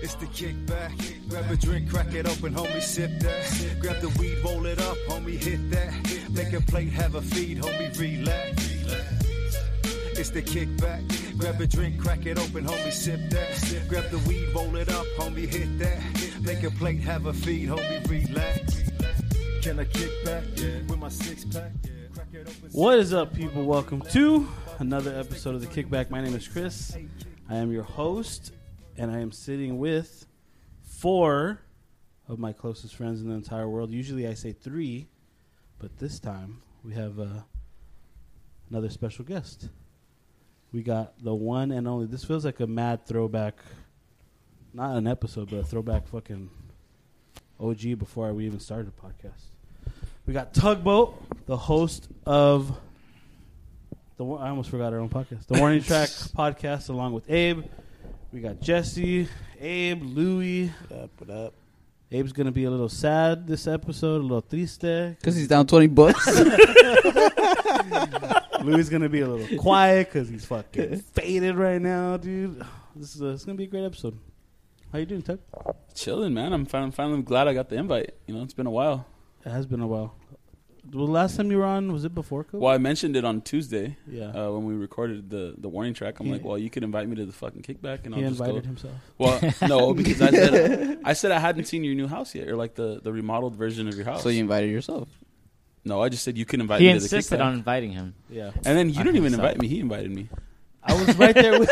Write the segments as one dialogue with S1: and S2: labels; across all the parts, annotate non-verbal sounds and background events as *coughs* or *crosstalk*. S1: just to kick back. Grab a drink, crack it open, homie, sip that. Grab the weed, roll it up, homie, hit that. Make a plate, have a feed, homie, relax. It's the kickback. Grab a drink, crack it open, homie, sip that. Grab the weed, roll it up, homie, hit that. Make a plate, have a feed, homie, relax. Can I kick back with my six pack? Crack it open, sip
S2: What is up, people? Welcome to another episode of The Kickback. My name is Chris. I am your host, and I am sitting with four of my closest friends in the entire world. Usually I say three, but this time we have uh, another special guest. We got the one and only. This feels like a mad throwback, not an episode, but a throwback fucking OG before we even started the podcast. We got Tugboat, the host of the wa- I almost forgot our own podcast, the Warning Track podcast, along with Abe. We got Jesse, Abe, Louie.
S3: What up? What up?
S2: Abe's gonna be a little sad this episode, a little triste.
S3: Because he's down 20 *laughs* bucks.
S2: Louie's gonna be a little quiet because he's fucking faded right now, dude. This is a, it's gonna be a great episode. How you doing, Tug?
S4: Chilling, man. I'm fin- finally glad I got the invite. You know, it's been a while.
S2: It has been a while. The last time you were on was it before COVID?
S4: Well, I mentioned it on Tuesday
S2: Yeah,
S4: uh, when we recorded the, the warning track. I'm like,
S2: Yeah.
S4: well, you could invite me to the fucking kickback, and I'll
S2: he
S4: just
S2: invited
S4: go.
S2: himself. *laughs*
S4: Well, no, because I said I said I hadn't seen your new house yet, or like the, the remodeled version of your house.
S3: so you invited yourself.
S4: no, I just said you could invite
S5: He
S4: me to the
S5: insisted
S4: kickback,
S5: on inviting him.
S2: Yeah,
S4: and then you
S5: I
S4: didn't even
S5: think so.
S4: invite me. He invited me.
S2: I was right there with.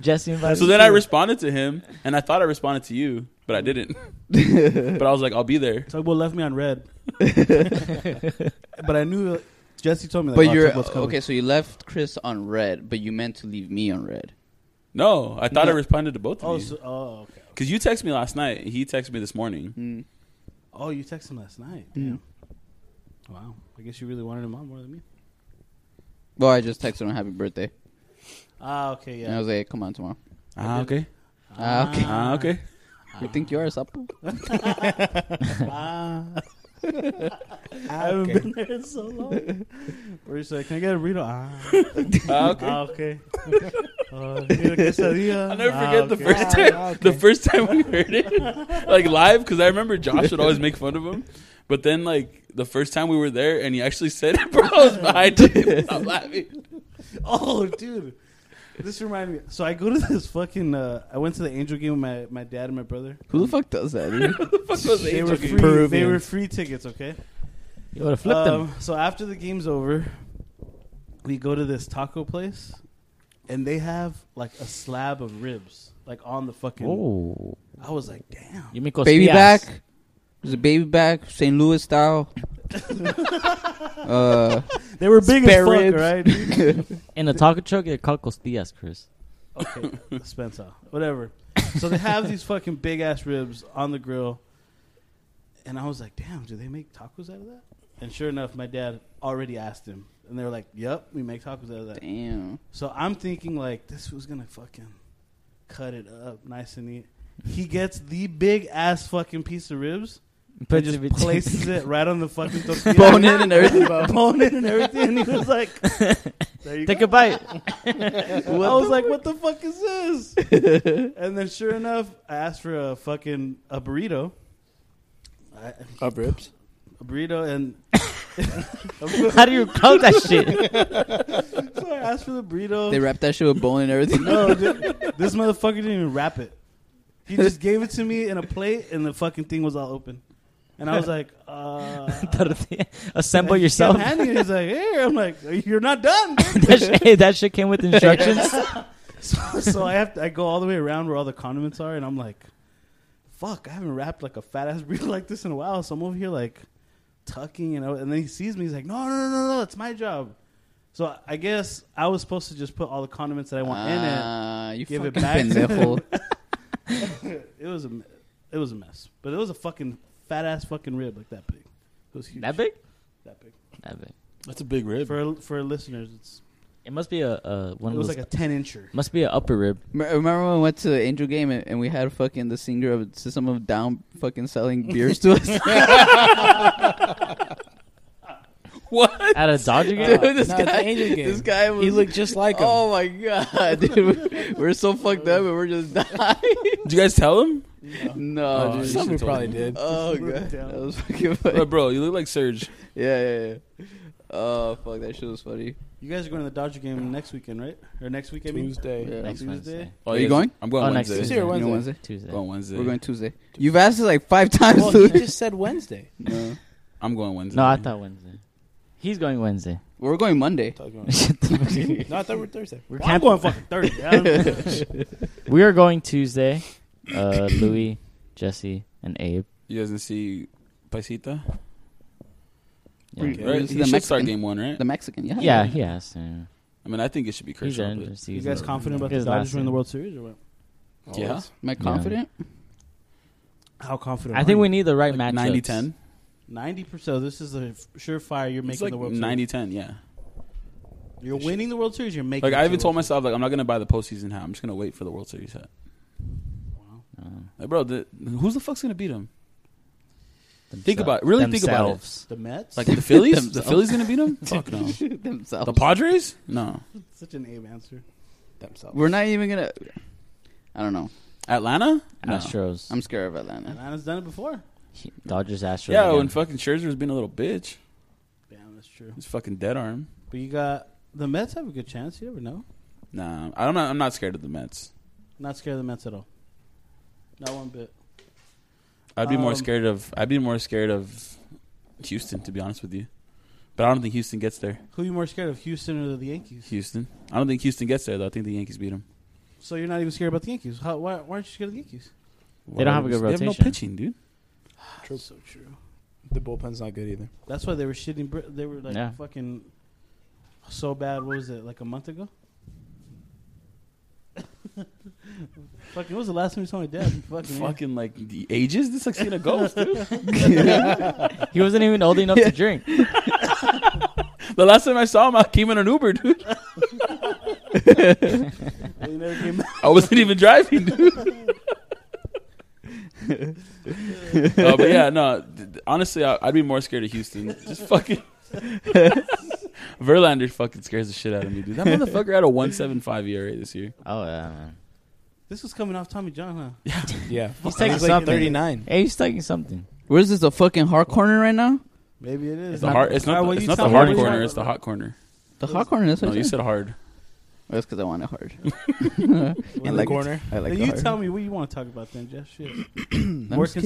S5: Jesse invited.
S4: So then I responded to him, and I thought I responded to you, but
S3: *laughs*
S4: I didn't. but I was like, I'll be there.
S2: Tugboat left me on red, but I knew. uh, Jesse told me. Like,
S3: But
S2: "Oh,
S3: you're
S2: Tugboat's coming."
S3: okay. So you left Chris on red, but you meant to leave me on red.
S4: No, I thought I
S3: No.
S4: responded to both of
S2: Oh,
S4: you
S2: so, oh, okay.
S4: because you texted me last night. He texted me this morning.
S3: Mm.
S2: Oh, you texted him last night.
S6: Mm-hmm.
S3: Mm.
S2: Yeah. Wow. I guess you really wanted him on more than me.
S3: Well, I just texted him happy birthday,
S2: Ah, okay,
S3: and I
S2: yeah.
S3: was like, "Come on tomorrow."
S4: Ah, okay.
S3: Ah, okay.
S4: Ah, okay.
S3: You think you are Sapo?
S2: *laughs* Ah. I haven't been there in so long. Where you say, can I get a burrito? Ah,
S4: *laughs* Ah, okay.
S2: ah okay. Uh, need a
S4: *laughs*
S2: quesadilla?
S4: I'll never
S2: Ah,
S4: forget the
S2: okay.
S4: first time. The first time we heard it, *laughs* like live, because I remember Josh would always make fun of him. But then, like the first time we were there, and he actually said it, *laughs* bro, I was behind him. I'm laughing.
S2: *laughs* Oh, dude. This reminded me. So I go to this fucking. Uh, I went to the Angel game with my, my dad and my brother.
S3: Who the fuck does that?
S2: *laughs*
S3: Dude?
S4: What the fuck was
S2: They
S4: Angel
S2: were
S4: game?
S2: free. They were free tickets. Okay.
S5: You would have flipped him.
S2: Um, So after the game's over, we go to this taco place, and they have like a slab of ribs, like on the fucking.
S5: Oh,
S2: I was like, damn.
S5: you make us
S3: baby
S5: yes.
S3: back. There's a baby back, St. Louis style.
S2: *laughs*
S3: uh,
S2: They were big
S3: Spare
S2: as fuck,
S3: ribs.
S2: right?
S5: *laughs*
S2: dude?
S5: in a taco truck. It called costillas, Chris.
S3: *laughs*
S2: okay, Spencer, whatever. So they have these fucking big ass ribs on the grill, and I was like, damn, do they make tacos out of that? And sure enough, my dad already asked him, and they were like, yep, we make tacos out of that.
S3: damn.
S2: So I'm thinking like this was gonna fucking cut it up nice and neat. He gets the big ass fucking piece of ribs and
S5: *laughs*
S2: just
S3: *laughs*
S2: places it right on the fucking tortilla.
S3: Bone in and everything.
S2: *laughs* Bone in and everything. And he
S3: *laughs*
S2: was like, there you
S5: Take
S2: go.
S5: a bite.
S2: I was like, what the fuck is this? and then sure enough, I asked for a fucking a burrito. I,
S7: Up ribs.
S2: a burrito and
S5: How do you cook that
S2: *laughs*
S5: shit? *laughs*
S2: so I asked for the burrito.
S3: They wrap that shit with bone and
S2: *laughs*
S3: everything.
S2: No, dude, this motherfucker didn't even wrap it. He just gave it to me in a plate, and the fucking thing was all open. And I was like, uh,
S5: Tortilla. Assemble
S2: and he
S5: yourself.
S2: kept
S5: *laughs*
S2: handing it. He's like, here. I'm like, you're not done. dude."
S5: that, shit, hey, that shit came with instructions.
S2: *laughs* so, so I have to. I go all the way around where all the condiments are, and I'm like, fuck, I haven't wrapped like a fat ass *laughs* burrito like this in a while. So I'm over here like tucking, you know. And then he sees me. He's like, no, no, no, no, no, it's my job. So I guess I was supposed to just put all the condiments that I want in it.
S3: Ah, You
S2: Give it
S3: fucking
S2: back.
S3: pendejo.
S2: It was a, me- it was a mess, but it was a fucking fat ass fucking rib like that big. It was huge.
S5: that big?
S2: That big.
S5: That big.
S7: That's a big rib.
S2: For for listeners, it's
S5: It must be a, a one
S2: it
S5: of
S2: was
S5: those.
S2: like a ten incher.
S5: must be an
S2: *laughs*
S5: upper rib.
S3: Me- Remember when we went to the Angel game and, and we had fucking the singer of System of a
S1: *laughs*
S3: Down fucking selling beers to us?
S4: What?
S5: At a Dodger game?
S6: Dude, this
S1: No,
S6: guy,
S1: it's
S2: *laughs*
S1: the Angel game.
S6: this guy was.
S1: He looked just like him.
S6: Oh my god, *laughs* dude, we're so fucked up and we're just dying.
S1: *laughs*
S4: Did you guys tell him?
S6: no,
S4: Oh,
S1: Somebody
S6: dude.
S4: should've told
S1: probably
S4: him.
S1: did. *laughs*
S6: Oh god, that was fucking
S4: Bro,
S6: funny.
S4: bro, you look like Serge.
S6: Yeah, yeah, yeah. Oh fuck, that shit was funny.
S2: You guys are going to the Dodger game next weekend, right? Or next week? I mean,
S1: Tuesday.
S6: Yeah.
S5: Next
S2: Tuesday?
S5: Wednesday.
S4: Oh,
S6: Are you
S4: yes.
S6: going?
S4: I'm going
S5: Oh, next
S4: Wednesday.
S1: Tuesday or
S6: You
S1: Wednesday?
S6: know, Wednesday.
S5: Tuesday.
S4: Going Wednesday.
S6: We're going Tuesday. You've asked us like five *laughs* times,
S5: *laughs*
S1: Well, you
S6: dude.
S1: just said Wednesday.
S6: No.
S4: I'm going Wednesday.
S5: No, I thought Wednesday. He's going Wednesday.
S4: *laughs*
S6: We're going Monday.
S5: *laughs* Shut the fuck up.
S1: no, I thought we were Thursday.
S5: We're
S2: Well, I'm
S5: camp-
S2: going fucking Thursday.
S5: *laughs*
S2: I don't know.
S5: we are going Tuesday. Uh, *coughs* Louis, Jesse, and Abe.
S4: You guys can see Paisita?
S5: Yeah,
S6: Pretty-
S4: Right?
S6: This is
S4: He
S6: the
S4: should start
S6: Mexican.
S4: game one, right?
S6: The Mexican, yeah.
S5: yeah he has. to.
S4: I mean, I think it should be
S5: He's
S4: Kershaw.
S5: in
S4: but-
S5: the
S2: you
S5: season.
S2: guys confident about the
S5: His
S2: Dodgers
S5: last
S2: winning the
S5: name.
S2: World Series or what?
S4: Yeah.
S6: Am I confident? *laughs*
S2: How confident?
S5: I think we need the right matchup.
S4: 90 10.
S2: ninety percent. This is a f- surefire. You're
S4: It's
S2: making
S4: like
S2: the World
S4: 90 10, yeah.
S2: Series. You're winning the World Series. You're making.
S4: Like,
S2: it
S4: I
S2: to
S4: even
S2: the
S4: told
S2: World
S4: myself, like, I'm not going to buy the postseason hat. I'm just going to wait for the World Series hat.
S2: Series. Wow.
S4: Like, bro, the, who's the fuck's going to beat him? Think about it. Really think about it.
S2: The Mets.
S4: Like, the Phillies? the
S6: Themselves.
S4: Phillies going to beat him? Fuck no.
S6: Themselves.
S4: The Padres? No.
S2: *laughs* such an Abe answer.
S1: Themselves.
S6: We're not even gonna. I don't know.
S4: Atlanta? No.
S5: Astros.
S6: I'm scared of Atlanta.
S2: Atlanta's done it before.
S5: He- Dodgers, Astros.
S4: Yeah,
S5: again.
S4: when fucking Scherzer was being a little bitch.
S2: Damn, that's true.
S4: His fucking dead arm.
S2: But you got the Mets have a good chance. You never know.
S4: Nah, I don't know. I'm not scared of the Mets.
S2: Not scared of the Mets at all. Not one bit.
S4: I'd be more
S2: Um,
S4: scared of. I'd be more scared of Houston, to be honest with you. But I don't think Houston gets there.
S2: Who are you more scared of, Houston or the Yankees?
S4: Houston. I don't think Houston gets there though. I think the Yankees beat them.
S2: So you're not even scared about the Yankees. How, why, why aren't you scared of the Yankees?
S5: They don't have a good
S4: They have no
S5: rotation.
S4: pitching, dude.
S1: True.
S2: So true.
S1: The bullpen's not good either.
S2: That's why they were shitting. Brit- They were like
S5: Yeah.
S2: fucking so bad. What was it? Like a month ago. *laughs* fucking. What was the last time you saw my dad? Fucking.
S4: Fucking like the ages. This is like seeing a ghost. Dude.
S5: he wasn't even old enough to drink.
S4: the last time I saw him, I came in an Uber, dude.
S2: yeah. They never came back.
S4: I wasn't even driving, dude. Uh, but yeah, no. th- th- honestly, I, I'd be more scared of Houston. Just fucking. *laughs* Verlander fucking scares the shit out of me, dude. That motherfucker had E a 175 ERA this year.
S5: Oh yeah, man.
S2: This was coming off Tommy John, huh?
S1: Yeah.
S5: He's taking
S1: like
S5: something.
S1: 39.
S5: Hey, he's taking something.
S6: Where's this? A fucking hard corner right now?
S2: Maybe it is.
S4: It's, the hard. It's not.
S5: Uh,
S2: Alright, well,
S4: the, it's
S2: you
S4: not
S2: tell
S4: the
S2: me
S4: hard
S2: what you're
S4: corner.
S2: talking
S4: It's the
S2: about.
S4: hot corner.
S6: The hard corner. That's what
S4: No,
S6: I
S4: you
S6: said.
S4: said hard.
S6: Oh, that's because I want it hard. *laughs* I
S1: In the
S6: like it.
S1: corner.
S6: I like
S2: Then
S6: the
S2: you
S6: hard.
S2: tell me what you want to talk about then, Jeff. Shit.
S6: I'm just
S2: conspira-
S6: kidding.
S2: more
S6: fuck.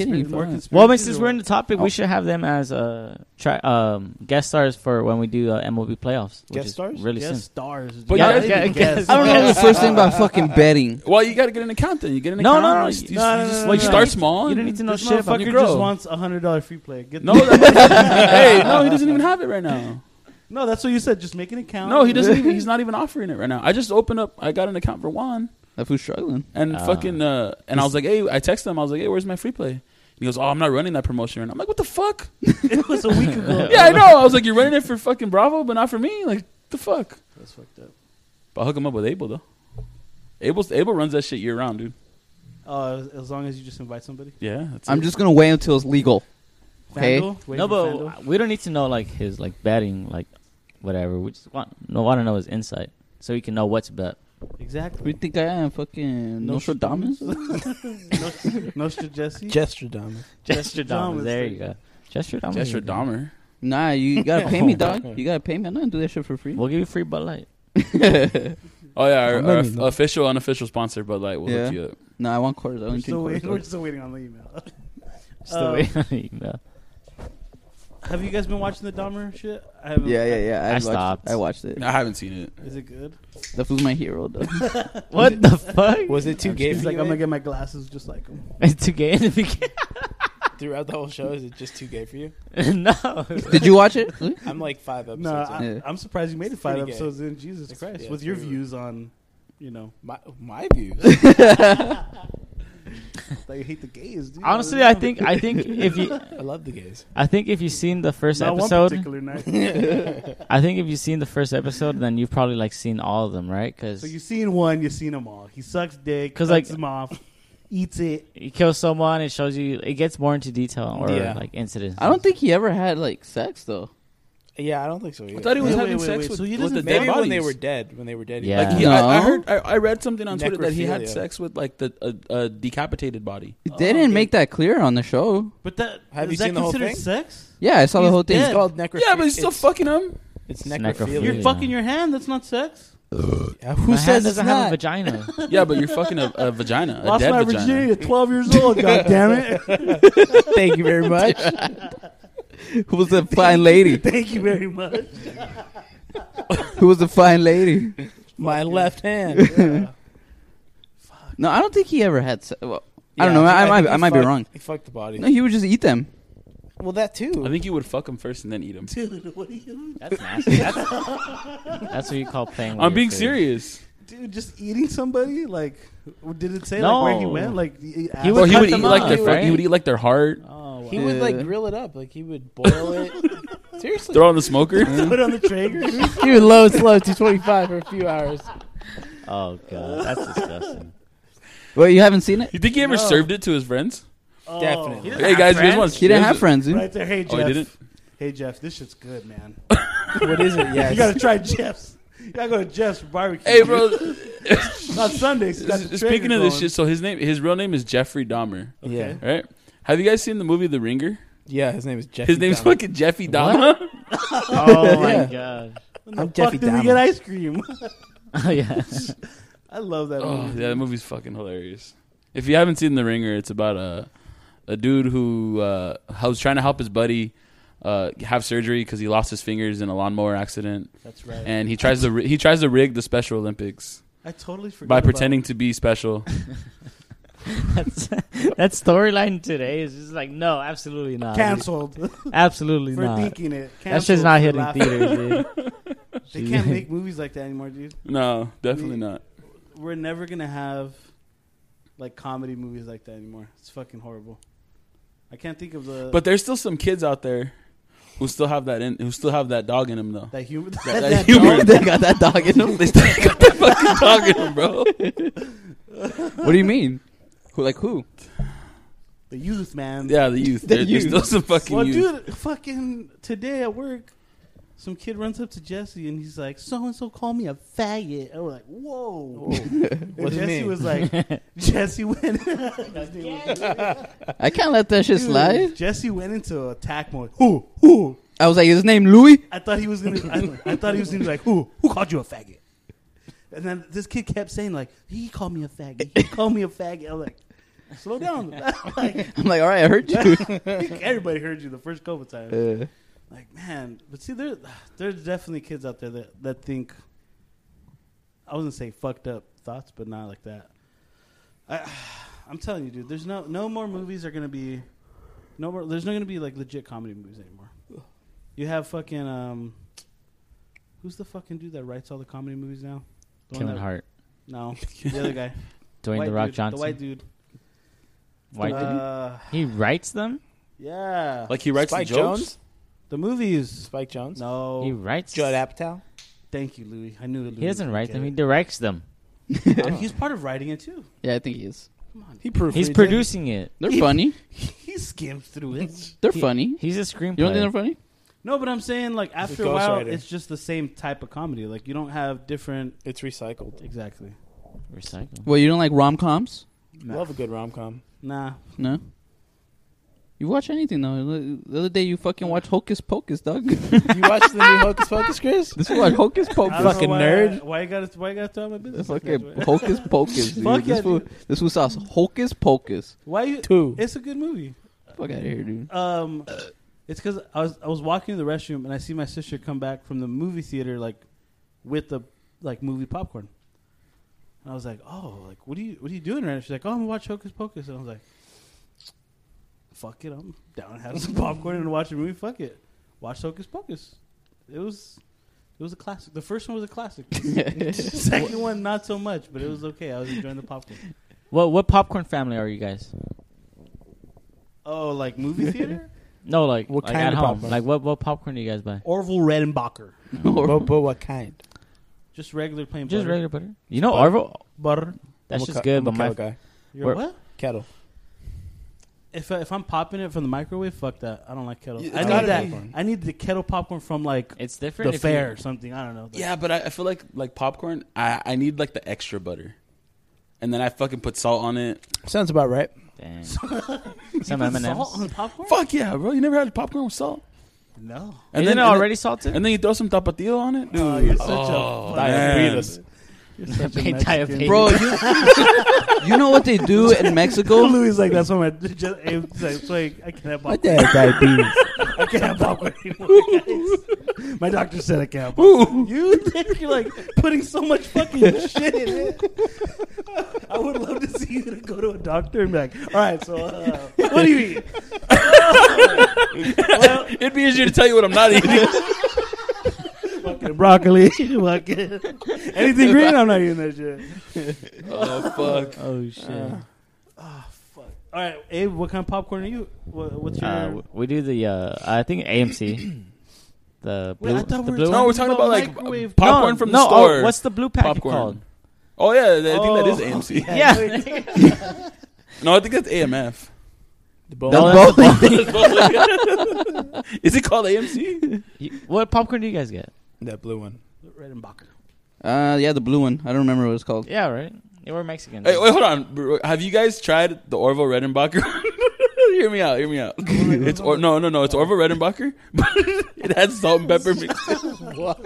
S2: conspiracies
S5: Well, I mean, since
S2: or
S5: we're
S2: what?
S5: in the topic, we should have them as uh, try, um, guest stars for when we do uh, MLB playoffs. Which
S1: Guest
S5: is
S1: stars?
S5: Really
S2: Guess
S5: soon.
S2: stars.
S4: But
S5: Yeah,
S4: guys-
S5: yeah,
S2: even
S5: guess-
S2: guess.
S6: I don't know the first thing about fucking betting.
S4: Well, you got to get an account then. You get an
S5: No,
S4: account.
S5: no, no,
S4: You, you-
S5: no, no,
S4: you
S5: no,
S4: just,
S5: no,
S4: like,
S5: no.
S4: start small.
S5: You
S4: and
S5: don't need to know
S2: this
S5: shit about
S2: motherfucker
S4: you
S2: just
S4: grow.
S2: wants a hundred dollar free play. Get
S4: No,
S2: the-
S5: *laughs*
S4: that- hey, no, he doesn't even have it right now.
S2: no, that's what you said. Just make an account.
S4: No,
S2: *laughs*
S4: he doesn't. Even, he's not even offering it right now. I just opened up. I got an account for Juan
S6: That fool's struggling.
S4: and
S5: Ah.
S4: fucking. Uh, and I was like, hey, I texted him. I was like, hey, where's my free play? He goes, oh, I'm not running that promotion. right now. I'm like, what the fuck?
S2: it was a week ago.
S4: Yeah, I know. I was like, you're running it for fucking Bravo, but not for me. Like, the fuck.
S2: That's fucked up.
S4: But I'll hook him up with Abel though. Abel's Abel runs that shit year round, dude.
S2: Uh, as- as long as you just invite somebody.
S4: Yeah, that's
S6: I'm
S4: it.
S6: just gonna wait until it's legal. Okay.
S2: FanDuel? Wait
S5: No,
S2: for FanDuel.
S5: but we don't need to know like his like betting like whatever. We just want no want to know his insight so we can know what
S1: *laughs*
S5: to bet.
S6: We
S2: exactly.
S6: think I am fucking
S2: *laughs*
S6: Nostradamus.
S2: Nostradamus? Nostra Jesse.
S1: Gesture Diamond.
S5: Gestradamus.
S2: Gestradamus.
S5: There you go. Gestradamus.
S4: That's your Dahmer.
S6: Nah, you gotta pay me, dog. You gotta pay me. I'm not gonna do that shit for free.
S5: We'll give you free Bud Light.
S4: Oh yeah, our,
S1: I'm
S4: our
S1: not even-
S4: official unofficial sponsor, Bud Light. We'll
S6: Yeah.
S4: hook you up.
S6: *laughs* nah, I want quarters. I
S2: We're
S6: only
S2: still,
S6: drink
S2: waiting, we're
S6: quarters.
S2: still waiting on the email. *laughs*
S5: Still
S1: Oh.
S2: Um,
S5: waiting on *laughs* the
S1: *laughs*
S5: email.
S2: Have you guys been watching the Dahmer shit? I haven't.
S6: Yeah, yeah, yeah. I,
S5: I
S6: watched,
S5: stopped.
S6: I watched it.
S4: I haven't seen it.
S2: Is it good?
S6: That fool's my hero, dog.
S5: What the fuck?
S1: Was it too gay
S2: He's
S1: for
S2: like,
S1: you?
S2: I'm gonna
S1: Abe?
S2: get my glasses just like him.
S5: *laughs* It's too gay in the
S1: *laughs*
S5: beginning.
S1: Throughout the whole show, is it just too gay for you?
S5: *laughs* no.
S6: Did you watch it?
S1: I'm like five episodes.
S2: No, I,
S1: in.
S6: Yeah.
S2: I'm surprised you made it five
S1: pretty gay.
S2: episodes in. Jesus
S1: It's-
S2: Christ,
S1: yeah,
S2: with
S1: it's
S2: your
S1: pretty
S2: views on, you know,
S1: My my views.
S2: like, you hate the gays. Dude.
S5: Honestly, I think I think if you
S1: I love the gays.
S5: I think if you've seen the first
S2: Not one
S5: episode,
S2: particular night.
S5: I think if you've seen the first episode, then you've probably like seen all of them, right? Because
S2: so you've seen one, you've seen them all. He sucks dick,
S5: 'Cause,
S2: cuts
S5: like-
S2: him off, eats it.
S5: you kill someone, it shows you. It gets more into detail or
S1: Yeah.
S5: like incidents.
S6: I don't think he ever had like sex though.
S1: Yeah, I don't think so. Either.
S4: I thought he was
S2: Wait,
S4: having
S2: wait, wait,
S4: sex
S2: wait,
S4: with,
S2: so he
S4: with
S2: doesn't-
S4: the
S1: maybe
S4: dead bodies.
S1: when they were dead. When they were dead. he-
S5: Yeah.
S4: Like he, I, I heard, I, I read something on Twitter that he had
S1: Necrophilia.
S4: sex with like the a, a decapitated body.
S6: They didn't make that clear on the show.
S2: But that
S1: Have
S2: is
S1: you
S2: that
S1: seen the whole
S2: considered
S1: thing?
S2: sex?
S6: Yeah, I saw the
S2: He's
S6: whole thing.
S2: dead.
S1: It's called necrophilia.
S4: Yeah, but he's still fucking him.
S1: It's
S5: It's
S1: necrophilia.
S2: You're
S5: necrophilia. Yeah.
S2: fucking your hand. That's not sex.
S1: Yeah,
S5: My
S1: who
S5: hand
S1: says it's
S5: doesn't have a
S1: not? *laughs*
S5: vagina?
S4: Yeah, but you're fucking a, a vagina, a
S2: Lost
S4: dead
S2: my
S4: vagina.
S2: virginity at 12 years *laughs* old. God damn it!
S1: Oh, Thank you very much.
S6: *laughs* Who was the fine lady?
S2: Thank you very much.
S6: Who was the fine lady?
S1: My left hand.
S6: No, I don't think he ever had. Se- well, I don't
S1: Yeah,
S6: know. I,
S1: think-
S6: might.
S1: think
S6: I
S1: he
S6: might be
S1: fucked-
S6: wrong.
S1: He fucked the body.
S6: No, he would just eat them.
S1: Well, that too.
S4: I think you would fuck him first and then eat him.
S2: Dude, what are you,
S5: That's nasty. That's, that's what you call playing. with
S4: I'm
S5: your
S4: being
S5: food.
S4: serious.
S2: dude? Just eating somebody? Like, did it say like where he
S5: No.
S2: went? Like, he
S5: He
S4: Well,
S5: would
S4: he
S5: cut
S4: would eat
S5: them
S4: like their
S5: up,
S4: fr- he
S5: right?
S4: would eat like their heart.
S2: Oh, wow.
S1: he would
S6: Yeah.
S1: like grill it up. Like he would boil it. Seriously.
S4: Throw on the smoker.
S2: Put it on
S1: *laughs*
S2: the Traeger.
S1: he would low slow 225 for a few hours.
S5: Oh god, that's disgusting.
S6: Well, you haven't seen it.
S4: *laughs* You think he ever
S2: No.
S4: served it to his friends?
S2: Oh,
S1: Definitely.
S2: he doesn't
S4: Hey
S2: have
S4: guys, you guys
S2: friends?
S4: want?
S6: He didn't have
S4: you guys-
S6: friends, dude.
S2: Right there. Hey Jeff.
S4: Oh, he didn't.
S2: Hey Jeff, this shit's good, man.
S1: What is it? *laughs* Yeah.
S2: You gotta try Jeff's. You gotta go to Jeff's for barbecue.
S4: Hey, bro. *laughs*
S2: Not Sundays. got the
S4: Speaking
S2: Traeger
S4: of this
S2: going. *laughs*
S4: shit, so his name, his real name is Jeffrey Dahmer,
S1: Yeah.
S2: Okay.
S4: right? Have you guys seen the movie The Ringer?
S1: Yeah, his name is Jeff.
S4: His name's fucking Jeffy Dahmer.
S5: Oh my
S1: *laughs* Yeah.
S5: god. *laughs*
S2: When the
S1: I'm
S2: fuck
S1: Jeffy
S2: did we
S1: Dahmer.
S2: get ice cream? *laughs*
S5: Oh yeah.
S2: I love that
S4: Oh,
S2: movie.
S4: yeah, that movie's fucking hilarious. If you haven't seen The Ringer, it's about a a dude who uh, was trying to help his buddy uh, have surgery because he lost his fingers in a lawnmower accident,
S2: That's right.
S4: and he tries to ri- he tries to rig the Special Olympics
S2: I totally forgot.
S4: by
S2: about
S4: pretending to be special.
S5: That's, that storyline today is just like no, absolutely
S2: it.
S5: not.
S2: Canceled
S5: *laughs* Absolutely
S2: *laughs* for
S5: not.
S2: thinking it. Canceled
S5: That shit's not
S2: for
S5: hitting
S2: laughing.
S5: theaters,
S2: They
S5: dude. *laughs*
S2: can't make movies like that anymore, dude.
S4: No, definitely not.
S2: We're never gonna have like comedy movies like that anymore. It's fucking horrible. I can't think of the
S4: But there's still some kids out there who still have that in, who still have that dog in them though.
S2: that *laughs* humor that,
S4: That,
S2: that
S6: *laughs*
S4: *laughs* that humor,
S6: they got that dog
S1: *laughs*
S6: in them.
S4: *laughs* they still got that fucking dog in them, bro.
S6: what do you mean? Who? Like who?
S2: the youth man.
S4: Yeah, the youth.
S6: The
S4: There- There's
S6: youth.
S4: still some fucking
S2: Well,
S4: youth.
S2: dude, fucking today at work, some kid runs up to Jesse and he's like, "So and so called me a faggot," and we're like, *laughs* "Whoa!" and
S1: What's his
S2: Jesse
S1: name?
S2: was like, "Jesse went." His name was-
S6: I can't let that shit
S2: Dude,
S6: slide.
S2: Jesse went into attack mode. Who? Who?
S6: I was like, his name Louis. *laughs*
S2: I thought he was gonna. I, I thought he was gonna be like, who? Who called you a faggot? And then this kid kept saying like, he called me a faggot. He called me a faggot. I'm like, slow down. *laughs*
S6: *laughs*
S2: like,
S6: I'm like, all right, I heard *laughs* you.
S2: I think everybody heard you the first couple times.
S6: Uh,
S2: Like, man, but see, there, there's definitely kids out there that that think. I wasn't say fucked up thoughts, but not like that. I, I'm telling you, dude. There's no no more movies are gonna be, no more. There's not gonna be like legit comedy movies anymore. You have fucking um, who's the fucking dude that writes all the comedy movies now? The one
S5: Kevin
S2: that-
S5: Hart,
S2: No,
S4: *laughs*
S2: the other guy.
S5: Dwayne
S2: White
S5: the Rock
S2: dude,
S5: Johnson.
S2: The white dude.
S5: White dude.
S2: Uh,
S5: He writes them.
S2: yeah.
S4: Like he writes
S1: Spike
S4: the jokes.
S1: Jones.
S2: the movies.
S1: Spike Jones.
S2: No.
S5: He writes.
S1: Judd Apatow.
S2: Thank you, Louis. I knew that Louis.
S5: he doesn't
S2: would
S5: write
S2: get
S5: them.
S2: it.
S5: He directs them.
S2: Uh, He's part of writing it too.
S6: yeah, I think he is.
S2: Come on,
S1: He proofreads.
S5: He's
S1: it.
S5: producing it.
S6: They're
S2: He-
S6: funny.
S2: he skims through it.
S6: They're
S5: He-
S6: funny.
S5: He's a screenplay.
S6: You don't think they're funny?
S2: *laughs* No, but I'm saying like after a
S1: ghost
S2: while,
S1: writer.
S2: it's just the same type of comedy. Like you don't have different
S1: It's recycled.
S2: exactly.
S5: Recycle.
S6: Well, you don't like rom coms?
S2: Nah.
S1: Love a good rom com.
S2: Nah,
S6: No. You watch anything though? The other day you fucking watch Hocus Pocus, dog.
S1: you watch the new Hocus Pocus, Chris?
S6: this is what *laughs* Hocus
S2: I don't know
S6: Pocus.
S1: Fucking
S2: why
S1: nerd.
S6: *laughs*
S2: I- why you got to why you got to throw out my business? like that,
S6: Fucking
S2: why-
S6: Hocus Pocus. Dude.
S2: Fuck
S6: this
S2: yeah,
S6: fool,
S2: dude.
S6: this was sauce. Hocus Pocus.
S2: Why you?
S1: Two.
S2: It's a good movie.
S6: Fuck out of
S2: *laughs*
S6: here, dude. *laughs*
S2: Um, it's because I was I was walking to the restroom and I see my sister come back from the movie theater like with the like movie popcorn, and I was like, oh, like what are you what are you doing right now? She's like, oh, I'm gonna watch Hocus Pocus, and I was like, fuck it, I'm down to have some *laughs* popcorn and watch a movie. Fuck it, watch Hocus Pocus. It was. It was a classic. The first one was a classic. *laughs* Second one, not so much, but it was okay. I was enjoying the popcorn.
S5: Well, what popcorn family are you guys?
S2: Oh, like movie theater?
S5: No, like
S1: What
S5: like
S1: kind
S5: at
S1: of
S5: home.
S1: popcorn?
S5: Like what what popcorn do you guys buy?
S2: *laughs* Orville Redenbacher.
S1: but, but what kind?
S2: Just regular plain
S5: Just
S2: butter.
S5: regular butter. You know Orville.
S2: butter.
S1: I'm
S5: That's
S1: a
S5: just
S1: ca-
S5: good,
S1: I'm a
S5: but my
S1: kettle guy.
S2: You're
S5: Where-
S2: what?
S1: Kettle.
S2: if I, if I'm popping it from the microwave, fuck that. I don't like kettle.
S4: Yeah,
S2: I
S4: it's
S2: need
S4: gotta
S2: that.
S7: be-
S2: I need the kettle popcorn from like
S5: It's different.
S2: the
S5: if you-
S2: fair or something. I don't know. The-
S4: Yeah, but I, I feel like like popcorn. I I need like the extra butter, and then I fucking put salt on it.
S7: Sounds about right.
S5: Dang.
S2: You
S5: Some
S2: put
S5: M&Ms.
S2: salt on popcorn?
S4: Fuck yeah, bro! You never had popcorn with salt,
S2: No.
S4: and
S5: Isn't
S4: then
S5: it already
S4: *laughs*
S5: salted? *laughs*
S4: and then you throw some tapatio on it, dude.
S2: Oh, you're such
S4: Oh,
S2: a
S4: man.
S2: diabetes. You're
S5: *laughs*
S2: such a
S5: Paid
S2: Mexican.
S5: diabetes.
S3: Bro,
S6: *laughs*
S3: you, you know what they do in Mexico?
S2: Louis is like that's what my *laughs* just, it's like, it's like, I can't have
S7: My
S2: popcorn.
S7: dad had diabetes.
S3: *laughs*
S2: I can't have
S4: *laughs*
S2: popcorn anymore. *laughs* Guys. My doctor said I can't. Have popcorn. You think you're like putting so much
S4: *laughs*
S2: fucking shit in it? *laughs* I would love to see you to go to a doctor and be like, all right, so uh, what do you eat?
S4: It'd be easier to tell you what I'm not
S3: *laughs*
S4: eating.
S2: Fucking
S4: *laughs*
S2: broccoli, fucking anything green. I'm not eating that shit.
S4: oh fuck!
S5: Oh shit.
S2: Ah, fuck. All right, Abe, what kind of popcorn are you? What, what's your?
S5: Uh, w- we do the uh, I think AMC. the blue,
S2: Wait, I thought
S5: the
S2: we were
S4: *laughs*
S5: blue
S4: No,
S5: one?
S4: we're talking about like
S2: Microwave-
S4: popcorn
S5: No,
S4: from
S5: no,
S4: the store.
S5: Oh, what's the blue packet
S4: Popcorn.
S5: called?
S4: oh yeah, I think that is
S2: Oh. *laughs*
S4: AMC.
S5: *laughs* Yeah.
S4: *laughs* No, I think that's
S5: *laughs*
S4: AMF.
S7: The bowl.
S5: No, that's the thing.
S4: is it called AMC?
S5: You- what popcorn do you guys get?
S7: That blue one.
S2: Redenbacher.
S3: Uh, yeah, the blue one. I don't remember what it's called.
S5: Yeah, right. Yeah, we're Mexican.
S4: Hey, wait, hold on. bro. Have you guys tried the Orville Redenbacher? *laughs* hear me out. Hear me out.
S3: Oh
S4: It's or, no, no, no. It's Orville Redenbacher. *laughs* but it has salt and pepper. mixed in.
S2: What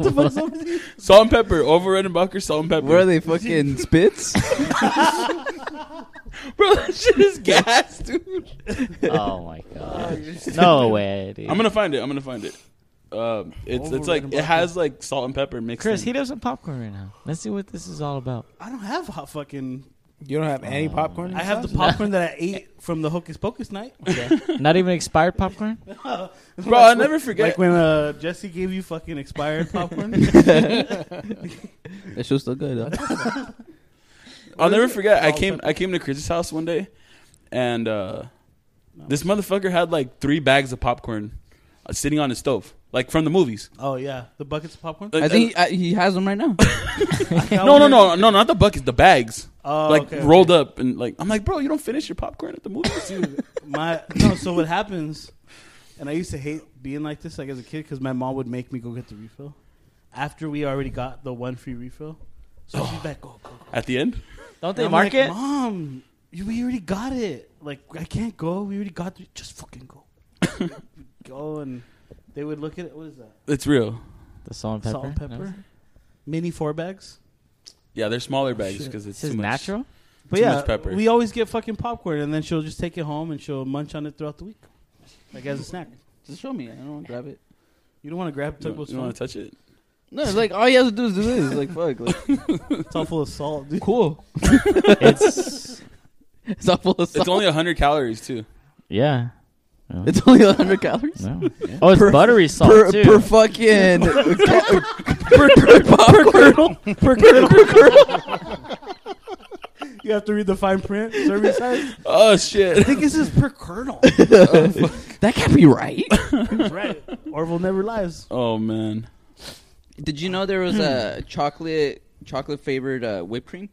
S2: the *laughs* fuck's up with you?
S4: Salt and pepper. Orville Redenbacher. Salt and pepper.
S3: Where are they fucking *laughs* spits?
S4: Bro, *laughs* that shit is gas, dude.
S5: oh my god. no way, dude.
S4: I'm gonna find it. I'm gonna find it. Um, it's it's like it has like salt and pepper mixed.
S5: Chris,
S4: Chris,
S5: heat up some popcorn right now. Let's see what this is all about.
S2: I don't have hot fucking.
S4: Mm-hmm.
S7: You don't have any popcorn? in
S2: I have the
S7: your
S2: popcorn that I ate from the Hocus Pocus night.
S5: *laughs*
S2: *laughs*
S5: Not even expired popcorn.
S4: *laughs* bro, I never forget.
S2: Like when uh, Jesse gave you fucking expired
S4: *laughs*
S2: popcorn.
S3: That shit's still good. Huh?
S4: I'll never forget. I came I came to Chris's house one day, and uh, this motherfucker had like three bags of popcorn uh, sitting on his stove, like from the movies.
S2: oh yeah, the buckets of
S4: *laughs*
S2: popcorn.
S4: Like,
S3: I think he, I, he has them right now.
S2: That
S4: no, no,
S2: one-
S4: no, no, not the buckets, the bags,
S2: Oh,
S4: like
S2: okay, okay.
S4: rolled up, and like I'm like, bro, you don't finish your popcorn at the movies.
S2: Dude, my no. So what happens? And I used to hate being like this, like as a kid, because my mom would make me go get the refill after we already got the one free refill. So
S4: *sighs*
S2: she'd be like, "Go, go, go."
S4: at the end,
S5: Don't
S2: And
S5: they
S2: I'm
S5: mark
S2: like,
S5: it?
S2: Mom, you- we already got it. Like, I can't go. We already got the Just fucking
S4: *laughs*
S2: go. go and they would look at it. What is that?
S4: it's real.
S5: The salt and pepper.
S2: Salt and pepper. Mini four bags.
S4: Yeah, they're smaller bags because it's
S5: This
S4: too
S5: is
S4: much.
S5: natural.
S2: But
S4: Too
S2: yeah,
S4: much pepper.
S2: we always get fucking popcorn and then she'll just take it home and she'll munch on it throughout the week. Like as a snack.
S3: Just show me. I don't want to grab it.
S2: You don't want to grab
S4: You don't,
S2: Tugboat's
S4: want
S2: phone.
S4: to touch it.
S3: No, it's like all you have to do is do this. Like fuck. Like,
S2: It's all full of salt, dude.
S3: cool.
S5: *laughs* it's
S3: It's all full of salt.
S4: It's only 100 calories too.
S5: *laughs* yeah. No.
S3: It's only 100 calories
S5: *laughs* No. Oh, it's
S3: Per-
S5: buttery salt
S3: per,
S5: too.
S3: per *laughs* fucking per, per popcorn. Per kernel. Per kernel.
S2: You have to read the fine print, serving
S5: *laughs*
S2: size.
S4: Oh
S2: I
S4: shit!
S2: think this is per kernel.
S3: That can't be right.
S2: That's right. Orville never lies.
S4: *laughs* Oh man.
S3: Did you know there was a chocolate chocolate flavored uh, whipped cream?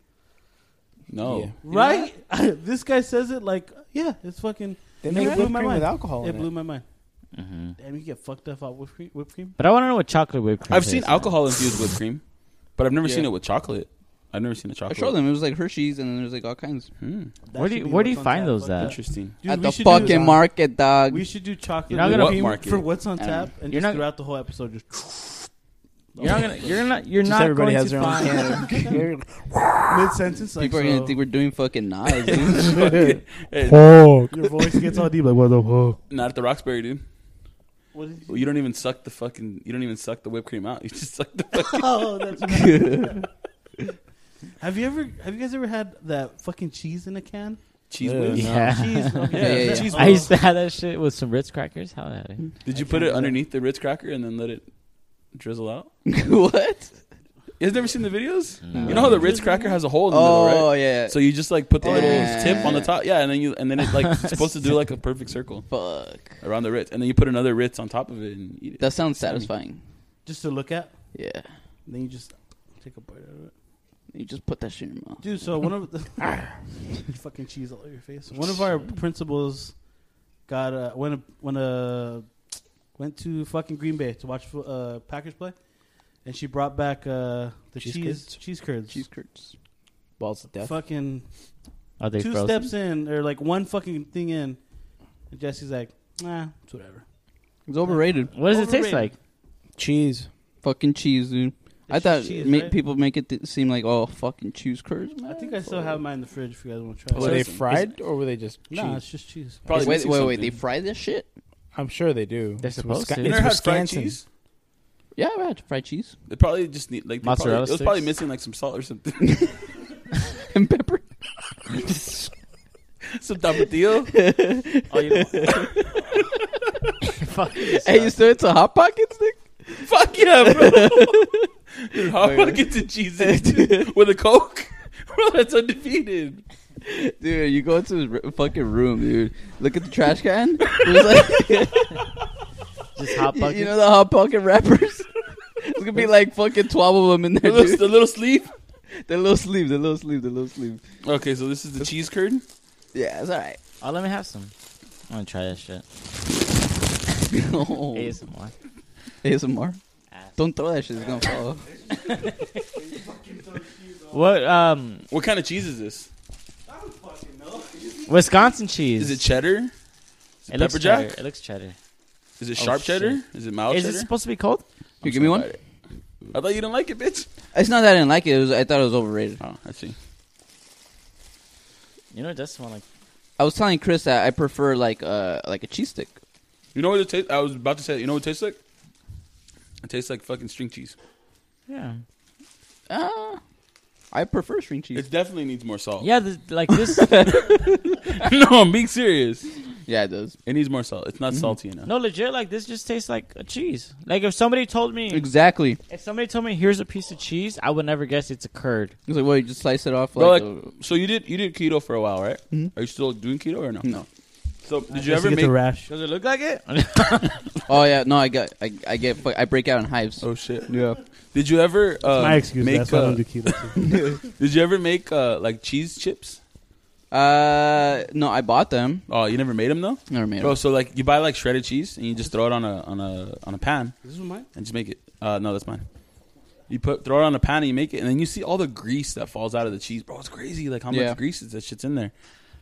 S4: No.
S7: Yeah.
S2: Right? *laughs* this guy says it like, yeah, it's fucking.
S7: They
S2: It
S7: make
S2: blew
S7: whipped
S2: my
S7: cream
S2: mind.
S7: with alcohol
S2: It
S7: in
S2: blew
S7: it.
S2: my mind.
S5: Mhm.
S2: Damn, you get fucked up out whipped cream. Whipped cream?
S5: But I want to know what chocolate whipped cream.
S4: I've seen
S5: tastes like.
S4: alcohol infused whipped cream, but I've never
S3: Yeah.
S4: seen it with chocolate. I've never seen a
S3: I
S4: chocolate.
S3: showed them. It was like Hershey's, and then there's like all kinds.
S4: Hmm,
S2: That
S5: Where do
S2: should
S5: you-
S2: be
S5: where do
S2: what's
S5: you
S2: on
S5: find
S2: tap,
S5: those
S2: fuck
S5: at?
S2: that.
S4: Interesting.
S2: Dude,
S3: At
S2: we
S3: the
S2: should do
S3: fucking
S2: that.
S3: market, dog.
S2: We should do chocolate
S5: You're not gonna-
S2: whipped cream
S4: What market?
S2: for what's on
S3: I don't
S2: tap, and
S5: You're
S2: just
S5: not-
S2: throughout the whole episode,
S3: *laughs*
S2: just
S5: You're not gonna. You're not. You're
S7: Just
S5: not.
S7: everybody
S5: going
S7: has
S5: to
S7: their own
S5: find- *laughs*
S7: can. of-
S2: mid sentence. Like,
S3: People are
S2: so
S3: gonna think we're doing fucking knives. dude.
S2: *laughs*
S6: *laughs*
S4: Fucking- hey,
S2: your voice gets all deep. Like what the
S3: *laughs*
S2: fuck?
S4: not at the Roxbury, dude.
S2: What did you-
S4: You don't even suck the fucking. You don't even suck the whipped cream out. *laughs* You just suck the fucking.
S2: oh, that's right.
S3: *laughs*
S2: Have you ever? Have you guys ever had that fucking cheese in a can?
S4: cheese
S7: Yeah.
S4: whiz.
S5: Yeah.
S2: Um, Cheese.
S5: *laughs*
S2: Okay.
S4: Yeah,
S3: yeah, yeah.
S4: cheese
S5: I
S4: whiz.
S5: used to have *laughs* that shit with some Ritz crackers. How that?
S4: Did you put it underneath the Ritz cracker and then let it drizzle out?
S3: what?
S4: You guys never seen the videos?
S5: No.
S4: You know how the Ritz cracker has a hole in the middle,
S3: Oh
S4: right?
S3: yeah.
S4: So you just like put the little
S3: Yeah.
S4: tip on the top, yeah, and then you and then it like it's supposed to do like a perfect circle
S3: fuck.
S4: around the Ritz, and then you put another Ritz on top of it and eat it.
S3: That sounds satisfying.
S2: Just to look at.
S3: Yeah.
S2: Then you just take a bite out of it.
S6: You just put that shit in your mouth.
S2: Dude, so one of the *laughs* fucking cheese all over your face. One of our principals got uh, went went uh, went to fucking Green Bay to watch fo- uh, Packers play, and she brought back uh, the cheese
S1: Cheese
S2: cheese curds.
S1: curds?
S6: Cheese curds.
S1: Balls to death.
S2: Fucking
S5: Are they
S2: two
S5: frozen?
S2: steps in or like one fucking thing in, and Jesse's like, nah, it's whatever.
S6: It's overrated.
S5: What does it taste
S2: Overrated.
S5: like?
S1: Cheese.
S6: Fucking cheese, dude. I
S2: It's
S6: thought
S2: just cheese,
S6: ma-
S2: right?
S6: people make it th- seem like oh fucking cheese curds.
S2: I
S6: man.
S2: think I still
S6: Fuck.
S2: have mine in the fridge if you guys want to try.
S1: Were
S2: it.
S1: they
S2: It's-
S1: fried or were they just cheese?
S2: Nah, it's just cheese.
S4: Probably
S6: wait,
S4: missing
S6: wait, wait. They
S4: something.
S6: fry this shit?
S1: I'm sure they do.
S5: They're
S1: It's
S5: supposed
S1: Wisco-
S5: to.
S4: You
S5: It's
S4: never had fried
S1: Wisconsin.
S4: cheese?
S6: Yeah, I had fried cheese
S4: They probably just need like they probably,
S5: Mozzarella
S4: it was probably
S5: sticks?
S4: missing like some salt or something.
S6: *laughs*
S4: *laughs*
S6: and pepper.
S4: some tapatio.
S5: Oh, you Fuck.
S6: hey, you still into hot pockets,
S2: *laughs*
S6: Nick?
S4: Fuck yeah,
S6: *laughs*
S4: bro. Dude, how am I
S6: Wait,
S4: gonna
S6: wait.
S4: get
S5: *laughs*
S4: to Jesus dude, with a Coke? bro, that's undefeated.
S6: Dude, you go into his r- fucking room, dude. Look at the trash can. There's like,
S5: Just *laughs*
S6: *laughs*
S5: hot
S6: you,
S5: bucket.
S6: you know the hot pocket wrappers. It's gonna be like fucking twelve of them in
S4: The *laughs*
S6: there,
S4: little,
S6: dude.
S4: the little sleeve.
S6: The little sleeve, the little sleeve, the little sleeve.
S4: Okay, so this is the cheese curd.
S6: Yeah, it's all right.
S5: oh, let me have some. I'm gonna try that shit.
S6: *laughs* oh.
S5: ASMR.
S6: ASMR.
S5: Ass.
S6: Don't throw that shit. It's gonna fall. off.
S5: What um
S4: What kind of cheese is this?
S5: Wisconsin cheese?
S4: Is it cheddar? Is it,
S5: It looks
S4: pepper jack?
S5: cheddar. It looks cheddar.
S4: Is it
S5: Oh,
S4: sharp
S5: shit.
S4: cheddar? Is it mild
S5: Is it
S4: cheddar?
S5: supposed to be cold?
S6: Here, give me one.
S4: I thought you didn't like it, bitch.
S6: It's not that I didn't like it. it was, I thought it was overrated.
S4: Oh, I see.
S5: You know, it does smell like.
S6: I was telling Chris that I prefer like uh like a cheese stick.
S4: You know what it tastes? I was about to say. You know what it tastes like? It tastes like fucking string cheese.
S5: Yeah.
S6: Ah, I prefer string cheese.
S4: It definitely needs more salt.
S5: Yeah, this, like this.
S4: *laughs* no, I'm being serious.
S6: yeah, it does.
S4: It needs more salt. It's
S2: Mm-hmm.
S4: not salty enough.
S5: no, legit. Like this just tastes like a cheese. Like if somebody told me,
S6: Exactly.
S5: if somebody told me, here's a piece of cheese, I would never guess it's a curd.
S6: It's like, well, you just slice it off.
S4: Bro,
S6: Like,
S4: like-
S6: uh,
S4: So you did you did keto for a while, right?
S6: Mhm.
S4: Are you still doing keto or no?
S6: No.
S4: So did
S2: Mm-hmm. I
S4: you
S2: used
S4: ever
S2: to get the
S4: make?
S2: rash?
S5: Does it look like it?
S6: oh yeah, no, I got, I, I get, fu- I break out in hives.
S4: Oh shit!
S6: Yeah.
S4: Did you ever? Uh,
S2: My excuse.
S4: Make,
S2: that's why I
S4: uh,
S2: don't do keto. too.
S4: *laughs* did you ever make uh, like cheese chips?
S6: Uh, no, I bought them.
S4: Oh, you never made them though,
S6: Never made
S4: bro.
S6: them.
S4: So like you buy like shredded cheese and you just throw it on a on a on a pan
S2: this is mine.
S4: and just make it. Uh, no, that's mine. You put throw it on a pan and you make it, and then you see all the grease that falls out of the cheese, bro. It's crazy, like how
S6: Yeah.
S4: much grease is that shit's in there.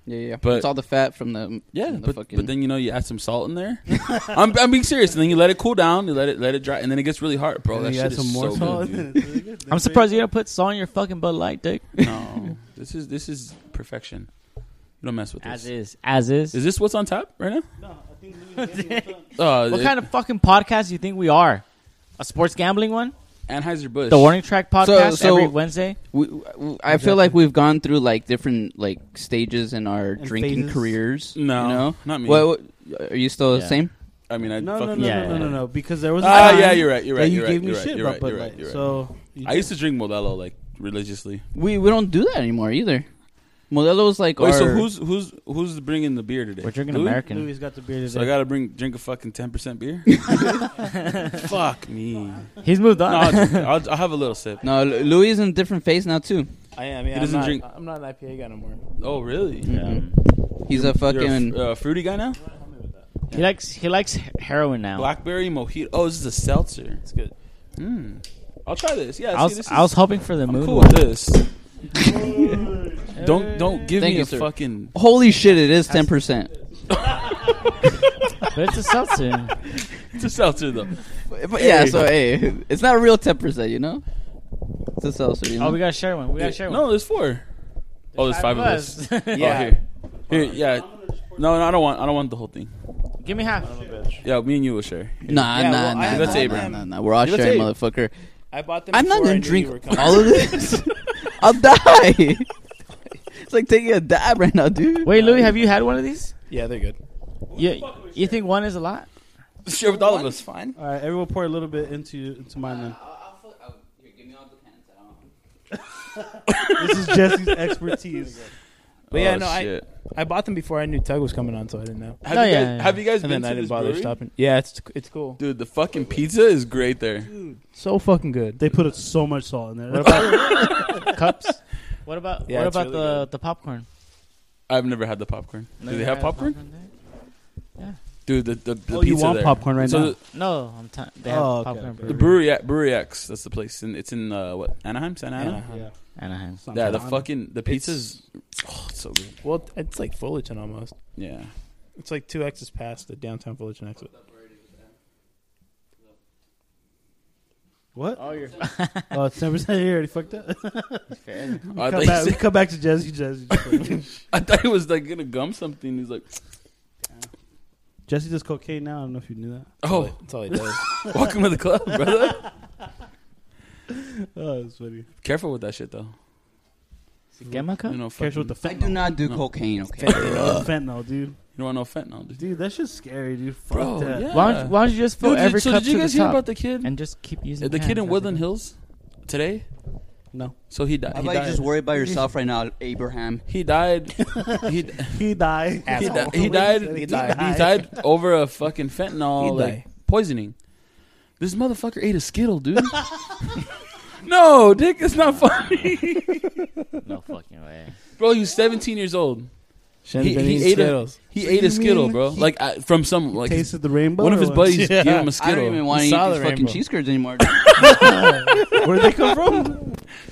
S6: Yeah, yeah.
S4: but-
S6: But it's all the fat from the
S4: Yeah,
S6: from the
S4: but,
S6: fucking,
S4: but then you know you add some salt in there. *laughs* I'm, I'm being serious, and then you let it cool down, you let it let it dry, and then it gets really hard, bro. That
S2: And you
S4: shit
S2: add
S4: is
S2: some more
S4: so
S2: salt
S4: good, dude.
S2: in it. It's really good.
S5: I'm
S2: That's
S5: surprised you didn't put salt in your fucking Bud
S4: *laughs*
S5: Light, dick.
S4: No, this is this is perfection. You don't mess with
S5: As
S4: this.
S5: is, as is.
S4: Is this what's on top right now?
S2: No, I think Louis gave me one time.
S4: *laughs* Uh,
S5: what kind of fucking podcast do you think we are? A sports gambling one?
S4: Anheuser Busch?
S5: The Warning Track podcast
S6: so-
S5: every Wednesday.
S6: we, we- I feel like we've gone through like different like stages in our
S2: And
S6: drinking
S2: phases.
S6: careers.
S4: No,
S6: you know?
S4: not me.
S6: What, what- are you still the
S5: Yeah.
S6: same?
S4: I mean, I
S2: No, no,
S4: fucking
S2: no,
S5: Yeah,
S2: no, no,
S5: yeah.
S2: no, no, because there was a
S4: Ah,
S2: time
S4: yeah, you're right. You're
S2: that
S4: right.
S2: you
S4: You're
S2: gave
S4: right.
S2: me
S4: You're right.
S2: shit
S4: You're
S2: about
S4: right.
S2: Bud
S4: You're right.
S2: Light.
S4: You're right.
S2: So you
S4: I
S2: just-
S4: used to drink Modelo like religiously.
S6: We we don't do that anymore either. Modelo's like
S4: Wait,
S6: our,
S4: so who's who's who's bringing the beer today?
S5: We're drinking
S4: Louis?
S5: American.
S2: Louis got the beer today.
S4: So I gotta bring drink a fucking ten percent beer. Fuck me. No,
S5: He's moved on.
S4: I'll,
S5: *laughs*
S4: drink it. I'll, I'll have a little sip.
S6: no Lu- Louis is in a different phase now too.
S1: I am. Yeah,
S4: He doesn't
S1: I'm not,
S4: drink-
S1: I'm not an IPA guy anymore.
S4: Oh, really?
S5: Um,
S6: Mm-hmm. He's a
S4: You're a
S6: fucking
S4: f- uh, fruity guy now.
S5: He likes he likes he- heroin now.
S4: Blackberry mojito. Oh, this is a seltzer.
S1: It's good.
S4: Mm. I'll try this. Yeah,
S5: I
S4: see,
S5: was
S4: this
S5: I was
S4: is,
S5: hoping for the
S4: I'm
S5: moon.
S4: cool
S5: one.
S4: with this. don't don't give
S6: Thank
S4: me
S6: you,
S4: a
S6: sir.
S4: fucking. *laughs*
S6: holy shit. It is ten percent.
S5: But it's
S4: *laughs*
S5: a seltzer.
S4: It's a seltzer though.
S6: But yeah, so hey, it's not a real ten percent, you know. It's a seltzer. You know?
S5: Oh, we gotta share one. We gotta share one.
S4: No, there's four. oh, there's five, of us.
S1: Yeah.
S4: Oh, here. Here, yeah. No, no, I don't want. I don't want the whole thing.
S5: *laughs* Give me half.
S4: Yeah, me and you will share.
S6: Nah,
S1: Yeah,
S6: nah,
S1: well, I-
S6: nah,
S4: That's
S6: nah,
S4: Abraham.
S6: nah, nah, nah. We're all
S4: That's
S6: sharing,
S4: Abe.
S6: motherfucker.
S1: I bought them.
S6: I'm not
S1: before I
S6: gonna
S1: knew you were
S6: drink
S1: coming.
S6: all
S1: *laughs*
S6: of this. I'll die. it's like taking a dive right now, dude.
S5: Wait, Louis, have you had one of these?
S1: Yeah, they're good.
S5: You, you think one is a lot?
S4: *laughs* Share with all of us.
S6: fine.
S2: All right, everyone pour a little bit into into mine then.
S6: Give me all the cans.
S2: This is Jesse's expertise.
S7: But yeah,
S4: Oh,
S7: no, I,
S4: shit.
S7: I bought them before I knew Tug was coming on, so I didn't know.
S4: Have,
S5: No,
S4: you
S5: yeah,
S4: guys,
S5: yeah.
S4: have you guys
S7: And
S4: been
S7: then
S4: to
S7: I didn't
S4: this
S7: bother
S4: brewery?
S7: stopping. Yeah, it's it's cool,
S4: Dude, the fucking pizza is great there.
S7: dude. So fucking good.
S2: They put so much salt in there.
S5: What about cups? What about
S7: Yeah,
S5: what
S7: it's
S5: about
S7: really
S5: the the popcorn?
S4: I've never had the popcorn. Do they have popcorn? Dude, the the, the
S2: oh,
S4: pizza
S2: you want
S4: there.
S2: popcorn right
S4: so
S2: now?
S4: the,
S5: No, I'm t- they have
S2: Oh, okay,
S5: popcorn.
S2: okay.
S4: the
S5: brewery.
S4: brewery at Brewery X, that's the place, and it's in uh, what Anaheim, Santa Ana.
S7: Yeah.
S2: yeah.
S5: Anaheim.
S2: It's not
S4: Yeah,
S2: bad.
S4: the fucking the pizza's oh, it's so good.
S7: *laughs* Well, it's like Fullerton almost.
S4: Yeah,
S7: It's like two exits past the downtown Fullerton exit.
S2: What? Oh, you're. oh, it's ten percent here. Already fucked up.
S4: I thought,
S2: come,
S4: he
S2: back, we
S4: said-
S2: come back to Jesse. Jesse, just-
S4: *laughs* I thought he was like gonna gum something. He's like,
S2: Jesse does cocaine now. I don't know if you knew that.
S4: oh,
S7: That's all he does.
S4: *laughs* welcome to the club, brother.
S2: Oh, that's funny.
S4: Careful with that shit though.
S5: Gamma cup.
S4: You know, fucking,
S2: Careful with the
S6: I
S2: fentanyl.
S6: do not do
S4: No.
S6: cocaine. Okay.
S2: Fentanyl, fentanyl, dude.
S4: you don't want no fentanyl, dude.
S2: Dude, that's just scary, dude. Fuck
S4: Bro,
S2: that.
S4: yeah.
S5: Why don't you, why don't you just fill
S4: Dude,
S5: every
S4: so
S5: cup
S4: did you
S5: to
S4: guys
S5: the
S4: hear
S5: top
S4: about the kid?
S5: and just keep using
S4: the kid
S5: cans
S4: in
S5: as
S4: Woodland
S5: it
S4: Hills
S5: goes?
S4: today?
S2: No.
S4: So he died.
S6: How
S4: He
S6: about you
S4: died.
S6: just worry about yourself right now, Abraham?
S4: he died. he, d-
S2: He died.
S4: he, di-
S7: Asshole.
S4: he died.
S2: He
S4: He
S2: died.
S4: died. He died over a fucking fentanyl
S7: He
S4: like,
S7: died.
S4: poisoning. This motherfucker ate a skittle, dude. *laughs* no, Dick, it's not funny,
S5: No fucking way.
S4: bro. You 17 years old.
S7: Shouldn't have been
S4: he ate
S7: eating
S4: a-
S7: Skittles.
S4: He
S2: So
S4: ate
S2: you
S4: a skittle,
S2: mean
S4: bro.
S2: he-
S4: like I, from some like his-
S2: Tasted the rainbow.
S4: one of
S2: or
S4: his
S2: what?
S4: buddies *laughs*
S7: Yeah.
S4: gave him a
S6: I
S4: skittle.
S6: don't even want to eat
S7: You saw
S6: these
S7: the
S6: fucking
S7: rainbow.
S6: cheese curds anymore.
S2: Where'd they come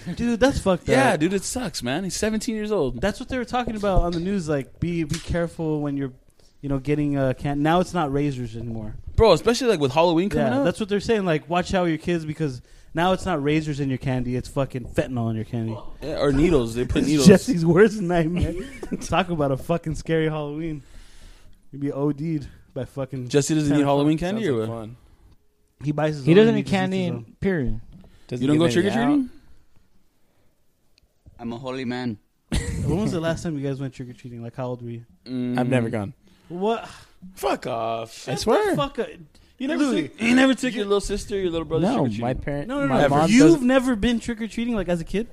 S2: from? *laughs* dude, that's fucked up.
S4: yeah, dude, it sucks, man. He's 17 years old.
S2: That's what they were talking about on the news. Like, be be careful when you're, you know, getting a can. Now it's not razors anymore.
S4: bro, especially like with Halloween coming
S2: Yeah,
S4: up.
S2: that's what they're saying. Like, watch out with your kids because now it's not razors in your candy. It's fucking fentanyl in your candy.
S4: Yeah, or needles. They
S7: *laughs*
S4: put
S2: It's
S4: needles.
S2: Jesse's worst nightmare. Talk about a fucking scary Halloween. You'd be OD'd by fucking.
S4: Jesse doesn't
S2: Sounds
S4: eat Halloween
S7: Sounds
S4: candy or
S7: like
S4: what?
S7: fun.
S2: he buys his
S5: He
S2: own
S5: doesn't
S2: and
S5: eat
S2: just eats
S5: candy.
S2: his
S5: in
S2: own.
S5: Period.
S7: Doesn't
S4: You don't go
S7: give
S4: trick
S7: any
S4: or treating?
S6: I'm a holy man.
S2: when was the last time you guys went trick or treating? Like, how old were you?
S7: out? I've never gone.
S2: What?
S4: Mm. Fuck off.
S7: I swear.
S2: Fuck up.
S4: You never,
S2: Louis.
S4: took, you never took your little sister, your little brother.
S7: no,
S4: trick-or-treating?
S7: my parent.
S2: No, no,
S7: my
S2: no.
S7: Mom
S2: You've
S7: doesn't-
S2: never been trick or treating like as a kid.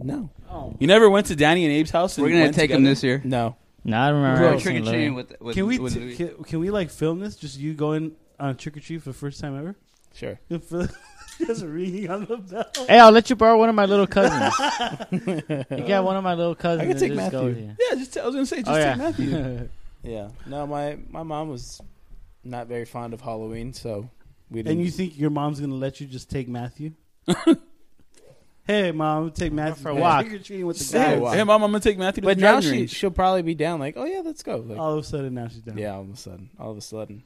S7: no,
S2: Oh.
S4: You never went to Danny and Abe's house. And
S6: We're gonna
S4: went
S6: take him
S4: together?
S6: this year.
S7: no.
S5: No, I remember.
S6: Bro,
S5: I was
S6: trick or
S5: in Lower-
S6: treating with, with
S2: Can we
S6: with
S2: t-
S6: Louis.
S2: can, can we like film this? Just you going on a trick or treat for the first time ever. *laughs*
S7: Sure.
S2: Just ringing on the bell.
S5: Hey, I'll let you borrow one of my little
S7: *laughs*
S5: cousins. you got one of my little cousins.
S7: I can
S5: to
S7: take
S5: just go
S7: Matthew.
S5: with you.
S4: Yeah, just t- I was gonna say, just
S5: Oh,
S4: take
S5: yeah.
S7: *laughs*
S4: Matthew.
S7: Yeah. No, my my mom was not very fond of Halloween, so we didn't.
S2: And you think your mom's gonna let you just take Matthew? hey, mom, take Matthew
S5: for a walk.
S2: Trick or treating with the
S7: Yeah,
S4: Hey,
S2: guys.
S7: why?
S4: hey, mom, I'm gonna take Matthew to
S7: but
S4: the
S7: now
S4: driving
S7: she
S4: range.
S7: she'll probably be down. Like, oh yeah, let's go. Like,
S2: All of a sudden, now she's down.
S7: yeah, all of a sudden, all of a sudden,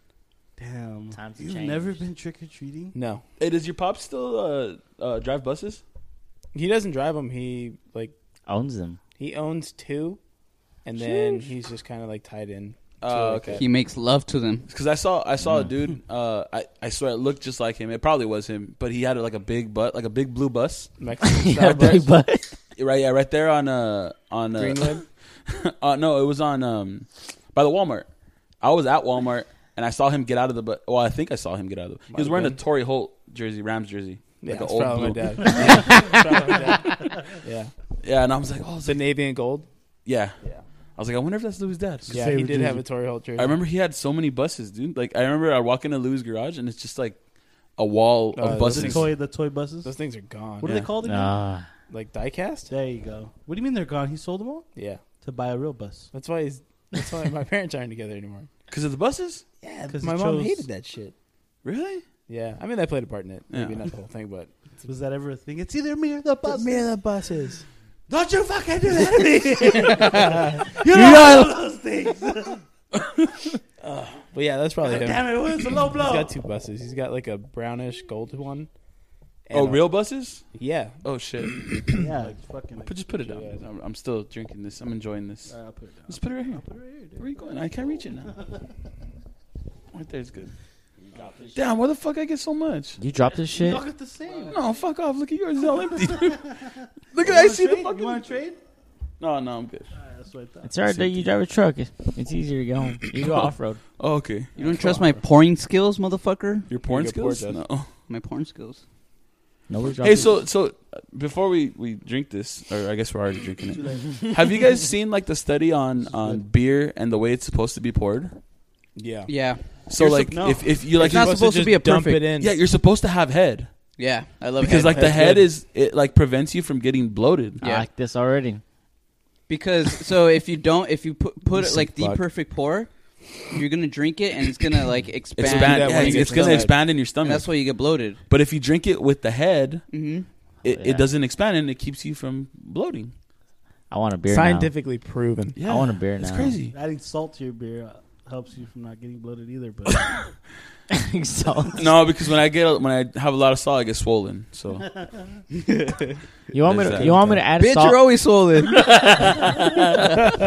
S2: Damn.
S5: Times have
S2: You've
S5: changed.
S2: never been trick or treating.
S7: no.
S4: Hey, does your pop still uh, uh, drive buses?
S7: He doesn't drive them. He like
S5: Owns them.
S7: he owns two, and then he's just kind of like tied in. to,
S4: Oh,
S7: like,
S4: okay.
S6: He makes love to them.
S4: Because I saw I saw a
S7: Mm.
S4: dude. Uh, I I swear it looked just like him. It probably was him, but he had like a big butt, like a big blue bus.
S7: a Mexican
S5: *laughs* *laughs* Yeah,
S7: style
S5: big
S7: bus,
S5: butt.
S6: *laughs*
S4: Right, yeah, right there on uh on uh,
S7: Greenwood.
S4: *laughs* uh, no, it was on um by the Walmart. I was at Walmart and I saw him get out of the bu- well, I think I saw him get out of the. He was
S7: have
S4: wearing a
S7: been.
S4: Torrey Holt jersey, Rams jersey,
S7: Yeah,
S4: like an
S7: it's
S4: old
S7: probably my
S4: blue.
S7: dad. Yeah, probably my dad. Yeah,
S4: *laughs* Yeah, and I was like, oh,
S7: the navy and gold.
S4: yeah.
S7: Yeah.
S4: I was like, I wonder if that's Louis' dad.
S7: Yeah,
S2: Favorite
S7: he did have
S2: jersey.
S7: a Tory Holt jersey.
S4: I remember he had so many buses, dude. Like I remember I walk into Louis' garage and it's just like a wall
S7: Oh,
S4: of
S7: those
S2: The
S4: buses.
S2: toy, the toy buses.
S7: those things are gone.
S2: what are
S4: yeah.
S2: they called again?
S5: Nah.
S7: Like diecast?
S2: There you go. What do you mean they're gone? He sold them all
S7: Yeah,
S2: to buy a real bus.
S7: that's why he's. That's why my *laughs* parents aren't together anymore.
S4: Because of the buses,
S7: Yeah,
S2: 'Cause
S7: my
S2: he
S7: mom
S2: chose-
S7: hated that shit.
S4: really?
S7: Yeah, I mean, I played a part in it. Maybe
S4: Yeah.
S7: not the whole thing, but
S2: Was that ever a thing? It's either me or the bus.
S7: the buses.
S2: Don't you fucking do that to me! you know all those things.
S7: But yeah, that's probably him.
S2: Damn it, what's a low
S7: He's
S2: blow?
S7: got two buses. He's got like a brownish gold one. and
S4: Oh,
S7: a-
S4: real buses?
S7: Yeah,
S4: Oh shit!
S2: yeah, like, fucking.
S4: Put- just put it down. I'm, I'm still drinking this. I'm enjoying this.
S2: Alright, I'll put it down.
S4: Just put it right here. Where are you going? I can't reach it now. Right there's good. Damn, why the fuck I get so much?
S5: You dropped this shit?
S2: Look at the same.
S4: No, fuck off. Look at yours. It's all empty. Look at I see the
S2: Trade? You
S4: fucking.
S2: want to trade?
S4: No, no, I'm good.
S2: Alright, that's what I thought.
S5: It's alright that you drive a truck. It's- It's easier to go home. You go
S6: *laughs*
S5: off road.
S4: Oh, okay.
S6: You don't trust my pouring skills, motherfucker?
S4: Your porn
S7: Your
S4: skills?
S7: porn
S4: No.
S6: My porn skills.
S5: No, we're dropping.
S4: Hey, so so uh, before we we drink this, or I guess we're already drinking it. Have you guys seen like the study on on beer and the way it's supposed to be poured?
S7: Yeah.
S6: Yeah.
S4: So
S2: You're sup-
S4: like
S2: no.
S4: if if you like
S6: It's not supposed to
S7: just
S6: be a
S7: dump
S6: perfect-
S7: it in.
S4: yeah, you're supposed to have head
S6: Yeah. I love
S4: because
S6: head.
S4: like the
S7: That's
S4: head
S7: good.
S4: is it like prevents you from getting bloated. Uh,
S5: I like this already.
S6: *laughs* because so if you don't if you put put it
S4: Sick
S6: like the
S4: fuck.
S6: perfect pour, you're gonna drink it and it's gonna
S4: *laughs*
S6: like expand.
S4: Expand,
S7: Yeah,
S4: yeah,
S7: when
S4: it's,
S7: you
S4: it's
S7: get
S4: gonna
S7: bloated.
S4: expand in your
S6: And
S4: stomach.
S6: that's why you get bloated.
S4: but if you drink it with the head,
S6: hmm
S4: it,
S5: yeah.
S4: it doesn't expand and it keeps you from bloating.
S5: I want a beer *laughs*
S7: Scientifically proven.
S5: now. I want a beer
S4: It's
S5: now.
S4: crazy.
S2: Adding salt to your beer uh, helps you from not getting bloated either. But
S5: so,
S4: No, because when I get when I have a lot of salt, I get swollen. So
S5: you want me to?
S4: Exactly.
S5: You want me to add
S6: Bitch,
S5: salt?
S6: you're always
S4: *laughs*
S6: swollen.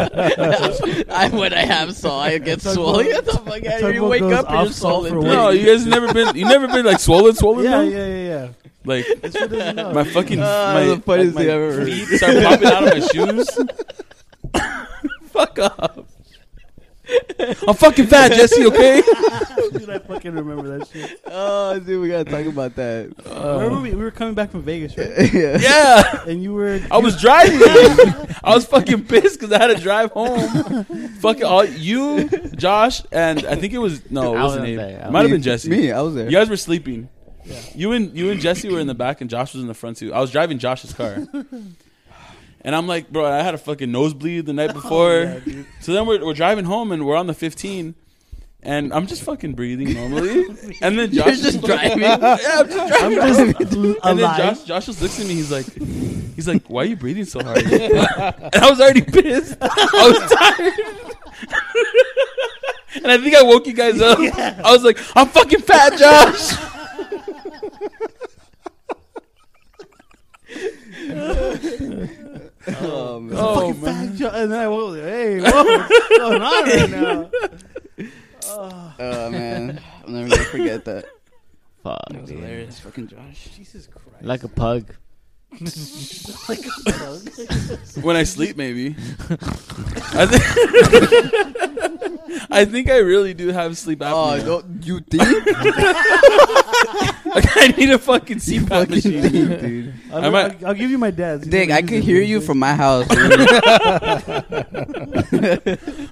S6: I when I have salt, I get swollen. *laughs* Get the fuck out! of here. You
S2: Tugboat
S6: wake
S2: goes
S6: up, and you're
S2: off salt
S6: swollen.
S2: for
S6: dude.
S4: no, you guys never been you never been like swollen, swollen.
S2: yeah, yeah,
S4: though?
S2: yeah, yeah.
S4: Like
S2: This one doesn't know.
S4: *laughs* my
S2: *laughs*
S4: fucking
S6: Ah,
S4: my,
S6: the funniest
S4: like,
S6: thing
S4: my
S6: I've ever heard.
S4: feet start popping out of my shoes. Fuck off. I'm fucking fat, Jesse. Okay.
S2: Dude, I fucking remember that shit.
S6: Oh, dude, we gotta talk about that.
S2: Where
S7: Uh,
S2: were we? We were coming back from Vegas, right?
S6: yeah.
S4: *laughs* Yeah,
S2: *laughs* and you were *laughs*
S4: I was driving. I was fucking pissed because I had to drive home. fucking all you, Josh, and I think it was no, it
S5: I
S4: wasn't
S5: wasn't
S4: Abe.
S5: there. I
S4: It might have
S6: Me-
S4: been Jesse.
S6: Me, I was there.
S4: You guys were sleeping. You and you and Jesse were in the back, and Josh was in the front too. I was driving Josh's car, and I'm like, bro, I had a fucking nosebleed the night before. so then we're we're driving home, and we're on the 15, and I'm just fucking breathing normally, and then Josh
S6: just
S4: is-
S6: driving?
S4: *laughs* yeah, I'm just driving.
S2: I'm just
S5: *laughs*
S2: l-
S4: And then
S2: alive.
S4: Josh, Josh just looks at me. He's like, he's like, why are you breathing so hard? *laughs* and I was already pissed. I was tired. *laughs* and I think I woke you guys up. I was like, I'm fucking
S2: *laughs*
S4: fat, Josh.
S6: Oh, man.
S4: Oh,
S2: fucking fat Jo- and then I woke up. Hey, whoa, what's going on right now?
S6: Oh, man. I'm never gonna forget
S4: *laughs*
S6: that.
S5: Fuck,
S6: That was
S5: dude.
S6: hilarious. Fucking Josh.
S2: Jesus Christ!
S5: Like a pug.
S2: Like a bug.
S4: when I sleep, maybe. I, thi- *laughs* I think I really do have sleep
S6: Oh,
S4: apnea.
S6: no, you *laughs* think?
S4: like, *laughs* I need a fucking CPAP
S6: fucking
S4: machine.
S6: think, dude.
S2: I'll,
S4: I might-
S2: I'll, I'll give you my dad's. He's
S6: Dick,
S2: never
S6: I
S2: used
S6: could
S2: it,
S6: hear
S2: but-
S6: you from my house.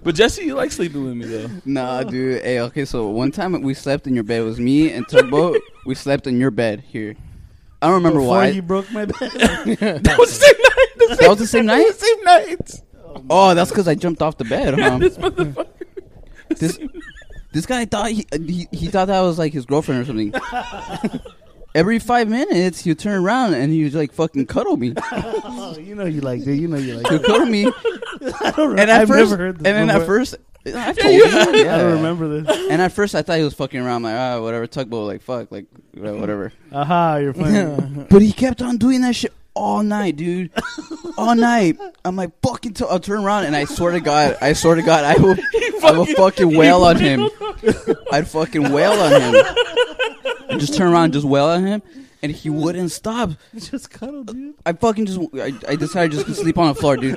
S4: But Jesse, you like sleeping with me though.
S6: nah, dude. Hey, okay, so one time we slept in your bed. It was me and Tugboat. we slept in your bed here. I don't remember
S2: *laughs* Before
S6: why.
S2: you broke my bed.
S4: That was the same night. The same,
S6: That was the same night?
S4: same night.
S6: Oh, that's because I jumped off the bed, huh? this This, guy thought he, uh, he he thought that was like his girlfriend or something. Every five minutes, he would turn around and he would like fucking cuddle me.
S2: oh, you know you like that. You know you like
S6: He would
S2: that.
S6: cuddle me.
S2: I don't remember.
S6: *laughs* And at
S2: I've
S6: first,
S2: never heard this.
S6: and then at
S2: before.
S6: first, I told you. *laughs* Yeah.
S2: I don't remember this.
S6: And at first, I thought he was fucking around, like ah, whatever, tugboat, like fuck, like
S2: *laughs*
S6: whatever.
S2: Aha, you're
S6: *laughs*
S2: funny. *laughs*
S6: But he kept on doing that shit all night, dude. all night. I'm like, fucking. T- I'll turn around and I swear to God, I swear to God, I *laughs* will, I will fucking wail on him. *laughs* I'd fucking wail on him. And just turn around and just wail at him. And he wouldn't stop.
S2: Just cuddle, dude.
S6: I fucking just, I, I decided just to sleep on the floor, dude.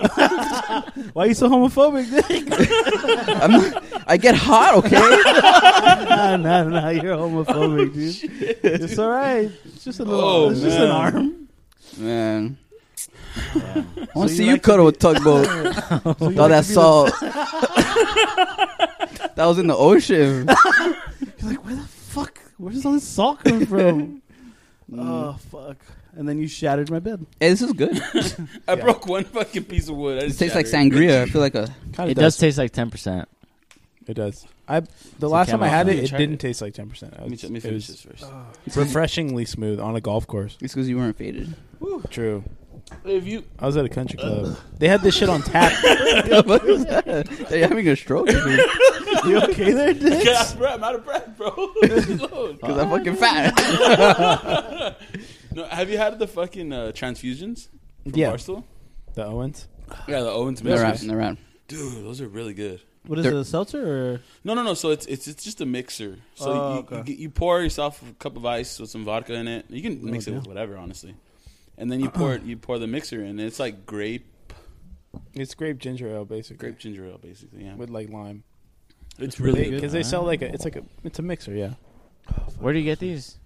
S2: Why you so homophobic? Dick?
S6: I'm not, I get hot, okay?
S2: nah, nah, nah. You're
S7: Oh,
S2: homophobic, dude. It's all right. It's just a little.
S4: Oh,
S2: it's just an
S4: man.
S7: *laughs*
S2: arm.
S6: Man. I
S2: So
S6: want to
S2: you
S6: see you
S2: like to
S6: cuddle with tugboat.
S2: So you
S6: All
S2: like
S6: that
S2: to be
S6: salt. *laughs* that was in the ocean.
S2: The, you're like, where the fuck? Where's all this salt coming
S7: *laughs*
S2: from?
S7: Mm.
S2: oh fuck! And then you shattered my bed.
S6: Hey, this is good.
S4: I
S7: Yeah.
S4: broke one fucking piece of wood. I
S6: It
S4: just
S6: tastes like
S4: shattered it.
S6: sangria. I feel like a.
S7: Kind
S5: It
S7: of
S5: does taste like ten percent.
S7: It does. I the last time I
S5: camel.
S7: had
S4: Let
S7: it,
S4: me
S7: it
S4: try
S7: didn't
S4: it.
S7: taste like ten percent.
S4: Let me, let me
S7: It
S4: finish
S7: was uh,
S4: this first.
S7: refreshingly smooth on a golf course.
S6: It's because you weren't faded. *laughs*
S7: True.
S4: If
S7: *laughs*
S4: you *laughs*
S7: I was at a country club. They had this shit on tap.
S6: what was that? Are you having a stroke? Because
S2: You okay there, Dick?
S4: Yeah, I'm bro- I'm out of breath, bro. *laughs* Load.
S7: Uh,
S6: I'm fucking fat.
S4: no, have you had the fucking uh, transfusions? From
S7: Yeah.
S4: Barstool?
S7: the Owens.
S4: Yeah, the Owens
S6: They're
S4: mixers.
S6: out. They're out.
S4: Dude, those are really good.
S2: What is
S6: They're-
S2: it? A seltzer or?
S4: No, no, no. So it's it's it's just a mixer. So
S2: Oh,
S4: you,
S2: okay.
S4: you, get- you pour yourself a cup of ice with some vodka in it. You
S7: Oh,
S4: can mix it with whatever, honestly. And then you pour it, you pour the mixer in. And it's like grape
S7: It's grape ginger ale, basically,
S4: grape ginger ale, basically. Yeah,
S7: with like lime.
S4: it's really good. Ah.
S7: because they sell like a. It's like a. It's a mixer. Yeah.
S5: Where do you get these?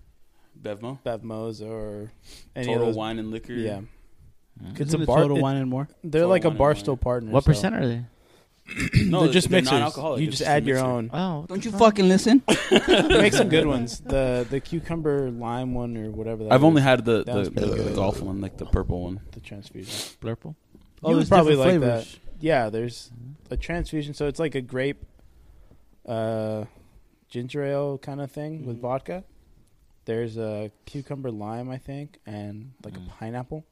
S4: Bevmo,
S7: Bevmos or any
S4: Total
S7: of those.
S4: Wine and Liquor.
S7: Yeah,
S2: It's
S7: a
S2: a
S7: bar-
S2: total
S7: it-
S2: wine and more.
S7: they're
S4: Total
S7: like a
S4: Wine and Wine.
S7: barstool partner.
S5: What
S7: so
S5: percent are they?
S4: no,
S7: They're just
S4: they're
S7: mixers.
S4: non-alcoholic.
S7: You
S4: It's
S7: just
S4: a
S7: add your
S4: mixer.
S7: own.
S5: Wow.
S6: Don't you fucking *laughs* listen?
S4: *laughs*
S7: They make some good ones. The the cucumber lime one or whatever. That
S4: I've
S7: is,
S4: only had the,
S7: That was
S4: the, the,
S7: pretty good.
S4: golf one, like the purple one.
S7: the transfusion.
S5: Blurple.
S7: You would
S2: there's
S7: probably
S2: Oh, different
S7: like Yeah, there's a transfusion, so it's like a grape, uh, ginger ale kind of thing
S2: Mm-hmm.
S7: with vodka. There's a cucumber lime, I think, and like
S2: Mm.
S7: a pineapple.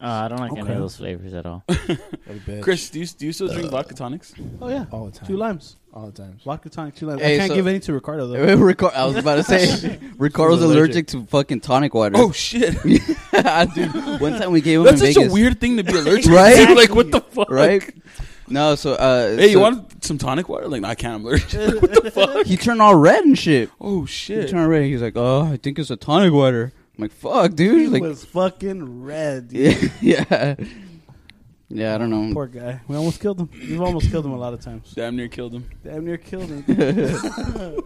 S5: Uh, I don't like any
S2: Okay.
S5: of those flavors at all.
S7: What a bitch. Uh,
S4: Chris, do you do you still drink vodka tonics?
S2: Oh yeah,
S7: all the time,
S2: two limes,
S7: all the time.
S2: vodka tonic, two limes.
S6: Hey,
S2: I can't
S6: so-
S2: give any to Ricardo though.
S6: *laughs* Ricar- I was about to say Ricardo's
S2: He's allergic.
S6: allergic to fucking tonic water.
S4: *laughs* Oh
S6: *laughs*
S4: shit,
S6: dude! One time we gave him
S4: that's
S6: in
S4: such
S6: Vegas,
S4: a weird thing
S7: *laughs*
S4: to be allergic
S6: Right?
S4: to. Like what the fuck?
S6: right? No, so uh,
S4: Hey, you
S6: so
S4: want some tonic water? Like no, I can't. I'm
S7: *laughs*
S4: allergic.
S2: *laughs*
S6: He turned all red and shit.
S4: oh
S6: He
S4: shit.
S6: turned red. He's like, "Oh, I think it's a tonic water." I'm like, "Fuck,
S2: He
S6: dude!" Like,
S2: was fucking red. Dude.
S6: yeah, *laughs* yeah, yeah. I don't know.
S2: Poor guy. We almost killed him. We've almost killed him a lot of times.
S4: Damn near killed him.
S2: Damn near killed him. *laughs*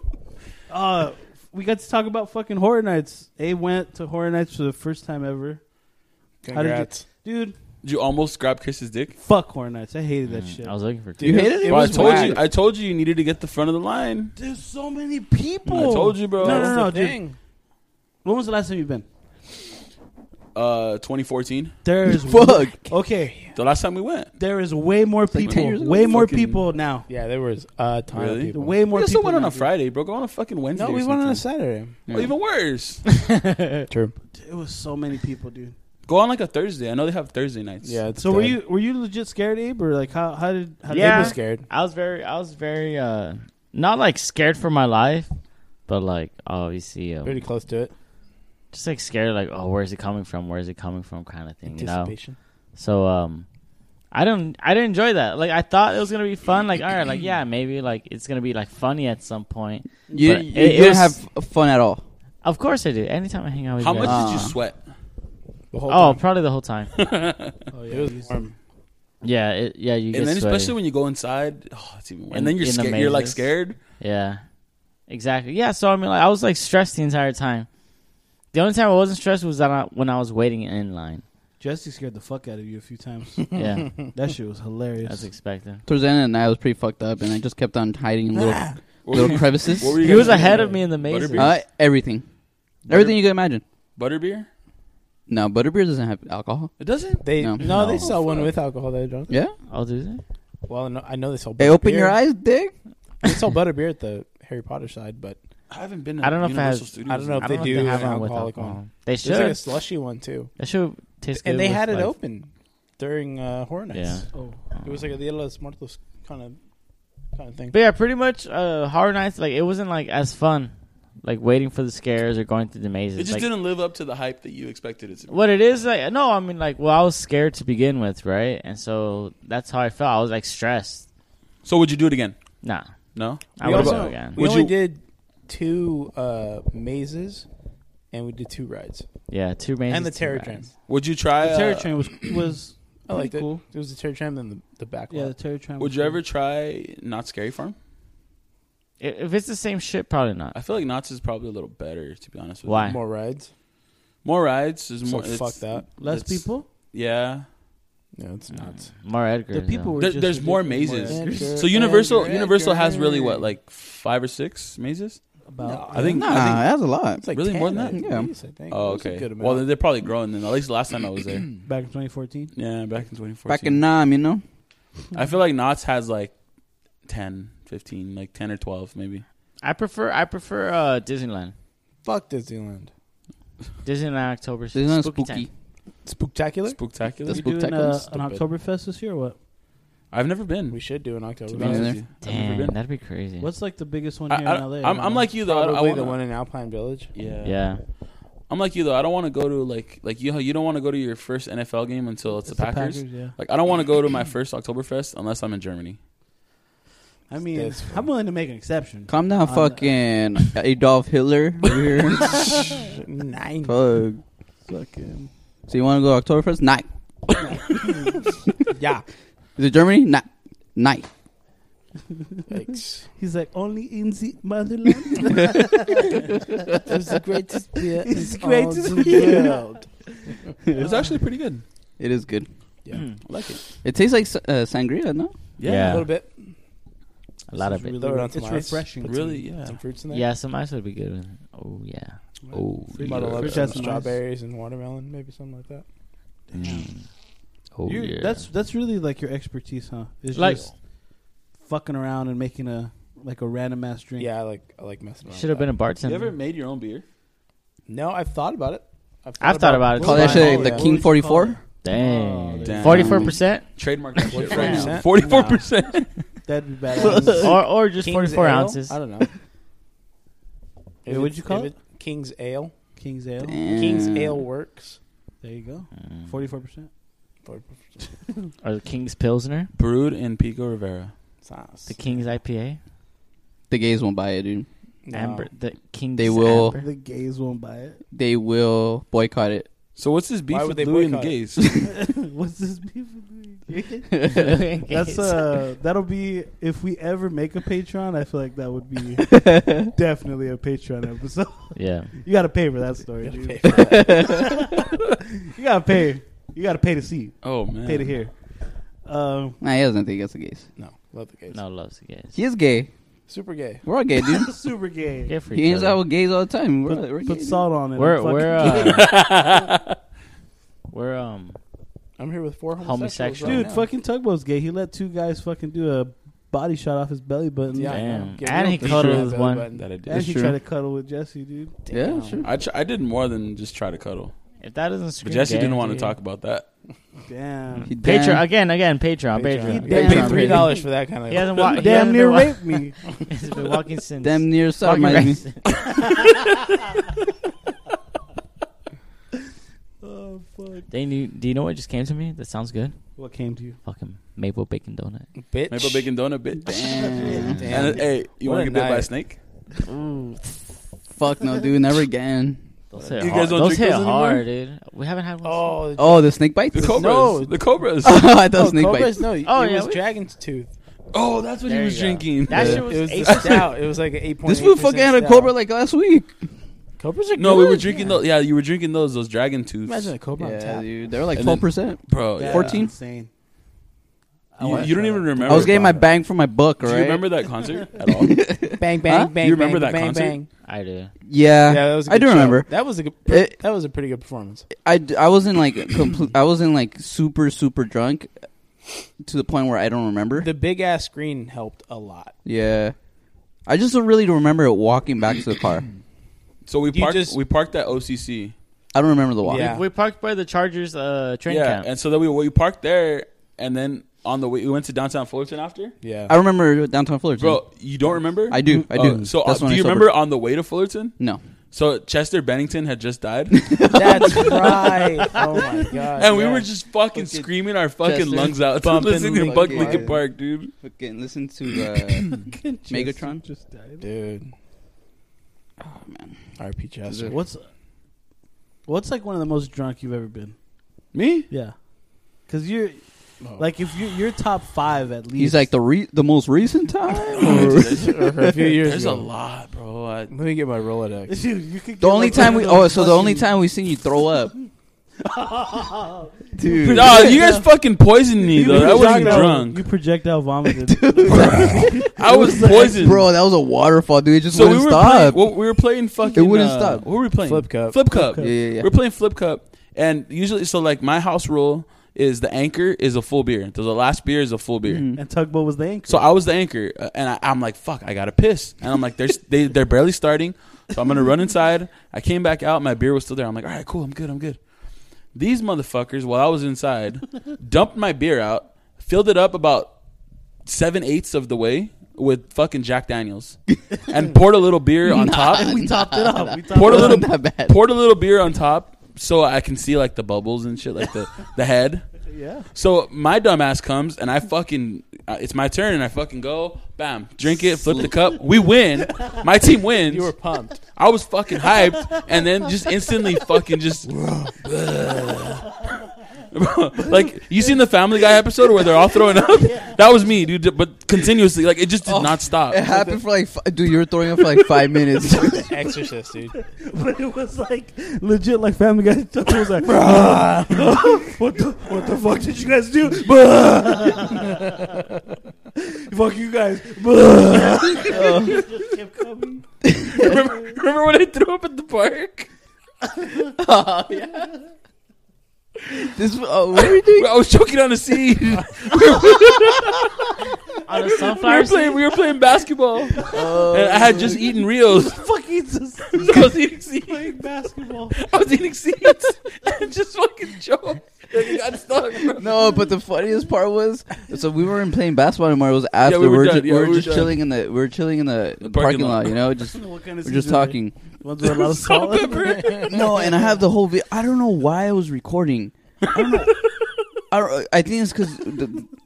S2: uh, we got to talk about fucking horror nights. A went to horror nights for the first time ever. How did you-
S7: Congrats.
S2: Dude,
S4: Did you almost grab Chris's dick?
S2: fuck horror nights. I hated that shit.
S5: Mm, I was looking for.
S6: Do you hate it?
S7: It
S4: Bro, I
S7: was
S4: told
S7: whack.
S4: you. I told you you needed to get the front of the line.
S2: There's so many people.
S4: I told you, bro.
S2: No,
S7: That's
S2: no, no,
S7: the
S2: dude.
S7: thing.
S2: When was the last time you've been?
S4: Uh, 2014.
S2: There's
S6: Fuck.
S2: Okay,
S4: The last time we went.
S2: there is way more
S6: like 10 years
S2: people.
S6: ago.
S2: Way more
S4: Fucking-
S2: people now.
S7: Yeah, there was a ton
S4: Really?
S7: of people.
S2: Way more
S4: We also
S2: people.
S4: went on
S2: now,
S4: a
S2: dude.
S4: Friday, bro. Go on a fucking Wednesday.
S7: no,
S4: or
S7: we went on a
S4: something.
S7: Saturday.
S4: Oh, even worse.
S5: *laughs*
S7: True.
S2: It was so many people, dude.
S4: Go on like a Thursday. I know they have Thursday nights.
S7: Yeah. It's
S2: So were
S7: dead.
S2: you were you legit scared, Abe, or like how how did how
S5: Yeah.
S7: Abe
S2: did
S7: was scared.
S5: I was very, I was very, uh, not like scared for my life, but like obviously, um,
S7: Pretty close to it.
S5: just like scared, like oh, where's it coming from? Where's it coming from? Kind of thing, you know.
S7: Anticipation.
S5: So, um, I don't, I didn't enjoy that. Like I thought it was gonna be fun. Like all right,
S4: *clears throat*
S5: like yeah, maybe like it's gonna be like funny at some point.
S6: You,
S5: But
S6: you
S5: it- it
S6: didn't
S5: was-
S6: have fun at all.
S5: Of course I do. Anytime I hang out with
S4: How
S5: you
S4: much
S5: guys.
S4: did you
S6: Ah.
S4: sweat?
S7: The whole
S5: Oh,
S7: time.
S5: probably the whole time.
S4: *laughs*
S2: Oh,
S7: It was warm.
S5: yeah, it, yeah, you get
S4: and then
S5: sweaty.
S4: especially when you go inside, *sighs* oh, it's even worse.
S5: In-
S4: And then you're
S5: in the
S4: scared. You're like
S5: mazes.
S4: scared.
S5: Yeah, exactly. Yeah, so I mean, like, I was like stressed the entire time. The only time I wasn't stressed was that I, when I was waiting
S4: *laughs*
S5: in line.
S2: Jesse scared the fuck out of you a few times.
S5: Yeah,
S2: that shit was hilarious.
S5: that's expected.
S6: Towards the end of the night, I was pretty fucked up, and I just kept on hiding in little
S4: What were
S6: little
S4: you-
S6: crevices.
S4: *laughs* what were you
S5: He
S4: guys
S5: was
S4: doing?
S5: ahead of me in the maze.
S4: Butterbeer?
S6: Uh, everything, everything you could imagine.
S4: Butterbeer?
S6: No, butterbeer doesn't have alcohol.
S4: It doesn't.
S7: They
S6: No.
S7: no,
S6: No.
S7: they sell one with alcohol. They drunk.
S6: Yeah.
S5: I'll do that.
S7: Well, no, I know they sell.
S6: Hey, open
S7: Butterbeer.
S6: your eyes, dick.
S7: They sell butterbeer at the Harry Potter side, but
S4: I haven't been.
S5: I don't know if it
S4: Universal
S5: has-
S4: Studios
S7: I don't know
S4: in-
S5: I
S7: They
S5: don't
S7: do
S5: know if they have
S7: an
S5: one with
S7: alcohol
S5: alcohol.
S7: one.
S5: They
S7: there's like a
S5: should.
S7: slushy one too,
S5: That should taste good.
S7: and they
S5: with,
S7: had it
S5: like-
S7: open during uh, Horror Nights.
S5: Yeah.
S2: oh.
S7: It was like a Dia de los Muertos kind of kind of thing.
S5: But yeah, pretty much uh, horror nights. Like it wasn't like as fun, like waiting for the scares or going through the mazes.
S4: It just
S5: like,
S4: didn't live up to the hype that you expected it to. be.
S5: What it is like? No, I mean like well, I was scared to begin with, right? And so that's how I felt. I was like stressed.
S4: So would you do it again?
S5: Nah,
S4: No.
S5: I
S7: We
S5: would
S7: also-
S5: go again.
S7: we
S4: Would
S7: only
S4: you-
S7: did two uh, mazes, and we did two rides.
S5: Yeah, two mazes
S7: And the
S5: two
S7: terror
S5: rides.
S7: train.
S4: Would you try?
S2: the terror
S4: uh,
S2: train was was
S7: *clears throat* I
S2: pretty
S7: liked it.
S2: cool.
S7: It was the terror tram and the, the back
S2: Yeah, the
S7: lot.
S2: terror train.
S4: Would
S2: was
S4: you
S2: cool.
S4: ever try Not Scary Farm?
S5: I- If it's the same shit, probably not.
S4: I feel like Knott's is probably a little better, to be honest with
S5: Why?
S4: you.
S7: More rides.
S4: More rides. There's
S7: So
S4: more.
S7: fuck
S4: it's-
S7: that.
S2: less
S4: it's-
S2: people?
S4: Yeah.
S7: No, it's nuts.
S5: Mara Edgar.
S2: The people were
S4: There-
S2: just
S4: there's more
S2: ridiculous.
S4: mazes.
S7: Enter,
S4: So Universal
S7: enter,
S4: Universal has
S7: enter.
S4: really what like five or six mazes?
S2: About
S4: I think.
S6: Nah,
S4: I think
S6: that's a lot.
S7: It's like
S4: Really?
S7: 10,
S4: More than that?
S7: at
S6: Yeah.
S7: least, I think.
S4: Oh,
S7: It was a
S4: okay.
S7: good
S4: well,
S7: amount.
S4: they're probably growing then. At least the last time I was there.
S2: back in
S7: *laughs*
S2: 2014.
S4: yeah, back in 2014.
S6: Back in Nam, you know.
S4: I feel like Knott's has like 10, 15, like 10 or 12 maybe.
S5: I prefer. I prefer uh, Disneyland.
S7: Fuck Disneyland.
S5: Disneyland October.
S6: There's not
S5: spooky
S6: spooky.
S5: time.
S7: Spectacular.
S4: Spooktacular?
S6: That's
S2: you doing
S6: spectacular.
S2: uh, an
S7: Stupid.
S2: Oktoberfest this year? or What?
S4: I've never been.
S7: We should do an October.
S4: to be
S6: Me
S4: honest
S6: neither.
S4: with you. I've never
S5: Damn,
S4: been.
S5: that'd be crazy.
S2: What's like the biggest one
S4: I,
S2: here
S4: I,
S2: in LA?
S4: I'm, I'm like you though. I, I
S7: Probably
S4: wanna,
S7: the one in
S4: *laughs*
S7: Alpine Village.
S4: Yeah.
S5: Yeah.
S4: I'm like you though. I don't want to go to like like you. You don't want to go to your first NFL game until it's,
S2: it's
S4: the, Packers.
S2: Yeah.
S4: Like I don't want to go to my first Oktoberfest unless I'm in Germany.
S2: I mean,
S7: That's-
S2: I'm willing to make an exception.
S6: Calm down,
S2: I'm-
S6: fucking Adolf Hitler over here.
S7: Nine.
S6: Fuck. So you want to go to Oktoberfest? Night.
S7: yeah.
S6: Is it Germany? Night. Night.
S7: Yikes.
S2: He's like, only in the motherland.
S7: *laughs*
S2: *laughs*
S7: It's the greatest beer
S2: It's
S7: in
S2: greatest
S7: all the
S2: beer.
S4: *laughs*
S7: world.
S4: It was actually pretty good.
S6: It is good.
S7: Yeah,
S4: I like it.
S6: It tastes like s- uh, sangria, no?
S4: Yeah.
S7: a little bit.
S5: a lot of it.
S7: Throw it on some
S2: it's
S7: ice.
S2: refreshing.
S4: Really, yeah.
S7: Some fruits in there.
S5: Yeah, some ice would be good. with it. Oh yeah. Oh
S2: Fruit
S5: yeah.
S7: Muddle up
S2: Fruit
S7: some
S2: has some ice.
S7: strawberries and watermelon, maybe something like that.
S5: Mm. Oh
S2: You're-
S5: yeah.
S2: That's that's really like your expertise, huh? It's
S5: Like-
S2: just fucking around and making a like a random ass drink.
S7: Yeah, I like I like messing around.
S5: should have
S7: with
S5: been a
S4: You
S5: bartender.
S4: ever made your own beer?
S7: that. No, I've thought about it.
S5: I've thought about it.
S6: Call
S5: too.
S6: that shit
S7: Oh,
S6: the
S7: yeah.
S6: King 44?
S2: Oh,
S5: Dang.
S4: Damn.
S5: Forty-four percent,
S4: Trademark that shit right
S5: Damn.
S4: now. Forty-four percent.
S2: That'd be *laughs* badass.
S5: *laughs* or or just
S7: King's
S5: forty-four
S7: Ale?
S5: ounces.
S7: I don't know.
S2: Hey, what'd you call
S7: if King's Ale.
S2: King's Ale.
S6: Mm.
S7: King's
S6: Damn.
S7: Ale works.
S2: There you go.
S5: Mm.
S2: Forty-four *laughs* percent.
S5: Or the King's Pilsner,
S4: Brewed in Pico Rivera.
S7: Sauce.
S5: the King's IPA,
S6: The gays won't buy it, dude.
S7: No.
S5: Amber, the King's.
S6: They will-
S5: Amber.
S2: The gays won't buy it.
S6: They will boycott it.
S4: So what's this beef
S7: Why would
S4: with
S7: they
S4: Louis and the
S7: boycott
S2: *laughs*
S4: Gays?
S2: What's this beef? with me? That's *laughs*
S5: That's
S2: uh, that'll be if we ever make a Patreon. I feel like that would *laughs* be definitely a Patreon episode.
S5: yeah.
S2: You gotta pay for that story.
S7: Gotta
S2: dude.
S7: pay for that.
S2: *laughs* You gotta pay. You gotta pay to see.
S4: Oh man.
S2: Pay to hear. Um,
S6: *laughs* Nah, he doesn't think it's the gays.
S7: no, love the gays.
S5: No loves the gays.
S6: He is gay.
S7: Super gay.
S6: We're all gay,
S2: *laughs*
S6: dude.
S2: super
S6: *laughs*
S2: gay.
S5: Good for
S6: he
S5: each
S6: hangs
S5: other.
S6: out with gays all the time. We're, we're
S2: Put,
S6: gay.
S2: put
S6: dude.
S2: salt on it.
S5: We're
S2: I'm fucking-
S5: we're uh, we're um
S7: I'm here with four homosexuals.
S5: Homosexual.
S2: *laughs*
S7: right
S2: dude,
S7: now.
S2: fucking tugboat's gay. He let two guys fucking do a body shot off his belly button.
S7: Yeah, I know.
S5: Damn.
S7: Get
S5: And
S7: real
S5: he
S7: deep
S5: cuddled
S7: in that
S5: with
S7: belly
S5: one.
S7: button.
S4: That I
S2: And
S4: did.
S6: That's
S2: he
S6: true.
S2: tried to cuddle with Jesse, dude.
S6: Yeah, sure.
S4: I, tr- I did more than just try to cuddle.
S5: if that doesn't scream
S4: But Jesse
S5: gay,
S4: didn't want to
S5: dude.
S4: talk about that.
S2: Damn.
S6: He
S5: Patreon
S6: damn-
S5: again again Patreon
S7: Patreon.
S5: Patreon.
S2: He
S7: You gotta
S2: damn-
S7: pay three dollars for that kind of.
S5: He hasn't wa- he
S2: He damn
S5: hasn't
S2: near
S5: been wa-
S2: raped me.
S5: He's been walking since.
S6: Damn near
S5: Fucking
S6: sodomized me.
S5: *laughs* racist.
S2: Oh fuck.
S5: They knew. Do you know what just came to me? That sounds good.
S2: *laughs* What came to you?
S5: Fucking maple bacon donut.
S7: bitch.
S4: Maple bacon donut bit.
S6: Damn.
S4: And uh, hey, you
S7: What
S4: want to
S7: a
S4: get bit by a
S7: night.
S4: snake?
S6: *laughs* Fuck no, dude. Never again.
S5: Those hit
S4: You
S5: hard.
S4: guys don't
S5: Those
S4: drink
S5: hit
S4: those
S5: hard, dude. We haven't had one. since-
S7: Oh,
S6: Oh, the snake bites?
S4: The cobras.
S7: No.
S4: The
S6: *laughs*
S4: cobras.
S6: I thought
S7: oh,
S6: snake
S7: Cobras,
S6: bites.
S7: No,
S5: Oh,
S7: oh, it
S5: yeah,
S7: was
S5: we-
S7: Dragon's Tooth.
S4: oh, that's what
S5: There
S4: he was
S5: you go.
S4: drinking.
S5: That
S4: Yeah.
S5: shit was.
S7: It was the
S5: ace-
S7: stout. It was like an eight point.
S6: This fool fucking had a cobra like last week.
S7: Cobras are
S4: no, we were
S7: good.
S4: drinking those. Yeah, you were drinking those. Those dragon tooths.
S7: Imagine a cobra on
S6: Yeah,
S7: tap.
S6: dude. They were like
S4: And then-
S6: 12%.
S4: bro.
S2: That's
S4: Yeah.
S6: 14.
S2: Insane. I
S4: You,
S2: wanna
S4: you don't
S2: try
S4: even
S2: that.
S4: remember.
S6: I was getting my
S4: bro.
S6: bang from my buck,
S4: Do
S6: right?
S4: you remember that concert at all?
S7: Bang bang
S6: Huh?
S7: bang.
S4: You remember that
S7: bang, bang,
S4: concert?
S7: Bang.
S5: I do.
S6: Yeah.
S7: Yeah, that was. A good
S6: I do
S7: show.
S6: remember.
S7: That was a good.
S6: It-
S7: that was a pretty good performance.
S6: I, d- I wasn't like *clears throat* complete. I wasn't like super super drunk to the point where I don't remember.
S7: The big ass screen helped a lot.
S6: yeah, I just don't really remember walking back to the car.
S4: So we
S7: You
S4: parked.
S7: just-
S4: we parked at OCC.
S6: I don't remember the walk.
S7: Yeah.
S5: We parked by the Chargers uh, train
S4: yeah,
S5: camp.
S4: and so then we we parked there, and then on the way we went to downtown Fullerton after.
S7: Yeah.
S6: I remember downtown Fullerton.
S4: Bro, you don't remember?
S6: I do, I
S4: Oh,
S6: do.
S4: so uh,
S6: That's
S4: do
S6: when I
S4: you
S6: sobered.
S4: remember on the way to Fullerton?
S6: no,
S4: So Chester Bennington had just died,
S2: *laughs*
S7: That's right. Oh my god.
S4: and we
S7: yeah.
S4: were just
S6: Fucking
S4: fucking screaming our fucking
S6: Chester
S4: lungs out to
S6: bumping
S4: listening to
S6: Linkin
S4: Buck
S6: Park.
S4: Lincoln Park, dude.
S6: fucking listen to uh, Megatron?
S2: Just died.
S7: dude. Oh man. RP Chester.
S2: What's what's like one of the most drunk you've ever been?
S4: Me?
S2: Yeah, because you're like if you're, you're top five at least.
S6: Oh. he's like the re- the most recent time. or-
S7: a few years
S4: There's a
S7: ago.
S4: lot, bro. I,
S7: Let me get my Rolodex.
S2: Dude, *laughs* you could
S6: the
S2: get,
S6: only
S2: like, one
S6: time
S2: of
S6: we
S2: those
S6: oh so the only
S2: fucking-
S6: time we seen you throw
S4: *laughs*
S6: up. Dude,
S4: no,
S6: *laughs*
S4: you guys fucking poisoned me
S2: You
S4: though. I wasn't
S2: projectile-
S4: drunk.
S2: You projectile vomited.
S6: *laughs*
S4: I was poisoned,
S6: bro, that was a waterfall, dude. It just
S4: So we
S6: wouldn't
S4: were
S6: stop.
S4: playing. Well, we were playing fucking.
S6: It wouldn't
S4: uh,
S6: stop.
S4: What were we playing?
S7: Flip Cup.
S4: Flip cup.
S6: yeah, yeah, yeah.
S4: We're playing flip cup, and usually, so like my house rule is the anchor is a full beer. The last beer is a full beer.
S6: Mhm.
S2: and tugboat was the anchor.
S4: So I was the anchor, uh, and I, I'm like, "Fuck, I gotta piss," and I'm like, "There's they they're barely starting, so I'm gonna run inside." I came back out, my beer was still there. I'm like, "All right, cool, I'm good, I'm good." These motherfuckers, while I was inside, dumped my beer out, filled it up about seven eighths of the way with fucking Jack Daniels, and poured a little beer on top.
S2: we topped
S4: *laughs*
S2: it up. We topped
S4: poured a
S2: it up.
S6: *laughs*
S4: little
S6: Not bad.
S4: poured a little beer on top so I can see like the bubbles and shit, like the the
S7: *laughs*
S4: head.
S2: Yeah.
S4: So my dumbass comes and I fucking uh, it's my turn and I fucking go bam drink it flip the cup we win my team wins
S7: You were pumped.
S4: I was fucking hyped and then just instantly fucking just Bro, *laughs* like you seen the Family Guy episode where they're all throwing up? That was me, dude. But continuously, like it just did
S6: Oh.
S4: not
S7: *laughs*
S4: stop.
S6: It happened for like, f- dude, you were throwing up for like five
S4: *laughs*
S6: minutes. *laughs*
S7: Exorcist, dude.
S2: but *laughs* it was like legit, like Family Guy. *laughs* stuff. It was like, "Bruh." *laughs* what the what the fuck did you guys do? Bruh. *laughs* fuck you guys. Bruh. It just kept coming.
S4: remember, remember when I threw up at the park?
S6: this, oh, what are we doing?
S4: I was choking on a seed. *laughs* we,
S5: on a
S4: were
S5: *laughs* sunflower
S4: playing,
S5: seed.
S4: we were playing basketball, *laughs* and
S6: Oh,
S4: I had just eaten reels.
S2: Fucking just
S4: So *laughs* I was eating seeds.
S2: playing basketball.
S4: I was eating seeds *laughs* and just fucking choked. Like, I got stuck. Bro.
S6: No, but the funniest part was so we weren't playing basketball anymore. It was after
S4: we
S6: we
S4: were
S6: were,
S4: done.
S6: ju-
S4: Yeah,
S6: we were
S4: we were
S6: just
S4: done.
S6: chilling in the we were chilling in the,
S4: parking
S6: parking
S4: lot.
S6: lot. You know,
S4: *laughs*
S6: just
S2: What kind of
S6: we're just
S2: seeds are they?
S6: talking.
S2: Ones with a
S6: *laughs*
S2: lot of salt. in them? *laughs*
S6: no, and I have the whole. Vi- I don't know why I was recording. I don't know.
S4: *laughs*
S6: I, don't- I think it's because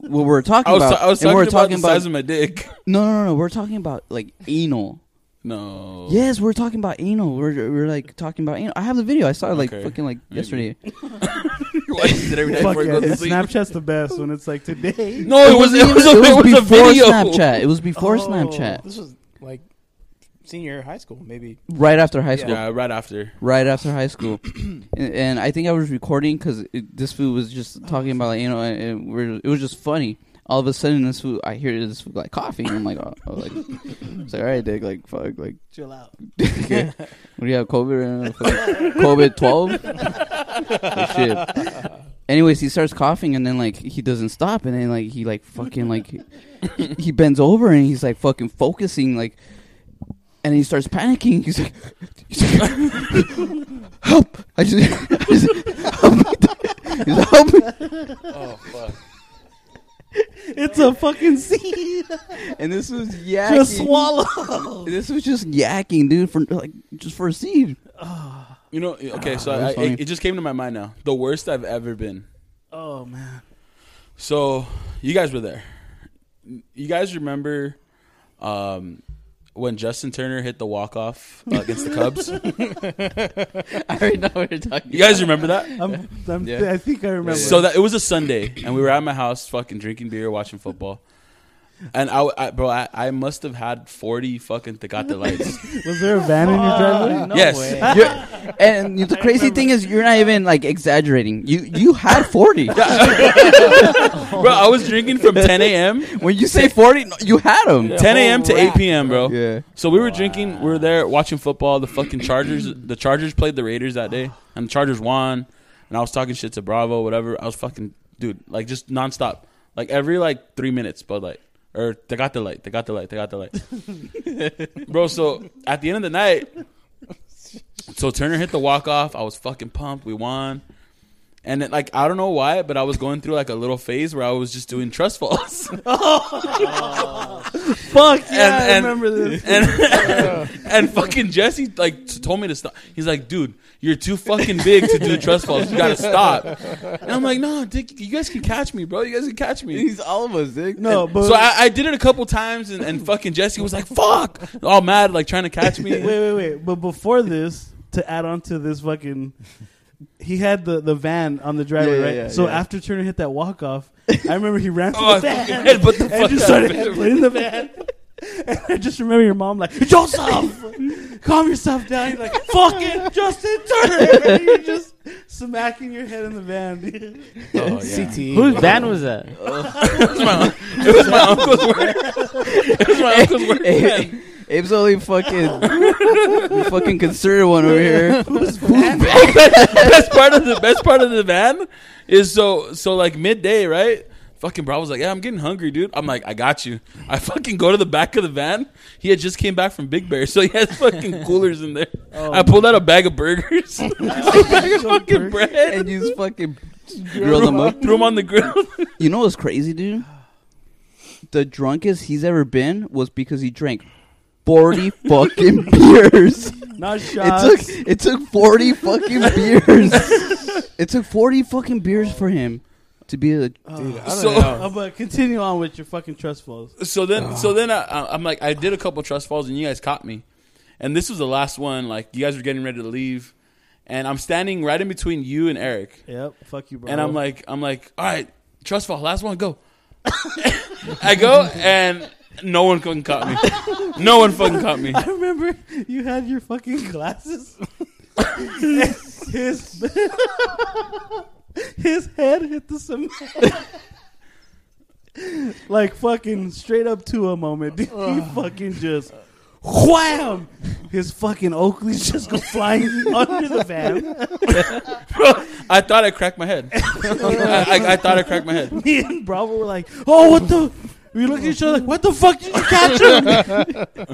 S6: what we're talking
S4: I was,
S6: about.
S4: I was
S6: and
S4: talking,
S6: we're
S4: about, the size of my dick. *laughs*
S6: no, no, no, no. We're talking about like anal.
S4: No.
S6: Yes, we're talking about anal. We're we're like talking about anal. I have the video. I saw it like
S4: Okay.
S6: fucking like
S4: Maybe.
S6: yesterday.
S4: *laughs* Your wife did it every night
S2: Fuck
S4: before
S2: yeah.
S4: you go to sleep.
S2: Snapchat's the best when it's like today.
S4: No, it, was,
S6: wasn't
S4: it was
S6: even-
S4: a, it was a
S6: before
S4: video.
S6: Snapchat. It was before
S2: Oh.
S6: Snapchat.
S7: This was like senior high school, maybe.
S6: Right after high school.
S4: Yeah, right after.
S6: right after high school, and, and I think I was recording because this food was just talking about like, you know, and, and we're, it was just funny. All of a sudden, this food I hear this food like coughing. I'm like, oh, oh, like, it's like, all right, Dick, like, fuck, like,
S2: Chill
S6: *laughs*
S2: out.
S6: okay. what do you have, COVID? Or, like, COVID twelve?
S2: *laughs*
S6: shit. Anyways, he starts coughing and then like he doesn't stop and then like he like fucking like he, he bends over and he's like fucking focusing like and he starts panicking. He's like, he's like, help! I just, *laughs* I just- help me. He's like, help me.
S7: Oh fuck!
S2: It's a fucking seed.
S6: *laughs* And this was yakking.
S2: Just swallow.
S6: This was just yakking, dude, for like just for
S2: *laughs*
S6: a seed.
S4: You know, okay, so
S6: Ah, that
S4: I,
S6: was funny.
S4: it, it just came to my mind now. The worst I've ever been.
S2: Oh man.
S4: So you guys were there. You guys remember um, when Justin Turner hit the walk off uh, against the Cubs?
S6: I already know what you're talking.
S4: You guys remember that?
S2: I'm, I'm,
S6: Yeah.
S2: I think I remember.
S4: So that it was a Sunday, and we were at my house, fucking drinking beer, watching football. And I, I bro, I, I must have had forty fucking Tecate lights.
S2: was there a van in your driveway?
S5: No
S4: Yes.
S5: way.
S6: You're- and the crazy thing is, you're not even like exaggerating. You you had
S2: *laughs*
S6: forty.
S4: bro, I was drinking from ten a.m.
S6: When you say forty, no, you had them.
S4: ten a.m. to
S7: Whole
S4: eight
S7: rack,
S4: p.m. Bro.
S6: Yeah.
S4: So we were drinking. We were there watching football. The fucking Chargers. The Chargers played the Raiders that day, and the Chargers won. And I was talking shit to Bravo, whatever. I was fucking dude, like just nonstop, like every like three minutes, Bud Light or they got the light, they got the light, they got the light, bro. So at the end of the night, so Turner hit the walk off. I was fucking pumped. We won. And then, like I don't know why, but I was going through like a little phase where I was just doing trust
S2: *laughs*
S4: falls. *laughs*
S2: Fuck yeah,
S4: And-
S2: I
S4: and-
S2: remember this.
S4: *laughs* and, and fucking Jesse like t- told me to stop. He's like, dude, you're too fucking big to do trust falls. You gotta stop. And I'm like, no, Dick, you guys can catch me, bro. You guys can catch me.
S6: all of us, Dick.
S2: No, but
S4: So I, I did it a couple times, and, and fucking Jesse was like, fuck, all mad, like trying to catch
S2: wait,
S4: me.
S2: wait, wait. But before this, to add on to this fucking, he had the, the van on the driveway,
S6: Yeah, yeah,
S2: right?
S6: yeah,
S2: so
S6: yeah.
S2: after Turner hit that walk off, I remember he ran to
S4: Oh, I
S2: the
S4: fucking
S2: van
S4: headbutt the fuck
S2: and just
S4: out
S2: started
S4: of him.
S2: headbutting the van. And I just remember your mom like Joseph, calm yourself down. You're like fucking Justin Turner. *laughs* And you're just smacking your head in the van. dude.
S4: Oh, yeah.
S7: CTE.
S5: Whose band was that?
S4: It was my uncle's
S6: *laughs*
S4: work. It was my uncle's work.
S6: Abe, Abe's only fucking fucking considerate one
S2: *laughs*
S6: over here.
S4: best, best part of the best part of the van is so so like midday, right? Fucking bro, I was like, yeah, I'm getting hungry, dude. I'm like, I got you. I fucking go to the back of the van. He had just came back from Big Bear, so he has
S6: *laughs*
S4: fucking coolers in there.
S6: Oh
S4: I pulled out a bag of burgers, a bag of fucking bread,
S6: *laughs* and you just fucking grill them up.
S4: threw them on the grill.
S6: You know what's crazy, dude? The drunkest he's ever been was because he drank forty fucking beers.
S2: Not shots.
S6: It took it took forty fucking beers. it took forty fucking beers for him to be a.
S7: Dude, I don't
S4: So-
S7: know.
S2: Oh, but continue on with your fucking trust falls.
S4: So then, so then I, I- I'm like, I did a couple trust falls, and you guys caught me. And this was the last one. Like you guys were getting ready to leave, and I'm standing right in between you and Eric.
S2: Yep. Fuck you, bro.
S4: And I'm like, I'm like, all right, trust fall, last one, go. *laughs* I go, and no one fucking caught me. No one fucking caught me.
S2: *laughs* I remember you had your fucking glasses. his *laughs* his head hit the cement. like fucking straight up to a moment. *laughs* dude. He fucking just wham! His fucking Oakleys just go flying *laughs* under the van.
S4: I thought I cracked my head. I, I, I thought I cracked my head.
S2: *laughs* Me and Bravo were like, "Oh, what the." We looked at each other like, "What the fuck did you catch him?"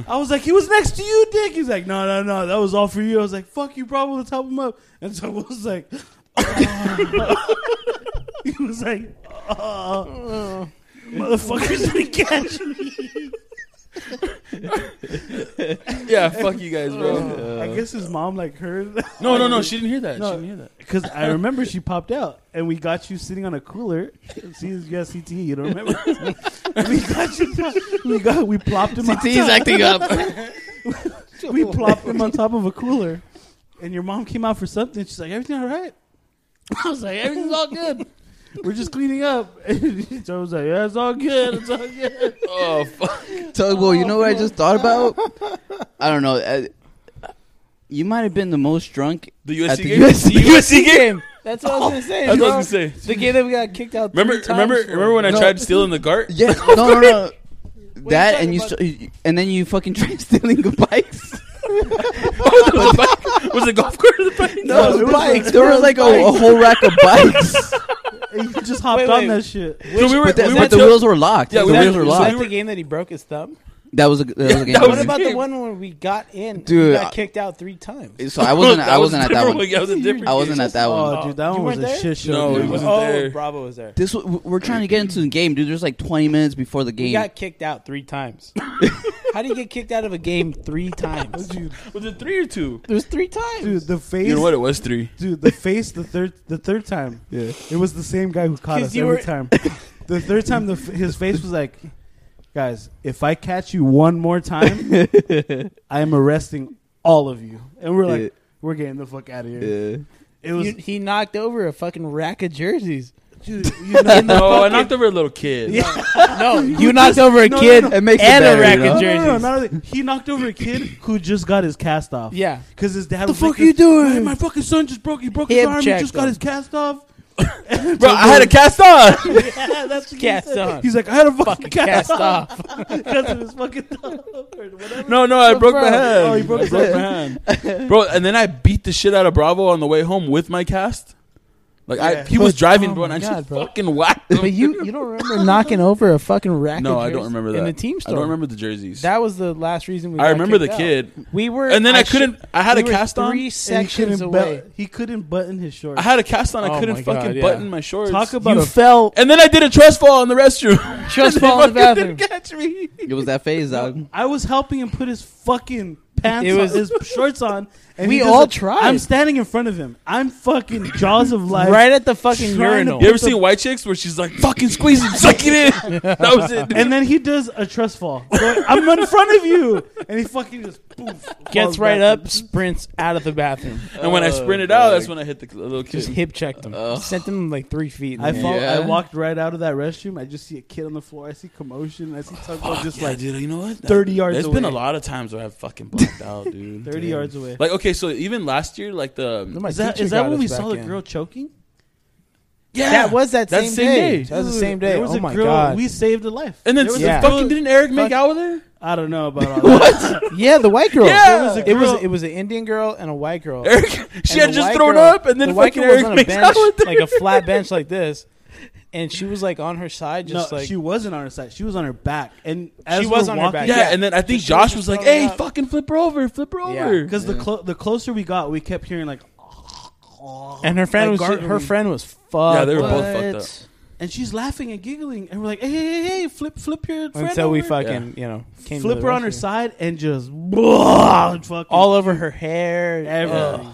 S2: *laughs* I was like, "He was next to you, Dick." He's like, "No, no, no, that was all for you." I was like, "Fuck you, Bravo, let's help him up." And so I was like, *laughs* he was like, "Oh, motherfuckers didn't catch me."
S4: Yeah, fuck you guys, bro.
S2: I guess his mom like heard
S4: No, no, no, she didn't hear that.
S2: No.
S4: She didn't hear that.
S2: because
S7: *laughs*
S2: I remember she popped out and we got you sitting on a cooler. See, you got CT. E, You don't
S7: *laughs*
S2: remember? we got you. We got we plopped him. on
S3: T's
S7: E
S2: top.
S3: acting up.
S2: *laughs* we plopped him on top of a cooler, and your mom came out for something. She's like, "Everything all right?" *laughs* I was like, "Everything's all good. We're just cleaning up." *laughs* And so I was like, "Yeah, it's all good. It's all good."
S4: Oh fuck!
S6: Tugboat, you know what I just thought about? I don't know. I, you might have been the most drunk
S4: The
S6: at
S4: USC
S6: the
S4: game.
S6: USC,
S4: The USC game.
S7: That's what I was gonna say.
S4: That's what I
S7: bro.
S4: was gonna say.
S7: The game that we got kicked out.
S4: Remember,
S7: three times
S4: remember,
S7: for.
S4: remember when I
S6: No.
S4: tried stealing the cart?
S6: Yeah, no, no, no.
S7: you
S6: That
S7: talking
S6: and you,
S7: about?
S6: st- and then you fucking tried *laughs* stealing the bikes.
S4: Oh, there was, a bike. was it a golf cart or the bike?
S2: No,
S6: *laughs*
S2: it was
S6: bikes. There was like a, a whole rack of bikes,
S2: And you just hopped
S7: Wait,
S2: on
S7: wait.
S2: that shit.
S4: So we were,
S6: but, that,
S4: we were
S6: but the
S4: till-
S6: wheels were locked.
S4: Yeah,
S6: Yeah,
S4: we
S6: the
S4: were-
S6: wheels were
S4: so
S7: Was
S6: locked.
S7: that the game that he broke his thumb?
S6: that was a that was a game.
S4: *laughs* that
S7: What
S4: was
S7: about
S4: game.
S7: the one where we got in? and
S6: Dude,
S7: we
S6: I-
S7: got kicked out three times.
S6: so I wasn't. I wasn't at that
S4: different
S6: one.
S4: That was a different
S6: I wasn't at that one.
S2: Oh, dude, that
S7: You
S2: one was a
S7: weren't there?
S2: shit show.
S4: No,
S2: dude.
S4: it wasn't
S7: oh,
S4: there.
S7: Bravo was there.
S6: This w- we're trying to get into the game, dude. There's like 20 minutes before the
S7: We
S6: game.
S7: got kicked out
S4: *laughs*
S7: three times. How do you get kicked out of a game three times?
S2: dude,
S4: Was it three or two?
S7: There's three times.
S2: dude, the face.
S4: You know what? It was three.
S2: Dude, the face the third the third time. Yeah, it was the same guy who caught
S7: 'Cause
S2: us
S7: you
S2: every
S7: were-
S2: time. The third time, the f- his face was like, "Guys, if I catch you one more
S6: *laughs*
S2: time, I am arresting all of you." And we're like,
S6: Yeah.
S2: "We're getting the fuck out of here."
S6: Yeah.
S2: It was,
S7: You- he knocked over a fucking rack of jerseys.
S2: *laughs* dude, you know,
S4: *laughs*
S7: *laughs*
S4: No, I knocked over a little kid.
S2: Yeah.
S7: No,
S6: *laughs*
S7: you knocked over a
S2: no,
S7: kid
S2: no, no.
S6: It makes it
S7: and
S6: better,
S7: a rack
S6: you know?
S7: of
S2: No,
S7: jerseys.
S2: no, no, not only- he knocked over a kid who just got his cast off.
S7: Yeah.
S2: because his dad.
S6: The
S2: was
S6: fuck
S2: like,
S6: you doing?
S2: "Man, My fucking son just broke. He broke his
S7: Hip
S2: arm. He
S7: check
S2: just got
S7: him.
S2: his cast off.
S4: Bro, I had a cast on.
S6: *laughs*
S2: yeah, that's what
S7: Cast
S2: he said.
S7: on.
S2: He's like, I had a fucking,
S7: Cast off.
S2: *laughs* because of his fucking thumb or whatever.
S4: No, no, I broke my hand.
S2: Oh, you broke
S4: I
S2: his
S4: broke my
S7: *laughs*
S4: hand. Bro, and then I beat the shit out of Bravo on the way home with my cast. Like I,
S2: Yeah.
S4: he was driving, bro,
S7: Oh my
S4: and I
S7: God,
S4: just
S7: bro.
S4: fucking whacked
S7: *laughs*
S4: him.
S7: But you, you don't remember knocking over a fucking rack
S4: no,
S7: of
S4: I don't
S7: jerseys
S4: remember that.
S7: In the team
S4: I
S7: store.
S4: don't remember the jerseys.
S7: That was the last reason we
S4: I
S7: got
S4: remember the
S7: kicked out.
S4: kid,
S7: We were.
S4: and then I,
S7: sh-
S4: couldn't. I had
S7: we
S4: a
S7: were
S4: cast on.
S7: Three
S2: And he
S7: sections
S2: couldn't,
S7: away.
S2: button, he couldn't button his shorts.
S4: I had a cast on. I
S7: Oh
S4: couldn't
S7: my God,
S4: fucking
S7: yeah.
S4: button my shorts.
S2: Talk about
S7: You
S2: a *laughs*
S7: fell.
S4: and then I did a trust fall in the restroom.
S7: Trust *laughs* fall in the bathroom.
S4: Catch me.
S6: It was that
S2: *laughs*
S6: phase, dog. *laughs*
S2: I was helping him put his fucking pants
S7: It was-
S2: on, his shorts on. And
S7: We
S2: he just-
S7: all tried.
S2: I'm standing in front of him. I'm fucking jaws of life.
S7: Right at the fucking
S2: Trying to
S4: *laughs*
S7: urinal.
S4: You ever seen White Chicks where she's like fucking squeezing, suck it *laughs* in? That was it. dude.
S2: And then he does a trust fall. Going, I'm in front of you, and he fucking just poof,
S7: Gets
S2: falls
S7: right up,
S2: backwards.
S7: sprints out of the bathroom.
S4: And when I sprinted out, that's when I hit the little kid.
S7: Just hip checked him. Sent him like three feet. in
S2: I
S7: the
S2: fall,
S7: air.
S2: I
S6: Yeah.
S2: walked right out of that restroom. I just see a kid on the floor. I see commotion. I see Tugboat
S4: Fuck,
S2: just
S4: yeah,
S2: like
S4: dude, you know what? That-
S2: 30 yards
S4: There's
S2: away.
S4: been a lot of times where I've fucking blacked out,
S2: *laughs*
S4: dude.
S2: 30
S4: Damn.
S2: yards away.
S4: Like okay, so even last year, like the
S7: My
S2: is that
S7: teacher
S2: is that
S7: got
S2: when
S7: us
S2: we
S7: back
S2: saw the
S7: in.
S2: girl choking?
S4: yeah,
S7: That was that
S4: That
S7: same,
S4: same
S7: day.
S4: day.
S7: That was the
S2: Dude,
S7: same day.
S2: There was
S7: oh
S2: a
S7: my
S2: girl.
S7: god.
S2: We saved a life.
S4: And then
S2: there was
S7: Yeah.
S2: a
S4: fucking
S2: girl,
S4: didn't Eric make
S2: fuck-
S4: out with her?
S2: I don't know
S7: *laughs*
S2: about all that.
S7: *laughs* yeah, the white girl.
S4: Yeah.
S7: It was a
S2: There was a
S7: It was, an Indian girl and a white girl.
S4: Eric, she
S7: And
S4: had
S7: the
S4: just
S7: white
S4: thrown
S7: girl-
S4: up, and then
S7: the white
S4: fucking
S7: girl was
S4: Eric
S7: on a
S4: makes out
S7: bench,
S4: with her.
S7: like a flat bench like this, and she was like on her side, just
S2: no,
S7: like
S2: she wasn't on her side. She was on her back, and as
S7: was
S2: we're
S7: on her
S2: walking,
S7: back.
S4: yeah,
S7: *laughs* Yeah.
S4: and then I think
S7: She was
S4: Josh
S7: just
S4: was like,
S7: throwing
S4: "Hey,
S7: up.
S4: fucking flip her over, flip her
S7: Yeah.
S4: over."
S2: because the clo- the closer we got, we kept hearing like,
S7: And her friend
S2: Like
S7: was ju- her
S2: gargling.
S7: friend was fucked.
S4: Yeah, they were both
S7: up.
S4: fucked up.
S2: and she's laughing and giggling, and we're like, hey, hey, hey, hey, flip, flip your friend
S7: until we
S2: over.
S7: fucking you know came
S2: flip
S7: to the
S2: her on her
S7: rescue.
S2: side and just and fucking
S7: all over her hair,
S2: everything.
S7: Ugh,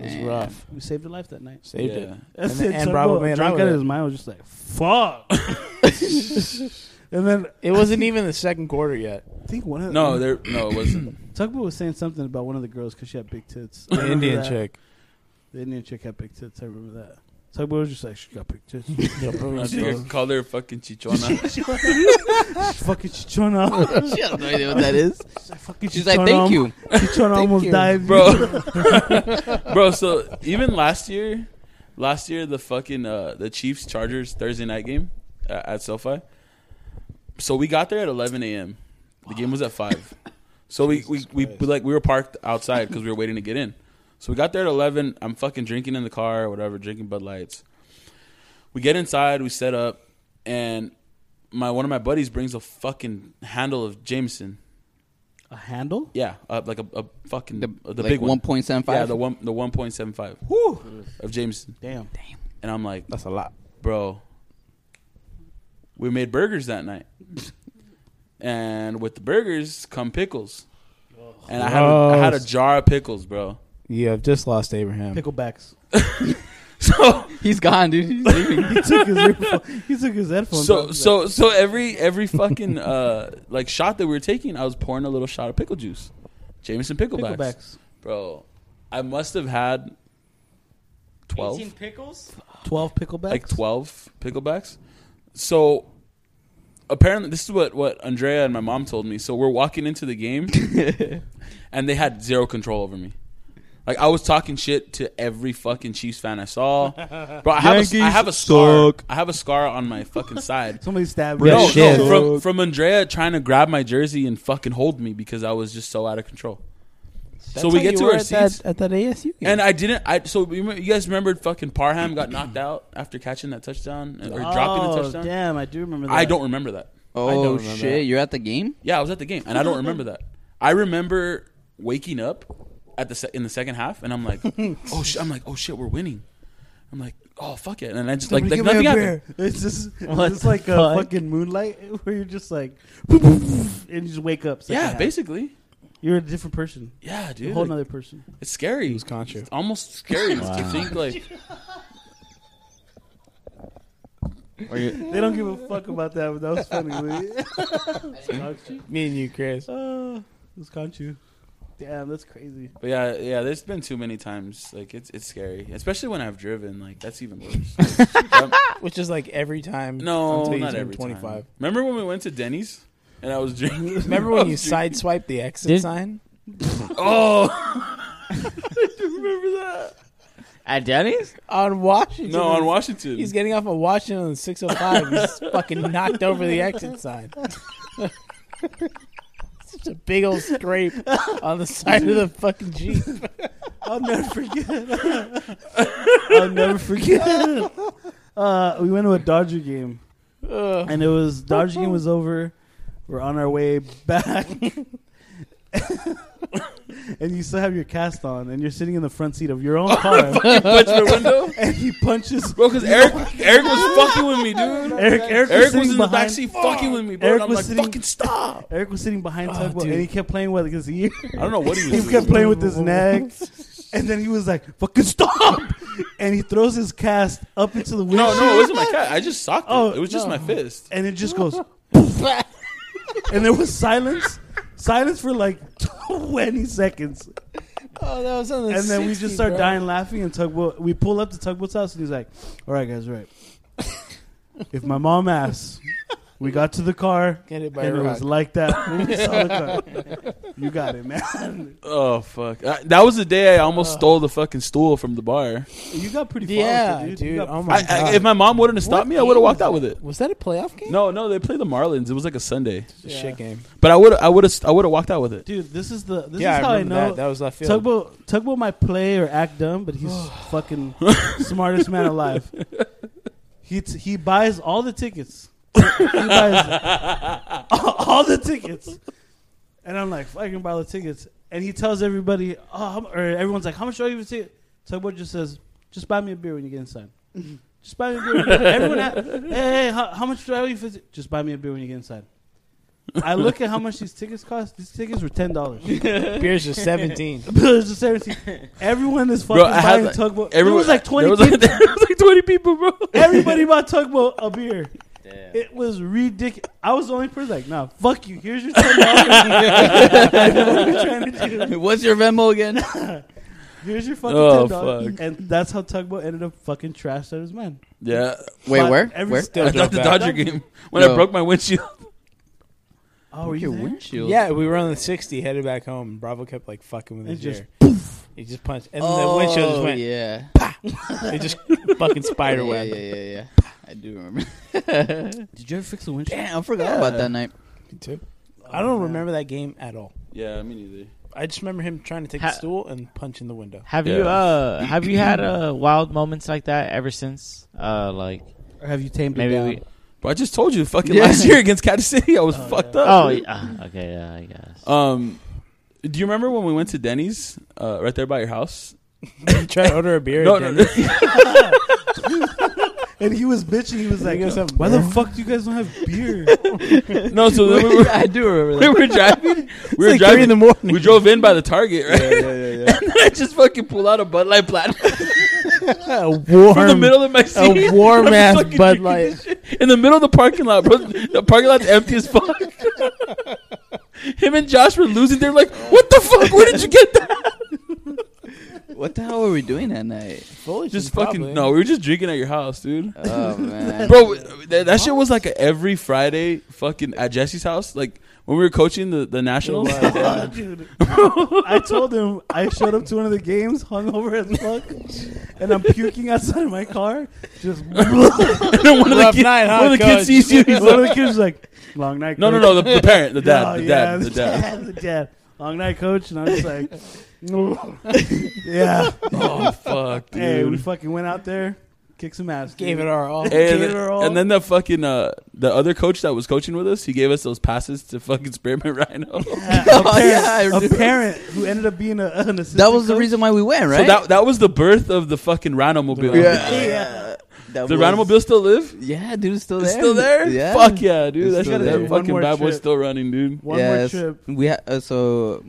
S7: it was rough.
S2: We saved a life that night.
S7: Saved
S4: Yeah.
S7: it.
S2: And,
S7: then Ann Bravo made out
S2: drunk
S7: with
S2: out of
S7: it.
S2: his mind was just
S7: *laughs*
S2: like, fuck. *laughs* and then
S7: It wasn't even the second quarter yet.
S2: I think one of
S4: No, there, no, it wasn't.
S2: Tugboat was saying something about one of the girls because she had big tits. I
S7: The
S2: remember
S7: Indian
S2: that.
S7: chick.
S2: The Indian chick had big tits. I remember that. So what was your sex? She got big tits. *laughs*
S4: I think I called her fucking chichona.
S2: fucking Chichona.
S6: she has no idea what that is.
S2: fucking
S6: She's like, thank you.
S2: Chichona almost
S6: you."
S2: died,
S4: bro. bro, so even last year, last year the fucking uh, the Chiefs Chargers Thursday night game uh, at SoFi. So we got there at 11 a.m. The game was at five. So we we, we like we were parked outside because we were waiting to get in. So we got there at 11. I'm fucking drinking in the car or whatever, drinking Bud Lights. We get inside, we set up, and my one of my buddies brings a fucking handle of Jameson.
S2: A handle?
S4: Yeah, uh, like a, a fucking the, the
S6: like
S4: big one.
S6: 1.75?
S4: Yeah, the one the one point seven five of Jameson,
S2: Damn.
S4: and I'm like,
S7: That's a lot.
S4: bro, we made burgers that night, and with the burgers come pickles, and I had a, I had a
S7: Gross.
S4: jar of pickles, bro. *laughs*
S7: You have just lost Abraham.
S2: Picklebacks. *laughs*
S4: So
S6: He's gone, dude.
S4: *laughs*
S6: He's leaving.
S2: He took his earphone- he took his headphones.
S4: so
S2: off.
S4: so so every every fucking uh like shot that we were taking, I was pouring a little shot of pickle juice, Jameson picklebacks,
S2: picklebacks.
S4: bro. I must have had twelve.
S5: 18 pickles?
S2: Twelve picklebacks.
S4: like 12 picklebacks. So apparently this is what what Andrea and my mom told me. So we're walking into the
S7: *laughs*
S4: game and they had zero control over me. Like I was talking shit to every fucking Chiefs fan I saw. Bro, I have a, I
S7: Yankees
S4: have a scar.
S7: suck.
S4: I have a scar on my fucking side.
S7: *laughs*
S2: Somebody stabbed me.
S7: Real
S4: No,
S7: shit.
S4: no, from from Andrea trying to grab my jersey and fucking hold me because I was just so out of control. so we get to our seats.
S7: at that ASU game.
S4: And I didn't. I so you remember- you guys remembered fucking Parham got knocked out after catching that touchdown or dropping the
S2: Oh,
S4: touchdown.
S2: Damn, I do remember. that. *laughs*
S4: I don't remember that.
S6: Oh,
S7: remember
S6: shit.
S7: that.
S6: You're at the game? *laughs*
S4: Yeah, I was at the game and I don't remember that. I remember waking up at the se- in the second half and I'm like, oh shit! I'm like, oh shit, we're winning. I'm like, oh fuck it, and I just like, like
S2: Somebody
S4: nothing
S2: give me a
S4: happened.
S2: beer. It's just
S5: What
S2: it's
S5: the
S2: like a
S5: fuck?
S2: fucking moonlight *laughs* where you're just like and you just wake up. second
S4: Yeah,
S2: half.
S4: basically.
S2: You're a different person.
S4: Yeah,
S2: You're
S4: dude.
S2: a whole
S4: like,
S2: nother person.
S4: it's scary.
S7: was Contra.
S4: It's almost scary to think like.
S2: They don't give a fuck about that, but that was funny. we-
S7: me and you,
S2: *laughs*
S7: Chris.
S2: uh, it's Conchu. Damn, that's crazy.
S4: But yeah, yeah. There's been too many times. Like it's it's scary, especially when I've driven. Like that's even worse. Um,
S7: Which is like every time.
S4: No,
S7: until you
S4: not
S7: turn
S4: every 25. *laughs*
S7: 25.
S4: Remember when we went to Denny's and I was drinking?
S7: Remember
S4: I *laughs*
S7: when you
S4: was drinking-
S7: sideswiped the exit
S5: Did-
S7: sign?
S4: Oh, I do remember that.
S5: At Denny's?
S7: On Washington.
S4: No, on Washington.
S7: He's getting off of Washington on 605. He's fucking knocked over the exit sign. *laughs* Such a big old scrape on the side of the fucking Jeep.
S2: I'll never forget. I'll never forget. Uh, we went to a Dodger game,
S7: Ugh.
S2: and it was Dodger game was over. We're on our way back, and you still have your cast on, and you're sitting in the front seat of your own car,
S4: punched my window,
S2: and he punches.
S4: bro. Because Eric,
S2: *laughs*
S4: Eric was fucking with me, dude.
S2: Eric, Eric,
S4: Eric
S2: sitting
S4: was in the
S2: behind-
S4: backseat fucking with me, bro.
S2: Eric
S4: and I'm
S2: was
S4: like,
S2: sitting-
S4: fucking
S2: *laughs*
S4: stop.
S2: Eric was sitting behind
S7: Oh,
S2: Tugboat,
S7: dude.
S2: and he kept playing with his ear.
S4: I don't know what
S2: *laughs*
S4: he
S2: he
S4: was
S2: kept
S4: doing.
S2: playing with his neck, and then he was like, "Fucking stop!" And he throws his cast up into the window.
S4: No, no, it wasn't
S2: *laughs*
S4: my cat. I just socked
S2: Oh,
S4: it. It was just
S2: no. Eh.
S4: my fist.
S2: and it just goes and there was silence silence for like 20 seconds
S7: Oh, that was on the
S2: and then we
S7: 60,
S2: just start
S7: bro.
S2: dying laughing and tugboat we pull up to tugboat's house and he's like all right guys right if my mom asks we got to the car
S7: Get it by
S2: and it
S7: rock.
S2: was like that when we saw the car you got it man
S4: Oh fuck! I, that was the day I almost
S2: Uh.
S4: stole the fucking stool from the bar.
S2: you got pretty far with
S7: yeah,
S2: it,
S7: dude.
S2: You got-
S7: Oh my
S4: I,
S7: god.
S4: I, if my mom wouldn't have stopped
S7: What
S4: me, I would have
S7: game
S4: walked
S7: was
S4: out with it.
S7: was that a playoff game?
S4: No, no, they played the Marlins. It was like a Sunday,
S7: It's a shit game.
S4: but I would, I would have, I would have walked out with it.
S2: dude this is the this
S7: yeah,
S2: is
S7: I
S2: how i,
S7: remember
S2: know
S7: that. That was left field.
S2: Tugboat, Tugboat might play or act dumb, but he's fucking smartest man alive. He t- he buys all the tickets. he buys *laughs* all, all the tickets, and I'm like, "Fucking buy all the tickets." And he tells everybody, "Oh," how mu- or everyone's like, "How much are you for ticket?" Tugboat just says, "Just buy me a beer when you get inside." Just buy me a beer. When you get Everyone, a- hey, hey, how, how much do I owe you for? T-? Just buy me a beer when you get inside. I look at how much these tickets cost. These tickets were ten dollars. *laughs*
S7: Beers was 17.
S2: Bill's the 17. Everyone is fucking
S4: Bro, I had,
S2: buying
S4: like,
S2: tugboat. There
S4: Everyone-
S2: was like
S4: *laughs* there
S2: twenty.
S4: was
S2: people.
S4: like- there was like twenty people, bro.
S2: Everybody bought tugboat a beer.
S5: Damn.
S2: It was ridiculous. I was the only person like, nah, fuck you. Here's your *laughs* ten dollars.
S6: What's your Venmo again?
S2: Here's your fucking
S4: Oh,
S2: ten dollars, and that's how Tugboat ended up fucking trashed at his men.
S4: Yeah,
S6: Wait,
S2: But
S6: where?
S2: every-
S6: where?
S7: Still
S4: at the
S2: *laughs*
S4: Dodger game when I
S6: No.
S4: broke my windshield.
S2: Oh, were you there?
S5: windshield.
S7: Yeah, we were on the 60 headed back home. Bravo kept like fucking with
S2: It
S7: his
S2: just
S7: ear. He just punched, and the windshield just
S6: Oh,
S7: went.
S6: Yeah.
S7: It just *laughs* fucking spider
S6: yeah,
S7: web.
S6: yeah, yeah, yeah. I do remember.
S2: Did you ever fix the windshield?
S6: *laughs* Damn, I forgot about that night.
S7: I don't remember that game at all.
S4: Yeah, me neither.
S7: I just remember him trying to take
S5: Ha-
S7: a stool and punch in the window.
S5: Have you
S4: Yeah.
S5: uh have you had uh wild moments like that ever since? Uh, like
S2: Or have you tamed
S5: maybe
S2: it down?
S5: we.
S4: But I just told you, fucking
S6: Yeah.
S4: last year against Kansas City, I was fucked up.
S5: Oh,
S4: dude.
S5: yeah. okay, yeah, I guess.
S4: Um, do you remember when we went to Denny's uh, right there by your house?
S7: *laughs* you try to order a beer.
S4: No,
S7: at
S4: no,
S7: dinner?
S2: And he was bitching. He was like,
S7: guys have
S2: "Why the fuck do you guys don't have
S6: *laughs*
S2: beer?"
S4: *laughs* no. So then
S7: *laughs*
S4: we were,
S6: I do remember
S4: *laughs* we were driving. We were
S7: like
S4: driving
S7: three in the morning.
S4: We drove in by the Target, right? *laughs*
S2: yeah, yeah.
S4: And then I just fucking pull out a Bud Light Platinum
S7: *laughs* a warm,
S4: from the middle of my seat. *laughs*
S7: a warm
S4: I'm
S7: ass
S4: fucking
S7: Bud
S4: drinking
S7: Light.
S4: this shit in the middle of the parking lot, bro. The parking lot's empty as
S7: *laughs*
S4: fuck. Him and Josh were losing. They're like, "What the fuck? Where did you get that?"
S6: What the hell were we doing that *laughs* night?
S4: *laughs* Just fucking no. We were just drinking at your house, dude.
S6: Oh man,
S4: Bro, that, that shit was like a every Friday fucking at Jesse's house. Like when we were coaching the, the Nationals.
S2: Dude, I told him I showed up to one of the games hungover as fuck, and I'm puking outside of my car. Just
S4: *laughs* And then one of the,
S7: Rough
S4: kid,
S7: night, huh,
S4: one *laughs* of the kids
S7: coach?
S4: sees you.
S2: *laughs*
S4: He's
S2: one of
S4: like,
S2: the kids like, "Long night."
S4: no, no,
S2: coach."
S4: no. The, the parent, the dad,
S2: Oh,
S4: the
S2: yeah,
S4: dad, the dad.
S2: *laughs* the dad. Long night, coach, and I was like, "Yeah,
S4: *laughs* Oh fuck, dude.
S2: hey, we fucking went out there, kicked some ass,
S7: Gave
S2: dude.
S7: it our all.
S4: and,
S2: gave her all.
S4: and then the fucking uh, the other coach that was coaching with us, he gave us those passes to fucking Spearmint *laughs* Rhino.
S2: A
S6: *laughs* Oh,
S2: parent,
S6: yeah, I
S2: a
S6: remember.
S2: parent who ended up being a, an assistant.
S6: that was the
S2: coach.
S6: reason why we went,
S4: So
S6: right?
S4: that that was the birth of the fucking Rhino Mobile.
S6: yeah,
S2: Yeah.
S6: That
S4: The
S6: was-
S4: Rhino Mobile still live?
S6: Yeah, dude, it's still there.
S4: It's still there?
S6: Yeah.
S4: Fuck yeah, dude.
S6: It's
S4: That,
S6: still
S4: shit,
S6: there.
S4: that
S6: One
S4: fucking
S2: more
S4: bad boy's
S2: trip.
S4: still
S2: *laughs*
S4: running, dude.
S2: One
S6: Yes.
S2: more trip.
S6: We ha- uh, so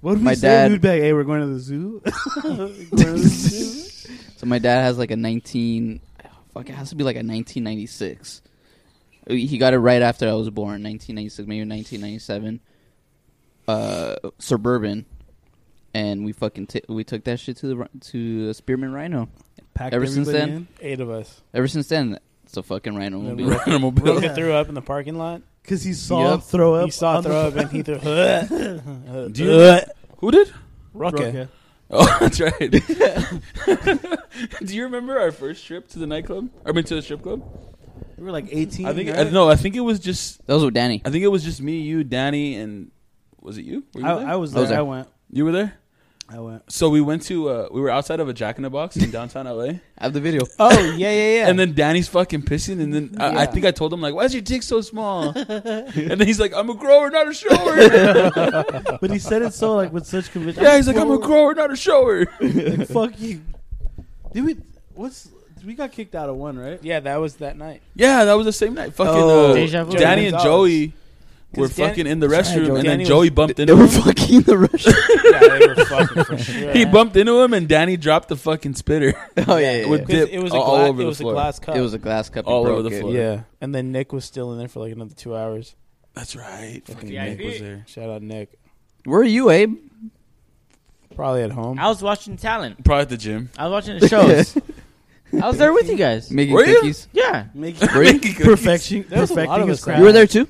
S2: What did we
S6: My
S2: say?
S6: dad-
S2: We'd be like, "Hey, we're going to the zoo." *laughs* Going to the zoo.
S6: so my dad has like a 19 fuck it has to be like a 1996. He got it right after I was born, 1996, maybe 1997. Uh Suburban and we fucking t- we took that shit to the Rhi- to Spearman Rhino.
S2: Packed
S6: Ever since
S2: everybody
S6: then?
S2: in.
S7: Eight of us.
S6: Ever since then, it's a fucking rhino movie.
S4: Rhino Mobile.
S7: Broke it threw up in the parking lot.
S2: Because he saw
S6: Yep.
S2: throw up.
S7: He saw
S2: on the- *laughs*
S7: throw up and he threw.
S4: Do you- Who did?
S7: Rocket.
S2: Rocket.
S4: *laughs* Oh, that's *laughs* right. Do you remember our first trip to the nightclub? I mean, to the strip club.
S2: We were like 18.
S4: I think
S2: right?
S4: I, no. I think it was just.
S6: That was with Danny.
S4: I think it was just me, you, Danny, and was it you? Were you,
S2: I,
S4: there?
S2: I was
S6: I
S2: there.
S6: was
S2: I *laughs*
S6: there.
S2: went.
S4: you were there.
S2: I went.
S4: So we went to. Uh, we were outside of a Jack in the Box in downtown LA,
S6: I have the video.
S7: Oh yeah, yeah, yeah.
S4: and then Danny's fucking pissing, and then I, I
S7: Yeah.
S4: think I told him like, "Why's your dick so small?" and then he's like, "I'm a grower, not
S2: *laughs*
S4: a shower."
S2: But he said it so like with such conviction.
S4: yeah, he's like, "I'm a grower, not a shower." *laughs*
S2: *laughs* Like, Fuck you. Did we? What's we got kicked out of one right?
S7: yeah, that was
S2: *laughs*
S7: that night.
S4: Yeah, that was the same night. Fucking
S6: Oh.
S4: uh,
S5: Deja vu.
S4: Danny and Joey were
S7: Because Dan-
S4: fucking in the restroom, and
S7: Danny
S4: then
S7: was-
S4: Joey
S6: *laughs*
S4: bumped
S6: They
S4: into
S6: were
S7: *laughs*
S4: him.
S6: fucking the Russian.
S7: yeah, they were fucking for sure.
S4: He bumped into him, and Danny dropped the fucking spitter.
S6: *laughs*
S4: *laughs*
S6: oh yeah, yeah,
S4: With
S6: yeah.
S7: 'Cause
S4: dip
S7: it was a,
S4: all
S7: gla-
S4: over
S7: it
S4: the
S7: was a
S4: floor.
S7: glass cup.
S6: It was a glass cup. he
S4: All over
S6: broke
S4: the
S6: it.
S4: floor.
S7: yeah, and then Nick was still in there for like another two hours.
S4: That's right. Fucking
S5: Yeah,
S4: Nick
S5: I
S4: was
S5: did.
S4: there.
S7: Shout out Nick.
S6: Where are you, Abe?
S7: Probably at home.
S5: I was watching talent.
S4: Probably at the
S7: *laughs*
S4: gym.
S5: I was watching
S4: *laughs*
S5: the shows. I was there with you guys.
S6: Making
S4: Were you?
S6: cookies.
S5: Yeah,
S2: Make
S6: Were you?
S2: perfection.
S7: There was a lot
S2: perfecting
S7: of
S2: his
S7: us
S2: craft.
S6: You were there too.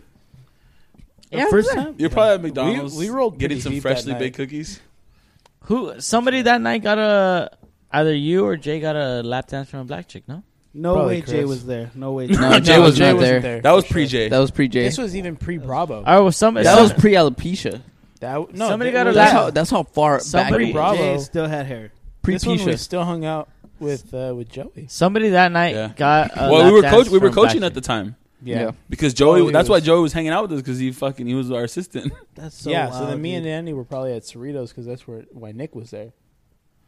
S5: yeah. I was
S2: first
S5: there.
S2: time.
S4: You're probably at McDonald's.
S7: We- we rolled
S4: getting
S7: pretty
S4: some
S7: deep
S4: freshly
S7: that
S4: baked cookies.
S5: Who? Somebody that night got a. Either you or Jay got a lap dance from a black chick. No.
S2: No
S7: Probably
S2: way
S7: Chris.
S2: Jay was there. No
S7: *laughs*
S2: way.
S6: *laughs* No, Jay was not there.
S4: That was
S7: for
S4: pre
S7: sure.
S4: J.
S6: That was pre Jay.
S7: This was even pre Bravo.
S5: Or was somebody?
S6: That was
S5: Oh, some-
S6: pre alopecia.
S7: That w- no,
S5: Somebody
S7: that
S5: got a
S7: was-
S6: That's
S5: lap-
S6: how. That's how far back.
S5: Somebody-
S7: Pre
S2: Jay
S7: Bravo.
S2: still had hair.
S6: Pre
S7: This one we
S6: Pisha.
S7: still hung out with uh, with Joey.
S5: Somebody that night
S4: Yeah.
S5: got. A
S4: well,
S5: lap
S4: we were
S5: dance
S4: coach. We were
S5: from Black
S4: coaching
S5: Chick.
S4: at the time
S6: Yeah.
S4: because Joey.
S7: Joey
S4: that's why
S7: Oh, was-
S4: Joey was hanging out with us because he fucking he was our assistant. *laughs*
S2: That's so.
S7: yeah,
S2: wild,
S7: so then me
S2: dude.
S7: and Andy were probably at Cerritos because that's where why Nick was there.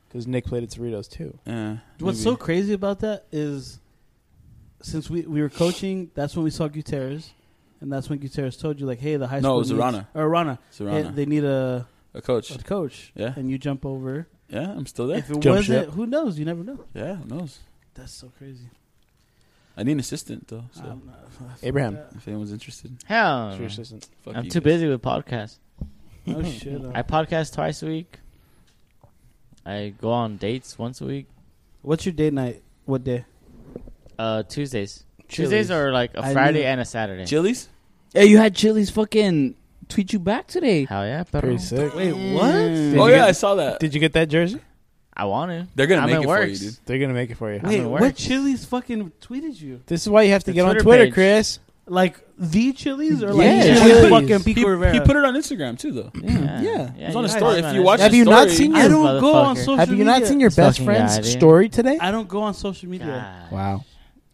S7: Because Nick played at Cerritos too.
S4: Yeah,
S2: What's so
S4: maybe.
S2: crazy about that is, since we, we were coaching, that's when we saw Gutierrez, and that's when Gutierrez told you like, "Hey, the high
S4: No,
S2: school
S4: it was
S2: needs-
S4: Arana.
S2: or Arana,
S4: Serrano,
S2: Hey, they need a,
S4: a coach.
S2: a coach."
S4: Yeah.
S2: and you jump over.
S4: Yeah, I'm still there.
S2: If it
S7: Jump
S2: wasn't,
S7: ship.
S2: who knows? You never know.
S4: Yeah, who knows?
S2: That's so crazy.
S4: I need an assistant though. So
S2: I'm not-
S7: Abraham.
S4: if anyone's interested,
S5: Hell,
S7: Sure, assistant.
S4: fuck
S5: I'm
S4: you
S5: too
S4: guys. *laughs*
S5: busy with podcasts.
S2: Oh shit!
S5: I podcast twice a week. I go on dates once a week.
S2: What's your date night? What day?
S5: Uh, Tuesdays.
S2: Chili's.
S5: Tuesdays are like a
S2: I
S5: Friday
S2: knew-
S5: and a Saturday.
S4: Chili's?
S3: Hey, you had Chili's fucking tweet you back today.
S5: Hell yeah, but
S7: Pretty sick.
S2: Wait,
S5: Mm.
S2: what?
S7: Did
S4: Oh
S7: you
S4: yeah, I
S7: get-
S4: saw that.
S7: Did you get that jersey?
S5: I want to.
S4: They're gonna
S5: I'm
S4: make
S5: in
S4: it
S5: works.
S4: for you, dude.
S7: They're gonna make it for you.
S5: I'm
S2: Wait,
S5: at
S2: what
S5: work.
S2: Chili's fucking tweeted you?
S7: This is why you have to
S5: The
S7: get on
S5: Twitter
S7: Twitter,
S5: page.
S7: Chris.
S2: Like the Chili's or
S7: Yeah,
S2: like
S7: Chili's.
S2: Chili's. fucking Pico
S4: He,
S2: Rivera?
S4: he put it on Instagram too, though.
S5: Yeah,
S7: Yeah.
S4: It's on his
S5: you
S4: story.
S5: guys
S4: If
S5: on
S4: you
S5: his-
S4: watch
S7: Have
S4: his
S7: you not
S4: story-
S7: seen
S2: I
S7: your-
S2: don't go on
S5: Motherfucker.
S2: social.
S7: Have you
S2: media.
S7: not seen your best
S5: Fucking
S7: friend's
S5: guy, dude.
S7: story today?
S2: I don't go on social media.
S5: God.
S7: Wow.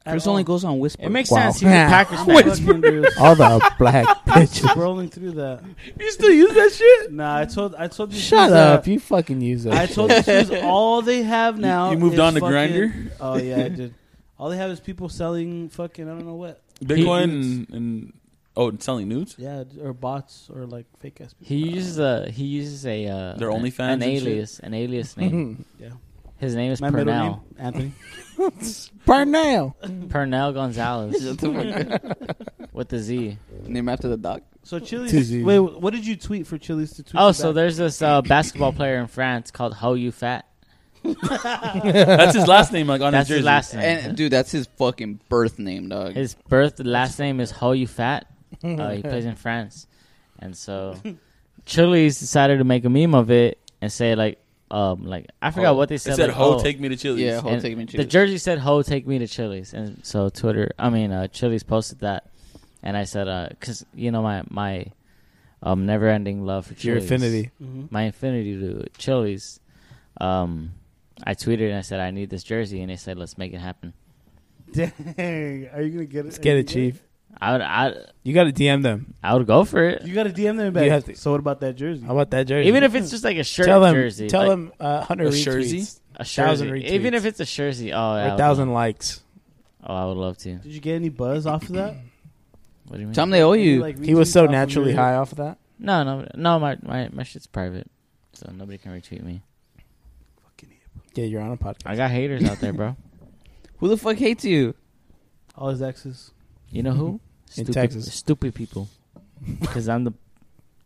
S2: at
S3: Chris
S2: all.
S3: only goes on Whisper.
S5: It makes
S7: Wow.
S5: sense. He's a Packers
S2: I'm
S5: fan.
S2: fucking just
S7: *laughs* All the
S5: *laughs*
S7: black bitches.
S2: scrolling through that.
S4: You still use that shit?
S2: Nah, I told I told you. uh,
S7: Shut up. You fucking use that.
S2: I told you this is all they have now.
S4: You, you moved
S2: is
S4: on to
S2: fucking-
S4: Grinder,
S2: Oh yeah, I did. All they have is people selling fucking I don't know what.
S4: Bitcoin, and, and oh, and
S2: *laughs*
S4: selling nudes.
S2: Yeah, or bots or like fake ass people.
S5: He uses a he uses a uh,
S4: Their
S5: an-
S4: OnlyFans
S5: an
S4: and shit?
S5: alias an alias name.
S2: Yeah.
S5: His name is
S2: My middle name
S5: Pernell
S2: Anthony.
S7: Parnell.
S5: Pernell
S4: *laughs*
S5: Gonzalez
S6: Shut the fuck up.
S5: with the Z.
S6: *laughs* Name after the dog.
S2: So
S7: Two
S2: Chili's.
S7: Zs.
S2: Wait, what did you tweet for Chili's to tweet?
S5: Oh,
S2: you
S5: so
S2: back?
S5: there's this uh, basketball player in France called Ho You Fat.
S4: That's his last name, like on
S5: That's
S4: his jersey.
S5: his last name.
S6: And dude, that's his fucking birth name, dog.
S5: His birth last name is Ho You Fat. Uh, he plays in France, and so Chili's decided to make a meme of it and say like, um, like I forgot what they
S4: It
S5: said.
S4: said,
S5: like,
S4: "Ho,
S5: oh,
S4: take me to Chili's."
S6: yeah, whole
S5: and
S6: take me to
S5: The jersey said, "Ho, take me to Chili's," and so Twitter, I mean, uh, Chili's posted that, and I said, uh 'cause you know my my um never-ending love for
S7: Your
S5: Chili's,
S7: affinity.
S5: *laughs*
S2: Mhm.
S5: my infinity to Chili's. Um, I tweeted and I said, "I need this jersey," and they said, "Let's make it happen."
S2: Dang, are you gonna get it?
S7: Let's get it, Chief.
S5: I would I
S7: You got to DM them.
S5: I would go for it,
S2: You got to DM them back.
S7: You have to-
S2: so what about that jersey?
S7: How about that jersey?
S5: even if it's just like a shirt
S7: tell them,
S5: jersey,
S7: tell
S5: like
S7: them uh, hundred
S4: A jersey? *laughs*
S7: retweets
S5: a
S7: thousand
S5: jersey, even
S7: retweets.
S5: if it's a jersey. Oh,
S7: or
S5: yeah, I
S7: a
S5: would
S7: thousand
S5: love-
S7: likes.
S5: Oh, I would love to.
S2: Did you get any buzz off of that?
S5: What do you mean?
S6: Tell him they owe
S2: Any,
S6: you.
S2: like,
S7: He was
S2: retweets
S7: so
S2: off of
S7: naturally
S2: your-
S7: high off of that.
S5: No, no, no. My my my shit's private, so nobody can retweet me.
S7: Yeah, you're on a podcast.
S5: I got haters out there, bro.
S6: Who the fuck hates you?
S2: All his exes.
S5: You know who?
S7: *laughs* In
S5: Stupid,
S7: Texas.
S5: stupid people. Because I'm the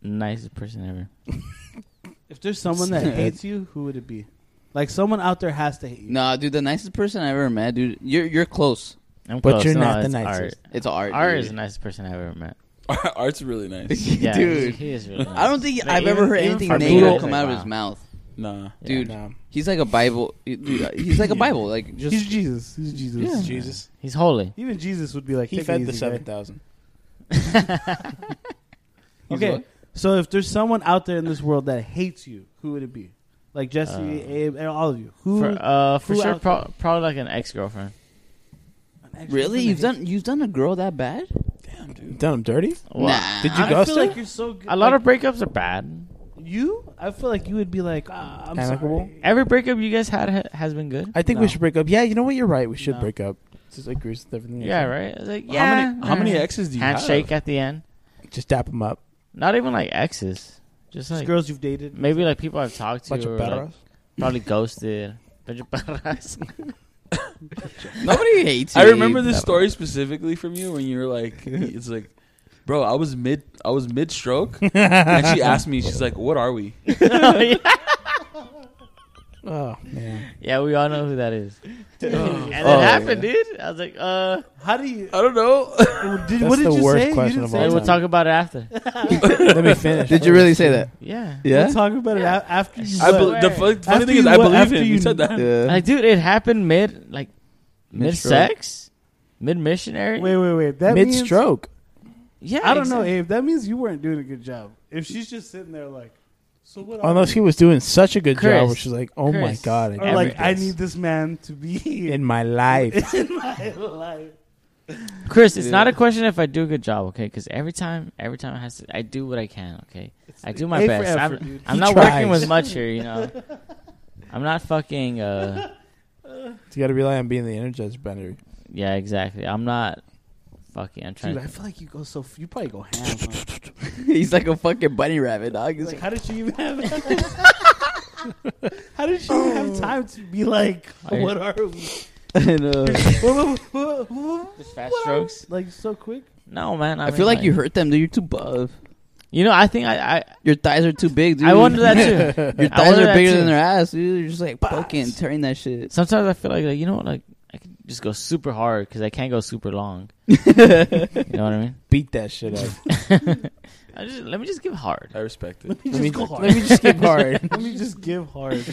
S5: nicest person ever.
S2: If there's someone that hates you, who would it be? Like someone out there has to hate you.
S6: Nah, dude, the nicest person I ever met, dude. You're you're close.
S5: I'm
S7: But
S5: close.
S7: you're
S5: No,
S7: not the
S5: it's
S7: nicest.
S6: It's art.
S5: Art. Art
S6: dude. *laughs*
S5: is the nicest person I've ever
S7: *laughs*
S5: met.
S4: Art's really nice.
S5: Yeah,
S6: dude.
S5: he is really. Nice.
S6: I don't think
S5: But
S6: I've
S5: even-
S6: ever heard
S5: even
S6: anything
S5: for me, I
S6: negative
S5: was
S6: come
S5: like,
S6: out of his
S5: wow.
S6: mouth,
S4: Nah.
S5: Yeah.
S6: dude.
S7: No.
S6: He's like a Bible. dude, he's like a Bible. Like just
S2: He's Jesus. He's Jesus.
S6: Yeah.
S7: Jesus.
S5: He's holy.
S2: Even Jesus would be like,
S7: He
S2: "Take it
S7: fed the
S2: easy,
S7: seven
S2: guy."
S7: thousand.
S2: Okay, so if there's someone out there in this world that hates you, who would it be? Like Jesse,
S5: Uh,
S2: Abe, and all of you. Who?
S5: For, uh, for
S2: who
S5: sure,
S2: out
S5: pro- probably like an ex girlfriend.
S2: an ex
S6: really,
S2: person
S6: you've
S2: that hates
S6: done you've done a girl that bad?
S7: Done him dirty.
S6: Nah.
S7: Did
S2: you?
S7: you
S2: I feel
S7: ghost her?
S2: like you're so good.
S5: A lot
S2: like,
S5: of breakups are bad.
S2: you. I feel like you would be like, ah, I'm
S7: Amicable?
S2: sorry.
S5: Every breakup you guys had ha- has been good.
S7: I think
S2: No.
S7: we should break up. Yeah, you know what? You're right. We should
S2: No.
S7: break up. Just like Chris with everything.
S5: yeah, right. It's Like, yeah.
S4: How many, how many
S5: nah.
S4: exes do you *laughs*
S5: handshake
S4: have?
S5: at the end?
S7: Just dap him up.
S5: Not even like exes. Just
S2: Just
S5: like
S2: girls you've dated.
S7: mm.
S5: maybe like people I've talked to.
S7: Bunch of
S5: or, like,
S7: perros.
S5: Probably ghosted. Bunch of perras. *laughs*
S6: Nobody hates you.
S4: I remember *laughs*
S6: Abe.
S4: this story specifically from you when you were like, "It's like, bro, I was mid, I was mid
S5: *laughs*
S4: stroke," and she asked me, "She's like, what are we?"
S5: yeah.
S7: Oh
S5: *laughs*
S7: man.
S5: we all know who that is. and it
S6: Oh,
S5: happened, dude. I was like, uh,
S2: How do you?
S4: I don't know.
S2: Did,
S7: That's
S2: what did
S7: the
S2: you
S7: worst
S2: say? You
S7: question
S2: didn't
S7: of
S2: say
S7: all
S5: hey,
S2: it.
S5: we'll
S7: time.
S5: talk about it after.
S7: Let me
S6: *laughs*
S7: finish.
S6: Did you really say that?
S5: Yeah.
S2: We'll
S6: Yeah.
S2: talk about it a- after you.
S4: I bel
S5: But-
S4: the fu- funny
S2: After
S4: thing is,
S2: you
S4: I
S2: what-
S4: believe
S2: after
S4: him. You
S2: you-
S4: said that.
S6: Yeah.
S5: Like, dude, it happened mid, like, mid
S6: Mid-stroke.
S5: sex, mid missionary.
S2: Wait, wait, wait. That
S7: Mid
S2: means
S7: stroke.
S5: Yeah,
S2: I don't know,
S5: exactly.
S2: Abe. That means you weren't doing a good job. If she's just sitting there like, so what? are
S7: Unless
S2: you?
S7: he was doing such a good job,
S5: Chris.
S7: where she's like, "Oh my
S5: Chris.
S7: god,
S2: Or
S7: I
S2: like,
S7: like
S2: I need this man to
S5: *laughs*
S2: be
S7: in my life."
S2: in *laughs* my life.
S5: Chris, it's not a question if I do a good job, okay? Because every time, every time I has to, I do what I can, okay? I do my
S2: A for
S5: best.
S2: effort,
S5: I'm,
S2: dude.
S5: I'm
S7: He
S5: not
S7: tries.
S5: working with much here, you know. I'm not fucking. uh
S7: You got to rely on being the energizer battery.
S5: Yeah, exactly. I'm not fucking. I'm trying.
S2: Dude,
S5: to
S2: I feel like you go so. You probably go ham. *laughs* huh?
S6: *laughs* He's like a fucking bunny rabbit, dog. He's
S2: Like,
S6: like,
S2: how did she even *laughs* have? how did she even have time to be like?
S5: I-
S2: What are
S5: *laughs*
S2: we?
S6: I,
S2: *laughs*
S6: know.
S2: Whoa, whoa, whoa, whoa, whoa.
S5: fast strokes.
S2: Like so quick.
S5: No, man. I,
S6: I
S5: mean,
S6: feel like you hurt them, dude. You're too buff.
S5: You know, I think I I,
S6: Your thighs are too big, dude.
S5: I wonder that too.
S6: *laughs* Your
S5: I
S6: thighs
S5: wonder
S6: are
S5: that
S6: bigger
S5: too.
S6: than their ass, dude. You're just like fucking turn that
S5: *laughs*
S6: shit.
S5: Sometimes I feel like, like you know what, like I can just go super hard because I can't go super long. you know what I mean?
S7: Beat that shit up.
S5: *laughs* I just let me just give hard.
S4: I respect it.
S2: Let
S7: let,
S2: me
S7: me,
S2: just go hard.
S7: let me
S2: *laughs*
S7: just give hard.
S2: Let me just give hard.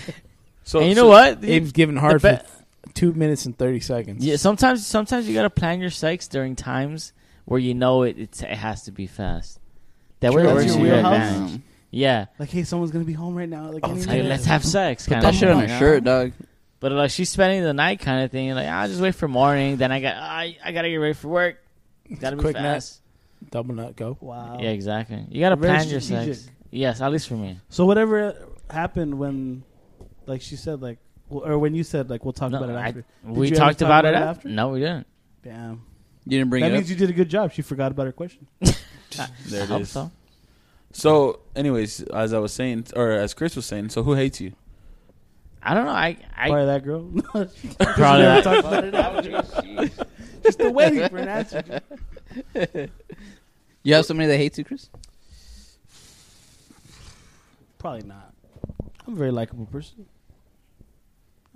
S4: So
S5: and you
S4: so-
S5: know what?
S7: Abe's giving hard
S5: The
S7: for two minutes and thirty seconds.
S5: Yeah, sometimes sometimes you gotta plan your sex during times where you know it it's, it has to be fast. That
S2: True,
S5: way it
S2: that's your
S5: works to your
S2: wheelhouse. Oh,
S5: advantage. Yeah,
S2: Like, hey, someone's gonna be home right now. Like, any
S5: It's like,
S2: minute.
S5: Oh, let's have sex.
S6: Put
S5: Kind
S6: that
S5: of
S6: shit on your shirt, dog.
S5: But like she's spending the night kind of thing. Like I'll just wait for morning. Then I got I, I gotta get ready for work. Gotta be
S7: Quick nap.
S5: fast.
S7: Double nut go.
S2: Wow.
S5: Yeah, exactly. You gotta
S2: Very
S5: plan your sex.
S2: strategic.
S5: Yes, at least for me.
S2: So whatever happened when, like she said, like w- or when you said, like we'll talk
S5: No,
S2: about it
S5: I-
S2: after. Did
S5: we
S2: you ever
S5: talked
S2: talk
S5: about,
S2: about
S5: it
S2: it
S5: af-
S2: after?
S5: No, we didn't.
S2: Damn.
S6: You didn't bring
S2: That
S6: it up.
S2: means you did a good job. She forgot about her question.
S4: There it
S5: Hope
S4: is.
S5: so.
S4: So, anyways, as I was saying, or as Chris was saying, so who hates you?
S5: I don't know. I I
S2: Probably that girl. *laughs*
S5: probably
S2: Never
S5: that.
S2: talked about it after. Just the waiting for an answer.
S6: you have somebody that hates you, Chris.
S2: Probably not. I'm a very likable person.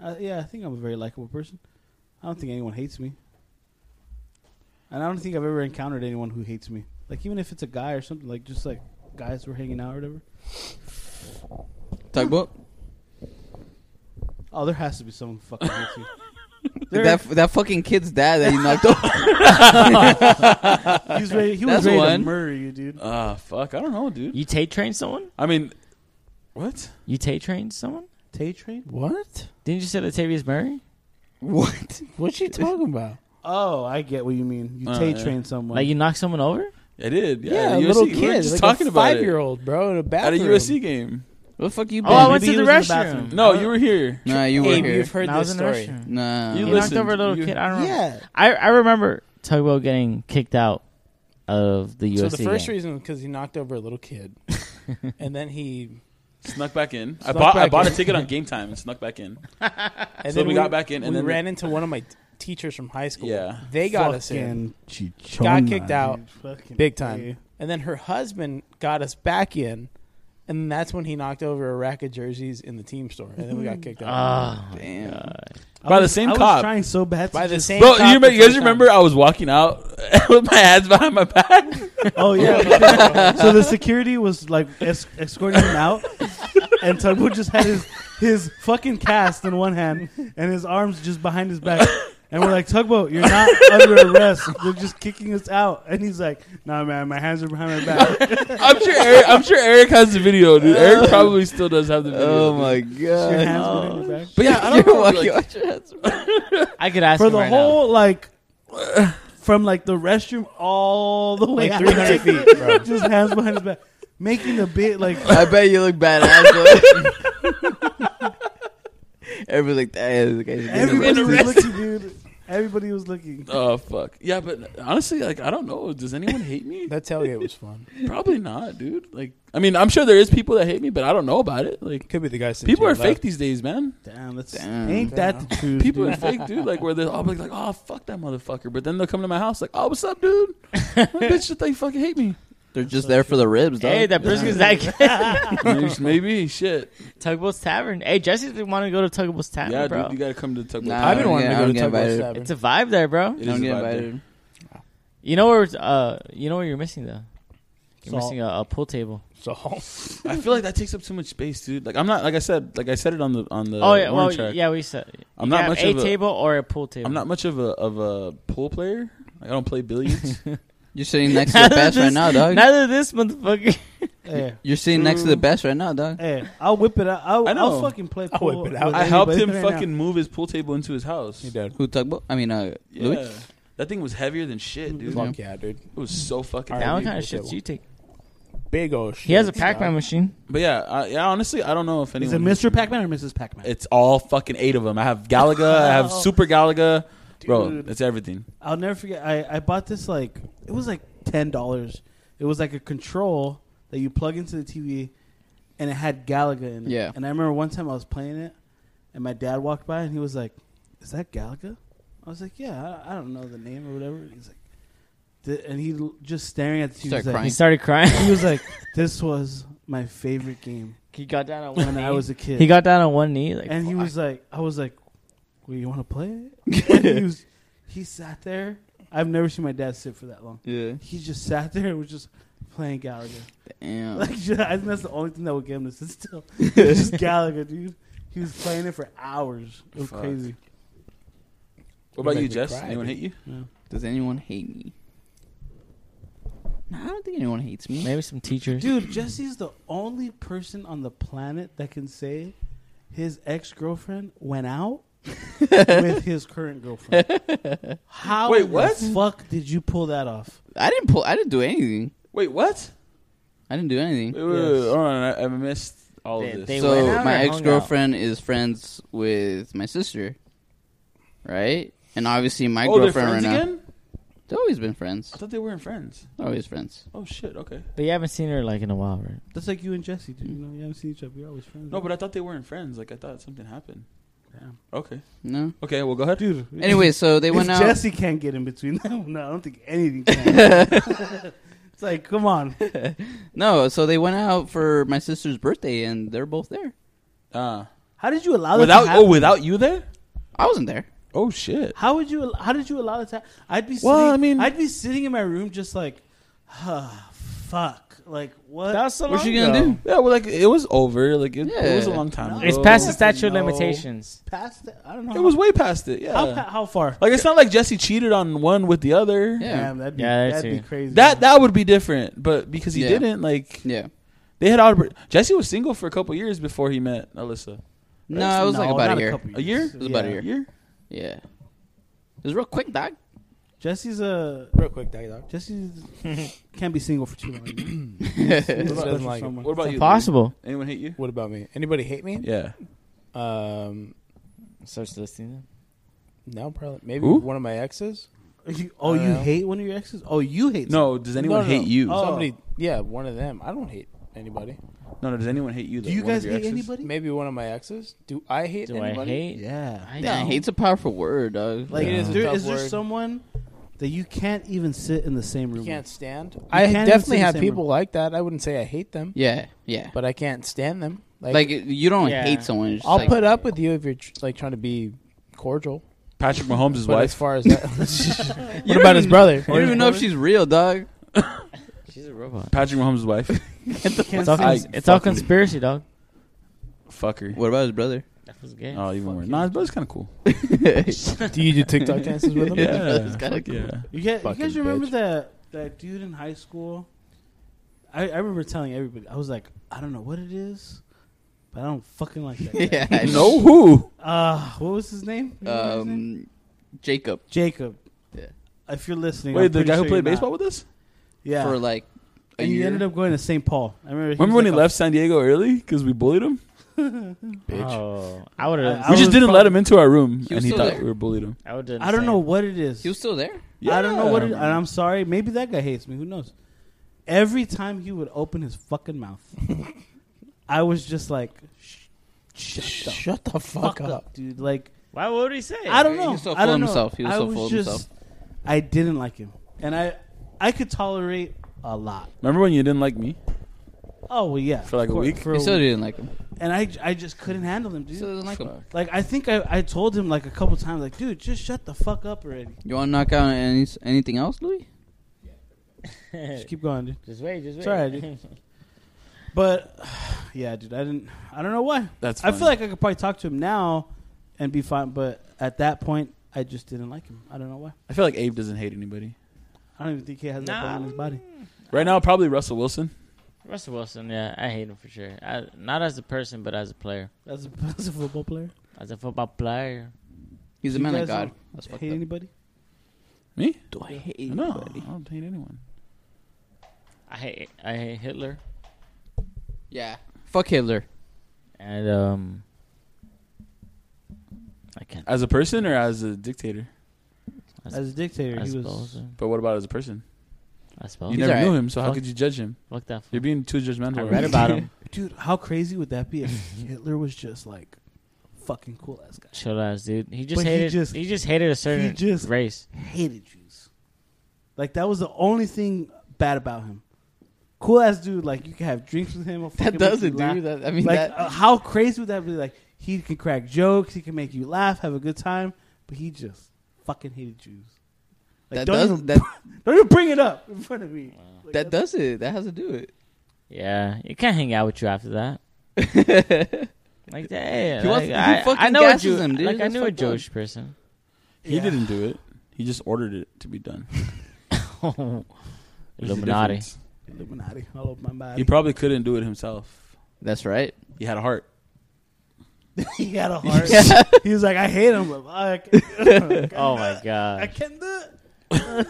S2: Uh, yeah, I think I'm a very likable person. I don't think anyone hates me. And I don't think I've ever encountered anyone who hates me. Like, even if it's a guy or something, like, just like guys were hanging out or whatever.
S6: Tugboat.
S2: Oh, there has to be someone who fucking hates me.
S6: *laughs*
S2: There-
S6: That that fucking kid's dad that you knocked *laughs* over.
S2: he's ready, he
S6: That's
S2: was ready
S6: one.
S2: to murder you, dude.
S4: Ah, fuck, I don't know, dude.
S5: You Tate train someone?
S4: I mean, what?
S5: You Tate train someone?
S2: Tay train?
S7: What?
S5: Didn't you say Latavius Murray?
S6: What?
S7: What's she talking about?
S2: Oh, I get what you mean. You
S4: Uh,
S2: Tay
S4: yeah.
S2: train someone.
S5: Like you knock someone over?
S4: I did. Yeah,
S7: Yeah,
S4: the
S7: a little
S4: USC. We were
S7: kid,
S4: just
S7: like
S4: talking
S7: a
S4: about it
S7: five-year-old, bro, in a
S4: at a
S7: bathroom.
S4: USC game.
S6: What the fuck you
S5: Oh, I
S6: been?
S5: went
S2: maybe
S5: to the
S2: he was in the
S5: restroom.
S2: bathroom.
S4: No, you were here.
S6: Nah, you were
S7: Abe,
S6: here.
S7: you've heard
S5: I was
S7: this
S5: in the
S7: story.
S5: restroom.
S6: Nah.
S5: You
S4: You
S5: knocked
S4: listened.
S5: over a little
S4: You-
S5: kid. I don't remember.
S7: Yeah.
S5: I, I remember Tugboat getting kicked out of the USC.
S7: So the first
S5: game.
S7: reason was because he knocked over a
S5: *laughs*
S7: little kid, and then he
S4: Snuck back in. I
S7: Snuck
S4: bought. I
S7: back
S4: bought a
S7: in.
S4: ticket on game time and snuck back in.
S7: and
S4: So
S7: then
S4: we got back in, and
S7: we
S4: then-
S7: ran into one of my t- teachers from high school.
S4: Yeah.
S7: they got us in,
S2: Fucking chichona,
S7: got kicked
S2: dude.
S7: out
S2: Fucking
S7: big time,
S2: A.
S7: and then her husband got us back in, and that's when he knocked over a rack of jerseys in the team store, and then we
S5: *laughs*
S7: got kicked out
S5: Oh, my
S6: Damn.
S5: God.
S2: I
S4: By the
S2: was-
S4: same
S2: I
S4: cop.
S2: was trying so bad to *laughs*
S7: by the
S2: just-
S7: same.
S4: Bro,
S7: cop
S4: you,
S7: the
S4: remember, you guys
S7: first time.
S4: remember I was walking out *laughs* with my hands behind my back.
S2: Oh yeah. so the security was like es- escorting him out, and Tugboat just had his his fucking cast in one hand and his arms just behind his back. And we're like, Tugboat, you're not under arrest. They're just kicking us out. And he's like, Nah, man, my hands are behind my back.
S4: I'm sure. Eric, I'm sure Eric has the video, dude. Eric probably still does have the video.
S6: Oh
S4: dude.
S6: my
S2: Your
S6: god.
S2: hands behind your back.
S4: But yeah,
S6: *laughs*
S4: I don't
S6: You're
S4: know.
S6: walking-
S4: like,
S5: I could ask
S2: For
S5: him
S2: the
S5: right
S2: whole like, *sighs* from like the restroom all the way
S7: like
S2: out. *laughs*
S7: 300 feet, bro.
S2: just hands behind his back, making the bit like.
S4: *laughs*
S6: I bet you look badass. though. *laughs* Everybody's like, that is the guy's
S2: Everybody
S6: getting
S2: was
S6: arrested.
S2: looking, dude. Everybody was looking.
S4: Oh fuck. Yeah, but honestly, like I don't know. Does anyone hate
S7: *laughs*
S4: me?
S7: That tailgate was fun.
S4: Probably not, dude. Like I mean, I'm sure there is people that hate me, but I don't know about it. Like
S7: Could be the guys.
S4: people are fake these days, man.
S2: Damn, that's
S6: Damn.
S2: ain't that
S4: *laughs*
S2: the truth?
S4: People
S2: dude.
S4: are fake, dude. Like where they're all like, oh fuck that motherfucker, but then they'll come to my house like, oh what's up, dude? bitch, that they fucking hate me.
S6: They're just there for the ribs,
S5: now.
S6: dog.
S5: Hey, that brisket's that *laughs*
S4: Maybe,
S5: good.
S4: maybe. shit.
S5: Tugboat's Tavern. Hey, Jesse's been wanting to go to Tugboat's Tavern,
S4: Yeah,
S5: bro.
S4: dude, you gotta come to the tugboat.
S6: Nah,
S7: I've been wanting
S6: Yeah,
S7: to
S6: I'm
S7: go to
S6: getting
S7: Tugboat
S6: invited.
S7: Tavern.
S5: it's a vibe there, bro.
S4: It
S6: I don't
S4: is
S6: get
S4: a vibe there.
S6: invited.
S5: You know where? Uh, you know where you're missing though. You're
S2: Salt.
S5: missing a, a pool table.
S7: So *laughs*
S4: I feel like that takes up too much space, dude. Like I'm not like I said, like I said it on the on the
S5: oh yeah, well
S4: orange track.
S5: yeah, we said
S4: I'm
S5: you
S4: not
S5: have
S4: much
S5: a
S4: of a-
S5: table or a pool table.
S4: I'm
S5: *laughs*
S4: not much of a of a pool player. Like, I don't play billiards.
S6: You're sitting next to the best right now, dog.
S5: Neither this motherfucker.
S2: Hey,
S6: You're sitting next to the best right now, dog.
S2: hey, I'll whip it out. I'll,
S4: I
S2: I
S4: know.
S2: will fucking play
S7: I'll
S2: pool.
S7: whip it out.
S2: with
S4: I helped him
S2: anybody right
S4: fucking move his pool table into his house.
S7: you did.
S6: Who tugboat? I mean, uh,
S4: Yeah.
S6: Louis.
S4: That thing was heavier than shit, dude.
S7: Fuck yeah, dude.
S4: It was so fucking
S7: Alright.
S5: Now
S4: heavy.
S5: what kind of
S7: pool
S5: shit
S7: table.
S5: you take?
S7: Big old shit.
S5: He has a Pac-Man machine.
S4: But yeah, I, yeah, honestly, I don't know if
S2: now. Is
S4: anyone.
S2: it Mr. Pac-Man or Mrs. Pac-Man?
S4: It's all fucking eight of them. I have Galaga. I *laughs* have Super Galaga. Bro,
S2: Dude.
S4: it's everything.
S2: I'll never forget. I, I bought this like it was like ten dollars. It was like a control that you plug into the TV, and it had Galaga in it.
S6: Yeah.
S2: And I remember one time I was playing it, and my dad walked by and he was like, "Is that Galaga?" I was like, "Yeah, I, I don't know the name or whatever." He's like, Th- and he l- just staring at the TV.
S6: Start
S2: He's like,
S5: He
S6: crying.
S5: started crying.
S2: He was like, "This was my favorite
S5: *laughs*
S2: game
S5: he got down on one
S2: when
S5: knee.
S2: I was a kid."
S5: he got down on one knee. Like,
S2: and he was like, "I was like, well, you want to play
S4: *laughs*
S2: it?" and he was, he sat there. I've never seen my dad sit for that long.
S3: Yeah.
S2: He just sat there and was just playing Gallagher.
S4: Oh.
S3: Damn.
S2: *laughs* Like just, I think that's the only thing that would get him to sit
S4: *laughs*
S2: still. It was just Gallagher, dude. He was playing it for hours. It was
S4: Fuck.
S2: crazy.
S4: What about
S7: Make
S4: you,
S7: me
S4: Jess?
S7: cry,
S4: Anyone
S7: dude.
S4: hit you?
S3: Does anyone hate me? Nah, I don't think anyone hates me.
S5: maybe some teachers.
S2: Dude, Jesse's the only person on the planet that can say his ex girlfriend went
S4: *laughs*
S2: out with his current girlfriend. How
S4: Wait,
S2: in the
S4: what?
S2: fuck did you pull that off?
S3: I didn't pull. I didn't do anything.
S4: Wait, what?
S3: I didn't do anything.
S4: Wait, wait, wait,
S2: Yes.
S4: Hold on, I, I missed all
S5: They-
S4: of this.
S5: they went
S3: so
S5: out
S3: my
S5: or hung out?
S3: ex girlfriend is friends with my sister, right? And obviously my
S4: oh, they're
S3: girlfriend right
S4: friends
S3: now.
S4: again?
S3: They've always been friends.
S4: I thought they weren't friends.
S3: Always friends.
S4: Oh shit. Okay.
S5: But you haven't seen her like in a while, right?
S2: That's like you and Jesse, dude. You know, you haven't seen each other. You're always friends.
S4: No, but I thought they weren't friends. Like I thought something happened.
S2: Damn.
S4: Okay.
S3: No.
S4: Okay. Well, go
S3: *laughs*
S2: *laughs*
S4: ahead.
S2: dude.
S3: Anyway, so they
S2: if
S3: went out.
S2: Jesse can't get in between them, *laughs* no, I don't think anything
S3: *laughs*
S2: can. it's like, come on.
S3: No, so they went out for my sister's birthday, and they're both there.
S4: Ah.
S2: How did you allow that
S4: without
S2: to
S4: oh,
S2: happen?
S4: without you there?
S3: I wasn't there.
S4: Oh shit.
S2: How would you? How did you allow that? To ha- I'd be.
S4: Well,
S2: sitting,
S4: I mean-
S2: I'd be sitting in my room just like, huh, fuck. Like what?
S5: so
S3: What you gonna do?
S4: Yeah. Well, like it was over. Like it, it was a
S3: Yeah.
S4: long time. ago.
S5: It's past the
S2: No.
S5: statute of
S2: No.
S5: limitations.
S2: past it. I don't know.
S4: It was way past it. Yeah.
S2: how, pa- how far?
S4: like it's not like Jesse cheated on one with the other.
S3: Yeah.
S2: Damn, that'd be,
S5: Yeah, that's
S2: that'd be
S5: it.
S2: crazy.
S4: That that would be different, but because he
S3: Yeah.
S4: didn't, like
S3: Yeah.
S4: they had Albert. Jesse was single for a couple years before he met Alyssa.
S3: No, it was like about
S2: not
S3: a year.
S2: couple
S4: A year?
S2: years.
S4: It
S3: was about a
S2: Yeah.
S3: year.
S4: year?
S3: Yeah. It was real quick, dog.
S2: Jesse's a
S7: Real quick, Daddy Dog.
S2: Jesse's
S4: *laughs*
S2: can't be single for
S4: *clears throat*
S2: too long.
S7: Who doesn't like it?
S4: What about
S5: It's
S4: you?
S5: impossible.
S4: Louis? Anyone hate you?
S7: What about me? Anybody hate me?
S4: Yeah.
S7: Um,
S5: Starts listing them.
S7: no, probably maybe
S4: Who?
S7: one of my exes.
S2: You- oh,
S7: I don't
S2: you
S7: know.
S2: hate one of your exes? Oh, you hate?
S4: No, does anyone
S7: No, no,
S4: hate
S7: no.
S4: you?
S2: Oh.
S7: Somebody, yeah, one of them. I don't hate anybody.
S4: No, no, does anyone hate
S2: someone.
S4: you? Though?
S2: Do you
S4: One of
S2: guys
S4: your
S2: hate
S4: exes?
S2: anybody?
S7: Maybe one of my exes. Do I hate
S5: Do I
S7: anybody?
S5: hate?
S2: Yeah.
S5: I
S3: Yeah,
S5: don't.
S3: hate's a powerful word, dog.
S2: Like,
S5: Yeah.
S2: is
S7: It's a
S2: there
S7: tough
S2: is there
S7: word.
S2: someone that you can't even sit in the same room?
S7: You
S2: with?
S7: can't stand. I
S2: can't even
S7: definitely
S2: sit in the
S7: have
S2: same
S7: people
S2: room.
S7: like that. I wouldn't say I hate them,
S3: yeah, yeah.
S7: but I can't stand them. Like,
S3: Like you don't
S5: Yeah.
S3: hate someone. It's just
S7: I'll
S3: like,
S7: put up with you if you're tr- like trying to be cordial.
S4: Patrick Mahomes' his
S7: But as
S4: wife.
S7: far as that, *laughs* what about his brother?
S3: I don't even know if she's real, dog.
S5: She's a robot.
S4: Patrick Mahomes' his wife.
S5: It's all, cons-
S4: I
S5: it's all
S4: fucking-
S5: conspiracy, dog.
S4: Fucker.
S3: What about his brother?
S5: That was gay.
S4: Oh, even worse. Nah, his brother's kind of cool.
S7: do you do TikTok dances with him?
S4: *laughs* Yeah.
S3: It's kinda
S4: fuck
S3: cool.
S4: yeah.
S2: You guys, you
S7: Fucking
S2: guys remember
S7: bitch.
S2: that that dude in high school? I, I remember telling everybody. I was like, I don't know what it is, but I don't fucking like
S6: *laughs*
S2: that. guy.
S3: *laughs* yeah, I
S4: No who?
S2: Uh, what was his name? You remember his name?
S3: Um, Jacob
S2: Jacob.
S3: Yeah.
S2: If you're listening,
S4: Wait,
S2: I'm
S4: the
S2: pretty
S4: guy who
S2: sure
S4: played
S2: you're
S4: baseball
S2: not.
S4: with us?
S2: Yeah.
S3: for like a
S2: and he
S3: year.
S2: ended up going to St. Paul. I remember.
S4: Remember
S2: was
S4: when he
S2: like a-
S4: left San Diego early because we bullied him?
S5: Oh, I would
S2: I-
S5: have.
S2: I
S4: We
S2: was
S4: just didn't
S2: prob-
S4: let him into our room,
S3: He was
S4: and he
S3: still
S4: thought
S3: there.
S4: we were bullied him.
S5: I would have.
S2: I don't know what it is.
S3: he was still there.
S2: I don't know
S4: Yeah.
S2: what. It, and I'm sorry. Maybe that guy hates me. Who knows? Every time he would open his fucking mouth, I was just like, "Sh- shut, the
S7: Shut the fuck,
S2: fuck up, dude. Like,
S5: Why would he say?
S2: I don't
S3: He
S5: *laughs*
S2: know.
S3: was so
S2: I
S3: full
S2: don't
S3: of
S2: know.
S3: himself. He was
S2: I
S3: so full of himself.
S2: I didn't like him, and I I could tolerate a lot.
S4: Remember when you didn't like me?
S2: Oh well, yeah,
S4: For like
S2: of
S4: a
S2: course,
S4: week?
S2: for
S3: He
S2: a
S3: still
S2: week.
S3: didn't like him.
S2: and I I just couldn't handle him,
S3: He still
S2: dude.
S3: doesn't like him.
S2: Like I think I, I told him like a couple times like dude just shut the fuck up already
S3: You want to knock out any, anything else, Louis?
S2: just keep going dude
S5: Just wait. Just wait.
S2: It's all right, dude. but *sighs* yeah dude I didn't I don't know why
S4: That's.
S2: I
S4: funny.
S2: feel like I could probably talk to him now and be fine but at that point I just didn't like him I don't know why
S4: I feel like Abe doesn't hate anybody
S2: I don't even think he has that
S5: Nah,
S2: bone in his body
S4: right now. Probably Russell Wilson.
S5: *laughs* Russell Wilson. Yeah, I hate him for sure. I, not as a person, but as a player,
S2: as a, *laughs* as a football player
S5: as a football player.
S3: He's a
S2: You
S3: man of
S2: guys
S3: God.
S2: don't
S3: That's fucked
S2: hate
S3: up.
S2: anybody
S4: Me?
S3: Do I hate
S4: No, I
S3: anybody?
S4: don't hate anyone.
S5: I hate. I hate Hitler.
S3: Yeah. Fuck Hitler. *laughs*
S5: And um, I can't.
S4: As a person or as a dictator?
S5: As-
S2: as a dictator
S5: I
S2: he was
S5: suppose. uh,
S4: But what about as a person?
S5: I
S4: You
S5: suppose.
S3: He's
S4: never
S3: alright.
S4: knew him, so how
S5: Fuck.
S4: could you judge him?
S5: Fuck that.
S4: You're
S5: Fool.
S4: being too judgmental.
S5: I
S4: already.
S5: read about
S3: *laughs*
S5: him.
S2: Dude, how crazy would that be if Hitler was just like fucking cool ass guy?
S5: Chill ass dude. He just
S2: But he
S5: hated. He
S2: just-
S5: just, hated a certain
S2: just-
S5: race.
S2: Hated Jews. Like that was the only thing bad about him. Cool ass dude. Like you can have drinks with him. he'll fucking
S3: That
S2: make
S3: does
S2: you
S3: it,
S2: laugh.
S3: dude. That, I mean,
S2: like
S3: that,
S2: uh, how crazy would that be? Like he can crack jokes, he can make you laugh, have a good time, but he just fucking hated Jews. Like,
S3: that
S2: don't
S3: does
S2: even,
S3: that
S2: don't even bring it up in front of me. Like,
S3: that does it. That has to do it.
S5: Yeah, you can't hang out with you after that.
S2: *laughs*
S5: Like, yeah,
S3: He wants-
S5: like,
S3: he
S5: I,
S3: fucking
S5: I know a
S3: gasses
S5: Jew.
S3: him, dude.
S5: Like, I
S3: That's
S5: knew a
S3: fucked up.
S5: Jewish person.
S4: He didn't do it. He just ordered it to be done. There's a
S5: Illuminati.
S4: difference.
S2: Illuminati all over my body.
S4: He probably couldn't do it himself.
S3: That's right.
S4: He had a heart.
S2: he
S3: *laughs*
S2: had a heart. he was like, I hate him, but I can't, *laughs*
S5: Oh my
S3: *laughs*
S2: I
S5: god!
S2: can't do it.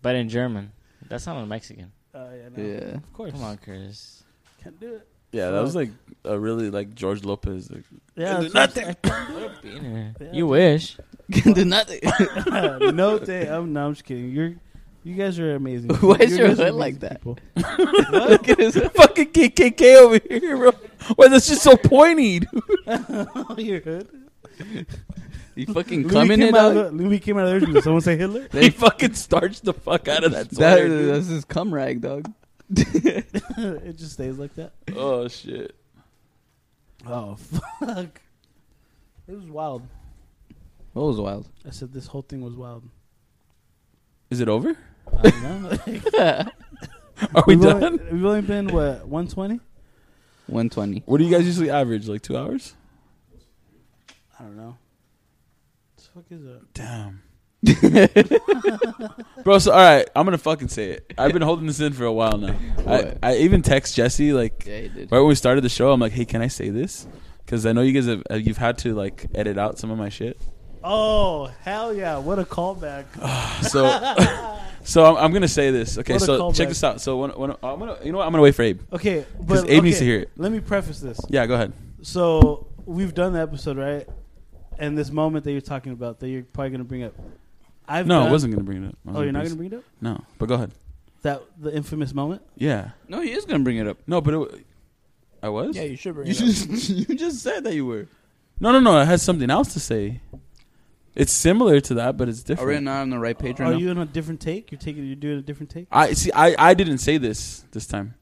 S5: But in German, that sounded Mexican.
S2: Uh, yeah, no,
S3: Yeah.
S2: of course,
S5: Come on, Curtis.
S2: can't do it.
S4: Yeah, that was like a really like George Lopez. Like,
S2: Yeah,
S4: Can't do
S2: that's what *laughs*
S5: You wish.
S3: Can *laughs* do nothing.
S2: I'm saying. no, day. I'm, no, I'm just kidding. You're, you guys are amazing.
S3: *laughs* Why is
S2: You
S3: your
S2: guys are
S3: hood like
S2: amazing
S3: that? *laughs*
S2: people.
S3: Look at *laughs* his.
S4: fucking KKK over here, bro. Why that's just so pointy, dude.
S2: *laughs* your hood.
S3: *laughs* You fucking
S2: Louis
S3: coming
S2: came,
S3: in.
S2: out of
S3: dog?
S2: the, Louis came out of there. Did someone say Hitler? *laughs*
S4: *laughs*
S3: *laughs*
S4: He fucking starched the fuck out of that
S3: That,
S4: sweater. dude.
S3: that's his cum rag, dog.
S2: it just stays like that.
S4: Oh shit.
S2: Oh *laughs* fuck! It was wild.
S3: That was wild.
S2: I said this whole thing was wild.
S4: Is it *laughs* over?
S2: I don't know. *laughs*
S4: Are we
S2: We've only-
S4: done?
S2: we've only been what 120?
S3: 120.
S4: What do you guys usually average? Like two hours?
S2: I don't know. What the fuck is that?
S4: *laughs* Damn. Bro, so all right, I'm gonna fucking say it. I've been holding this in for a
S3: *laughs*
S4: while now. I,
S3: What?
S4: I even text Jesse like
S3: Yeah, he did.
S4: right when we started the show. I'm like, hey, can I say this? Because I know you guys have uh, you've had to like edit out some of my shit.
S2: Oh hell yeah! What a callback!
S4: So, so I'm, I'm gonna say this. Okay,
S2: What a
S4: so check
S2: callback.
S4: this out. So when, when I'm gonna, you know what? I'm gonna wait for Abe.
S2: Okay,
S4: *laughs* 'Cause
S2: but
S4: Abe needs
S2: okay,
S4: to hear it.
S2: Let me preface this.
S4: Yeah, go ahead.
S2: So we've done the episode right, and this moment that you're talking about that you're probably gonna bring up. I've
S4: no,
S2: done,
S4: I wasn't gonna bring it up. I was
S2: Oh, you're not
S4: bring
S2: gonna bring it up?
S4: No, but go ahead.
S2: That the infamous moment.
S4: Yeah.
S3: No, he is gonna bring it up.
S4: No, but it, w- I was.
S7: Yeah, you should bring
S3: You
S7: it up.
S3: just *laughs* you just said that you were.
S4: no, no, no. I had something else to say. It's similar to that, but it's
S3: Are we
S4: different.
S3: not on the right page right
S2: Are
S3: now?
S2: you in a different take? You're taking. You're doing a different take.
S4: I see. I, I didn't say this this time.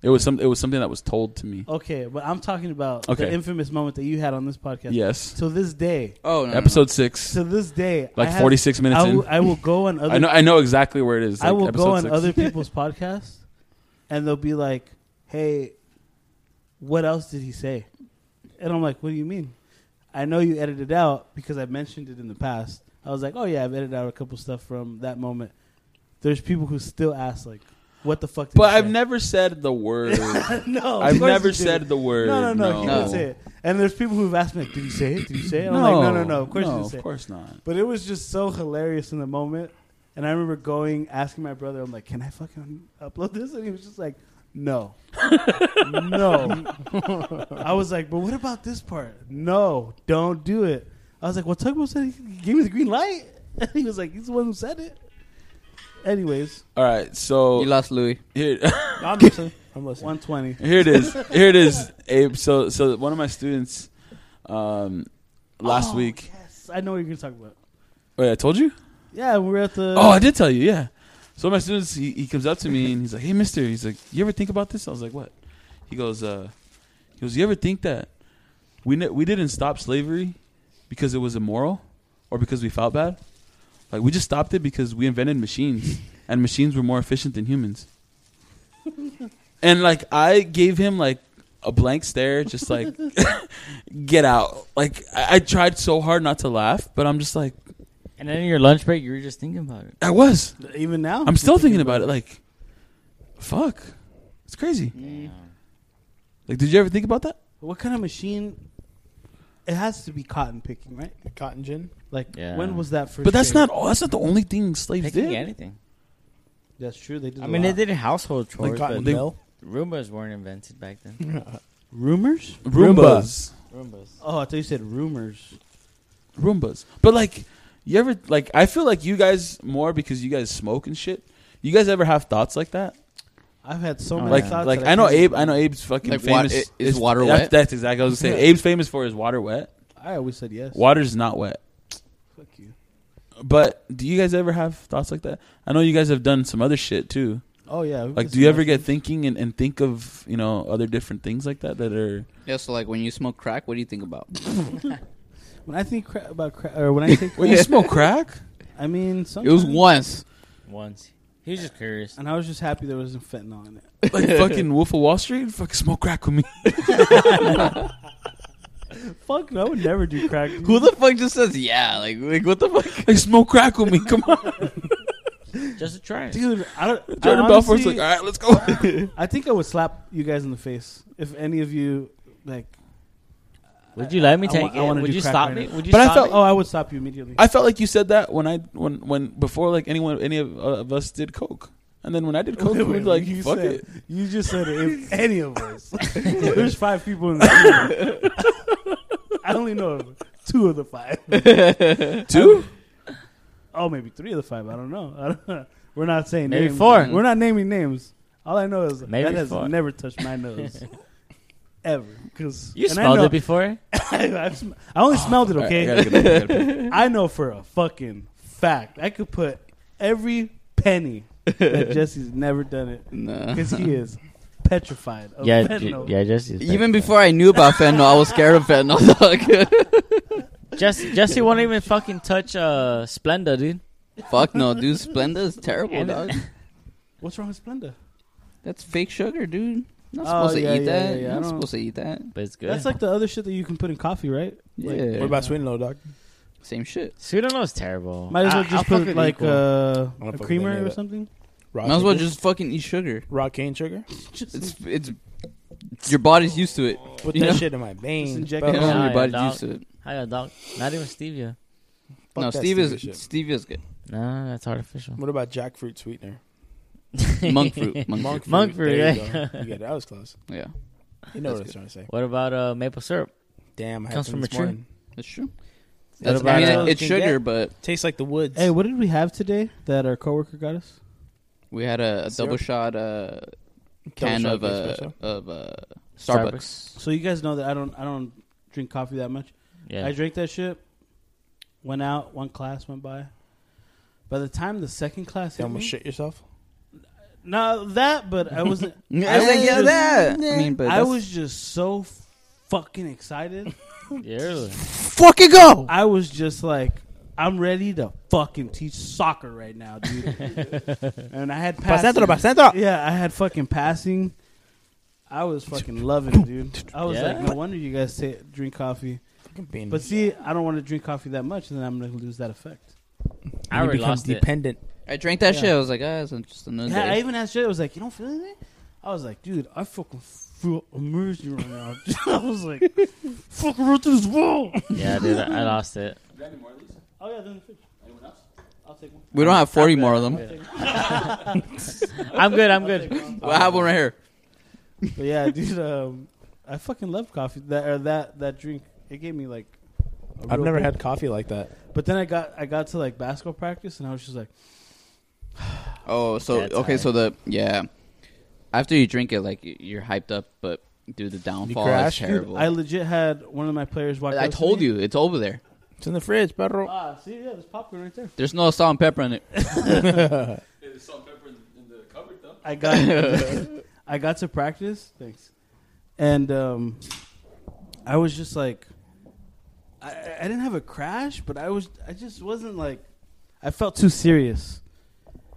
S4: It was some. It was something that was told to me.
S2: Okay, but I'm talking about the
S4: Okay.
S2: infamous moment that you had on this podcast.
S4: Yes.
S2: To this day,
S3: oh no, no, no.
S4: episode six,
S2: to this day, I
S4: like
S2: have-
S4: 46 minutes
S2: I
S4: in.
S2: will- I will go on other.
S4: *laughs* I know. I know exactly where it is.
S2: I
S4: like,
S2: will
S4: episode
S2: go on
S4: six. *laughs*
S2: other people's podcasts, and they'll be like, "Hey, what else did he say?" And I'm like, "What do you mean?" I know you edited out because I mentioned it in the past. I was like, "Oh yeah, I've edited out a couple stuff from that moment." There's people who still ask like, "What the fuck?" Did
S4: But
S2: he
S4: I've
S2: *laughs* say?
S4: never said the word.
S2: no, of
S4: I've
S2: course
S4: never
S2: you didn't.
S4: said the word.
S2: No, no, no, He
S3: No.
S2: didn't say it. And there's people who've asked me, like, "Did you say it? Did you say it?" And I'm like, "No, no, no. Of course you didn't say
S4: Of
S2: it."
S4: course not.
S2: But it was just so hilarious in the moment. And I remember going, asking my brother, I'm like, can I fucking upload this? And he was just like, no. *laughs* no. I was like, but what about this part? No, don't do it. I was like, well, Tugboat said he gave me the green light. *laughs* And he was like, he's the one who said it. Anyways,
S4: All right, so
S3: You lost Louis.
S4: here, *laughs*
S2: *laughs*
S7: I'm listening. I'm listening.
S2: 120.
S4: here it is. Here it is, Abe. So, so one of my students, um, last
S2: Oh,
S4: week.
S2: Yes, I know what you're going to talk about.
S4: Wait, I told you.
S2: Yeah, we were at the.
S4: Oh, I did tell you. Yeah. So my students, he, he comes up to me and he's like, "Hey, Mister," he's like, "You ever think about this?" I was like, "What?" He goes, uh, "He goes, you ever think that we ne- we didn't stop slavery because it was immoral or because we felt bad? Like we just stopped it because we invented machines and machines were more efficient than humans." and like I gave him like a blank stare, just like, *laughs* "Get out!" Like I-, I tried so hard not to laugh, but I'm just like,
S5: And then in your lunch break, you were just thinking about it.
S4: I was.
S2: Even now?
S4: I'm still thinking about it. Like, fuck, it's crazy.
S5: Mm.
S2: Mm.
S4: Like, did you ever think about that?
S2: What kind of machine? It has to be cotton picking, right?
S7: Cotton gin.
S2: Like,
S5: Yeah.
S2: when was that first?
S4: But that's
S2: day?
S4: not. That's not the only thing slaves
S5: Picking
S4: did.
S5: anything.
S2: That's true. They did.
S5: I mean, they did household chores,
S7: cotton
S5: but
S4: they-
S7: mill.
S5: Roombas weren't invented back then.
S2: *laughs* rumors.
S4: Roombas.
S5: Roombas.
S2: Oh, I thought you said rumors.
S4: Roombas. But like, you ever like? I feel like you guys more because you guys smoke and shit. You guys ever have thoughts like that?
S2: I've had so
S5: Oh,
S2: many
S4: like,
S5: yeah.
S2: thoughts.
S4: like
S2: that
S4: I know
S2: can't-
S4: Abe. I know Abe's fucking
S3: Like, wa-
S4: famous.
S3: i- is water
S4: that's,
S3: wet?
S4: That's exactly. what I was gonna say Abe's famous for his water wet.
S2: I always said yes.
S4: Water's not wet.
S2: Fuck you.
S4: But do you guys ever have thoughts like that? I know you guys have done some other shit too.
S2: Oh yeah. we've
S4: Like,
S2: got
S4: do you
S2: some
S4: ever
S2: options.
S4: get thinking and, and think of you know other different things like that
S2: *laughs*
S4: that are
S3: Yeah, so like when you smoke crack, what do you think about?
S2: when I think cra- about cra- or when I
S4: *laughs*
S2: think?
S4: Wait, you smoke crack?
S2: I mean,
S3: It was *laughs*
S2: sometimes-
S3: once.
S5: once. He was just curious.
S2: and I was just happy there wasn't fentanyl in it. *laughs*
S4: Like fucking Wolf of Wall Street? Fucking smoke crack with me.
S2: Fuck no, I would never do
S4: *laughs*
S2: crack.
S3: Who the fuck just says yeah? Like, like what the fuck?
S4: Like smoke crack with me. Come on.
S2: *laughs*
S5: Just to try it.
S2: dude? I don't. I
S4: Jordan Belfort's
S2: honestly,
S4: like, all right, let's
S2: *laughs*
S4: go.
S2: I think I would slap you guys in the face if any of you like.
S5: Would you let me
S2: I
S5: take
S2: wa- I
S5: it?
S2: wanna
S5: Would
S2: do
S5: you
S2: crack
S5: stop
S2: right
S5: me?
S2: now.
S5: Would you
S4: But I
S5: stop
S4: felt-
S5: me?
S2: Oh, I would stop you immediately.
S4: I felt like you said that when I when when before like anyone any of, uh, of us did coke, and then when I did
S2: *laughs*
S4: coke, we
S2: Wait,
S4: were
S2: wait,
S4: like,
S2: you
S4: fuck
S2: said,
S4: it.
S2: You just said it. If any of us, there's five people in the room. I only know of two of the five. *laughs*
S4: Two?
S2: Oh, maybe three of the five. I don't know. I don't know. We're not saying
S5: Maybe
S2: names.
S5: four.
S2: We're not naming names. All I know is
S5: Maybe
S2: that has
S5: four.
S2: never touched my
S5: *laughs*
S2: nose ever. Because
S5: You smelled it before? Oh,
S2: I've sm- *laughs* I only smelled it.
S4: All right, I
S2: Okay, *laughs*
S4: gotta get up, I gotta pee.
S2: I know for a fucking fact I could put every penny
S5: *laughs*
S2: that Jesse's never done it
S3: Nah.
S2: because he is petrified of
S5: Yeah, j-
S2: fentanyl.
S5: yeah, just just-
S6: Even before I knew about fentanyl, I was scared of
S3: *laughs*
S6: fentanyl, dog.
S5: Just Jesse won't even fucking touch uh Splenda, dude.
S3: Fuck no, dude. Splenda is terrible,
S5: And-
S3: dog.
S2: What's wrong with Splenda?
S3: That's fake sugar, dude. You're not
S2: Oh,
S3: supposed
S2: yeah,
S3: to eat
S2: yeah,
S3: that.
S2: yeah, yeah. I
S3: You're not
S2: don't-
S3: supposed to eat that.
S5: But it's good.
S2: That's like the other shit that you can put in coffee, right?
S3: Yeah.
S2: Like,
S7: What about Swinlow, dog?
S3: Same shit.
S5: Pseudonym is terrible.
S2: might as well
S5: I- I'll
S2: just
S5: fuck
S2: put
S5: with
S2: like
S5: equal.
S2: uh,
S7: gonna
S2: a
S7: fuck
S2: creamer
S7: with
S2: or
S7: that.
S2: *laughs* something.
S7: Raw
S3: Might as well
S7: sugar?
S3: just fucking eat sugar.
S7: raw cane sugar.
S2: Just
S3: It's it's your body's used to it.
S7: Put
S3: You
S7: that
S3: know?
S7: shit in my veins.
S2: inject
S7: bro.
S2: it
S3: You know,
S5: yeah,
S3: your body's
S5: dog.
S3: used to it.
S5: Hi, dog. Not even stevia.
S3: no,
S7: Fuck that
S3: Steve
S7: stupid
S3: is
S7: shit.
S3: Steve is
S7: *laughs*
S3: good.
S5: No, that's artificial.
S7: What about jackfruit sweetener?
S3: Monk fruit. Monk, fruit.
S7: Monk fruit.
S5: Monk fruit,
S7: There
S5: yeah.
S7: you go. You got it. I was close.
S3: Yeah,
S7: You know
S3: That's
S7: what I was trying to say.
S5: *laughs* What about uh maple syrup?
S7: Damn, I had
S5: Comes
S7: some
S5: from
S7: this
S5: a tree.
S7: morning.
S3: that's true.
S5: What
S3: That's,
S5: about,
S3: I mean,
S5: uh,
S3: it's
S7: Can
S3: sugar,
S7: get-
S3: but
S7: Tastes like the woods.
S2: hey, what did we have today that our coworker got us?
S3: we had a, a double
S7: Syrup?
S3: shot uh, can
S7: shot
S3: of uh,
S7: espresso?
S3: of uh, Starbucks.
S2: So you guys know that I don't I don't drink coffee that much.
S5: Yeah.
S2: I drank that shit. Went out. One class went by. By the time the second class
S7: You
S2: hit me,
S7: almost shit yourself.
S2: no that, but I wasn't.
S3: I was like, *laughs* yeah, that. I mean, but
S2: I
S3: that's-
S2: was just so fucking excited.
S5: yeah. really.
S7: Fucking go.
S2: I was just like, I'm ready to fucking teach soccer right now, dude. and I had passing.
S7: Pasentro, pasentro.
S2: Yeah, I had fucking passing. I was fucking loving it, dude. I was
S5: Yeah?
S2: like, no wonder you guys say, drink coffee. But see, I don't want to drink coffee that much, and then I'm going to lose that effect.
S5: I already lost it.
S7: dependent.
S3: I drank that
S2: Yeah.
S3: shit. I was like, ah, it's just another
S2: Yeah, I
S3: day.
S2: even asked Jay. I was like, "You don't feel anything?" I was like, "Dude, I fucking feel amazing right now." *laughs* I was like, "Fucking run through this wall."
S5: Yeah, dude, I I lost it.
S2: Oh yeah, then the fridge. I'll take one.
S3: We don't have forty more of them.
S5: I'm good. I'm good.
S3: I have one right here.
S2: But yeah, *laughs* dude, um, I fucking love coffee. That or that that drink, it gave me like. a
S7: I've
S2: real
S7: never
S2: kick.
S7: had coffee like that.
S2: But then I got I got to like basketball practice, and I was just like,
S3: Oh, so
S5: That's
S3: okay,
S5: high.
S3: so the yeah, after you drink it, like y- you're hyped up, but dude, the downfall is
S7: crash, dude.
S3: terrible.
S2: dude, I legit had one of my players walk.
S3: I,
S2: up to
S3: told
S2: me.
S3: you, it's over there.
S7: It's in the fridge, bro.
S2: Ah, see, yeah, there's popcorn right there.
S3: There's no salt and pepper in it.
S4: There's salt and pepper in, in the cupboard, though.
S2: I got I got to practice. Thanks. And um I was just like I, I didn't have a crash, but I was I just wasn't like I felt too serious.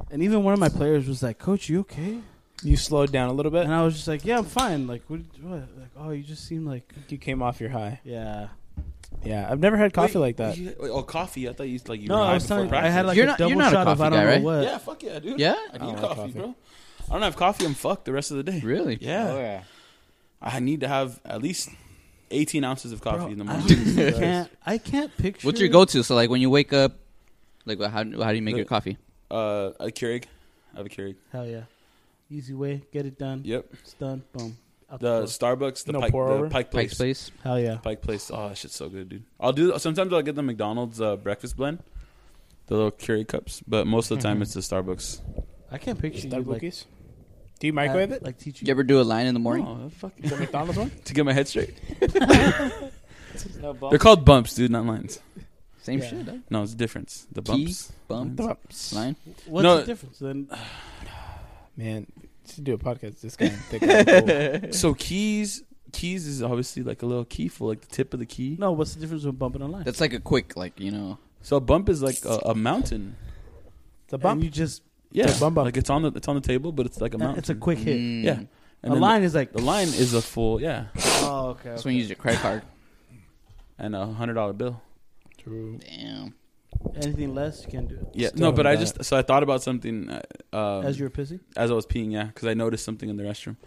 S2: And even one of my players was like, "Coach, you okay?"
S7: You slowed down a little bit.
S2: And I was just like, "Yeah, I'm fine." Like, what? what? Like, oh, you just seem like
S7: You came off your high.
S2: yeah.
S7: Yeah, I've never had coffee like that.
S4: You, wait, oh, coffee. I thought you like you
S2: No,
S4: were high
S2: I was
S4: before
S2: telling you, I
S4: practice.
S2: had like
S3: You're
S2: a
S3: not-
S2: double
S3: you're not a
S2: shot of I
S3: coffee
S2: don't
S3: guy,
S2: know
S3: right?
S2: what. *laughs*
S4: yeah, fuck yeah, dude.
S3: Yeah?
S4: I
S7: I
S4: need
S7: don't like
S4: coffee,
S7: coffee.
S4: bro. I don't have coffee. I'm fucked the rest of the day.
S3: Really?
S4: Oh, Yeah,
S5: yeah.
S4: I need to have at least 18 ounces of coffee
S2: Bro,
S4: in the
S2: I
S4: morning.
S2: honestly can't. I can't picture.
S3: What's your go-to? So like when you wake up, like how how do you make your
S4: Look.
S3: coffee?
S4: uh, a Keurig. I have a Keurig.
S2: Hell yeah, easy way, get it done.
S4: Yep.
S2: It's done. Boom. Out
S4: The
S2: door.
S4: Starbucks, the,
S7: No
S4: Pike,
S7: pour
S4: the
S7: over?
S4: Pike Place.
S3: Pike's Place.
S2: Hell yeah.
S4: Pike Place. Oh, that shit's so good, dude. I'll do. Sometimes I'll get the McDonald's uh, breakfast blend, the little Keurig cups. But most of the
S7: Mm-hmm.
S4: time, it's the Starbucks.
S2: I can't picture you
S7: Star
S2: like,
S7: cookies. Do you microwave it?
S2: Like teaching.
S3: You ever do a line in the morning?
S4: Oh, fuck.
S7: The McDonald's one?
S4: to get my head straight. They're called bumps, dude, not lines.
S6: Same
S2: Yeah.
S6: shit. Huh?
S4: No, it's the difference. The
S6: Key?
S4: bumps.
S6: Bump. Line.
S2: What's
S4: No.
S2: the difference then?
S7: *laughs* Man, to do a podcast, this guy and thick guy are cool.
S4: So keys, keys is obviously like a little key for like the tip of the key.
S2: No, what's the difference with bumping a line?
S6: That's like a quick, like you know.
S4: So a bump is like a, a mountain.
S7: The
S2: And
S7: bump.
S2: you just
S4: Yeah,
S7: It's a bump up.
S4: like it's on the it's on the table, but it's like a mountain.
S2: it's a quick hit.
S6: Mm.
S4: yeah.
S2: a
S4: then
S2: line is like
S4: The, the line is a full yeah,
S2: Oh, okay.
S6: That's when you use your credit card.
S4: and a hundred dollar bill.
S6: Damn.
S2: Anything less, you can't do it.
S4: Yeah,
S7: Still
S4: no, but I
S7: that.
S4: just so I thought about something uh, um,
S2: As you were pissing.
S4: as I was peeing, yeah, because I noticed something in the restroom.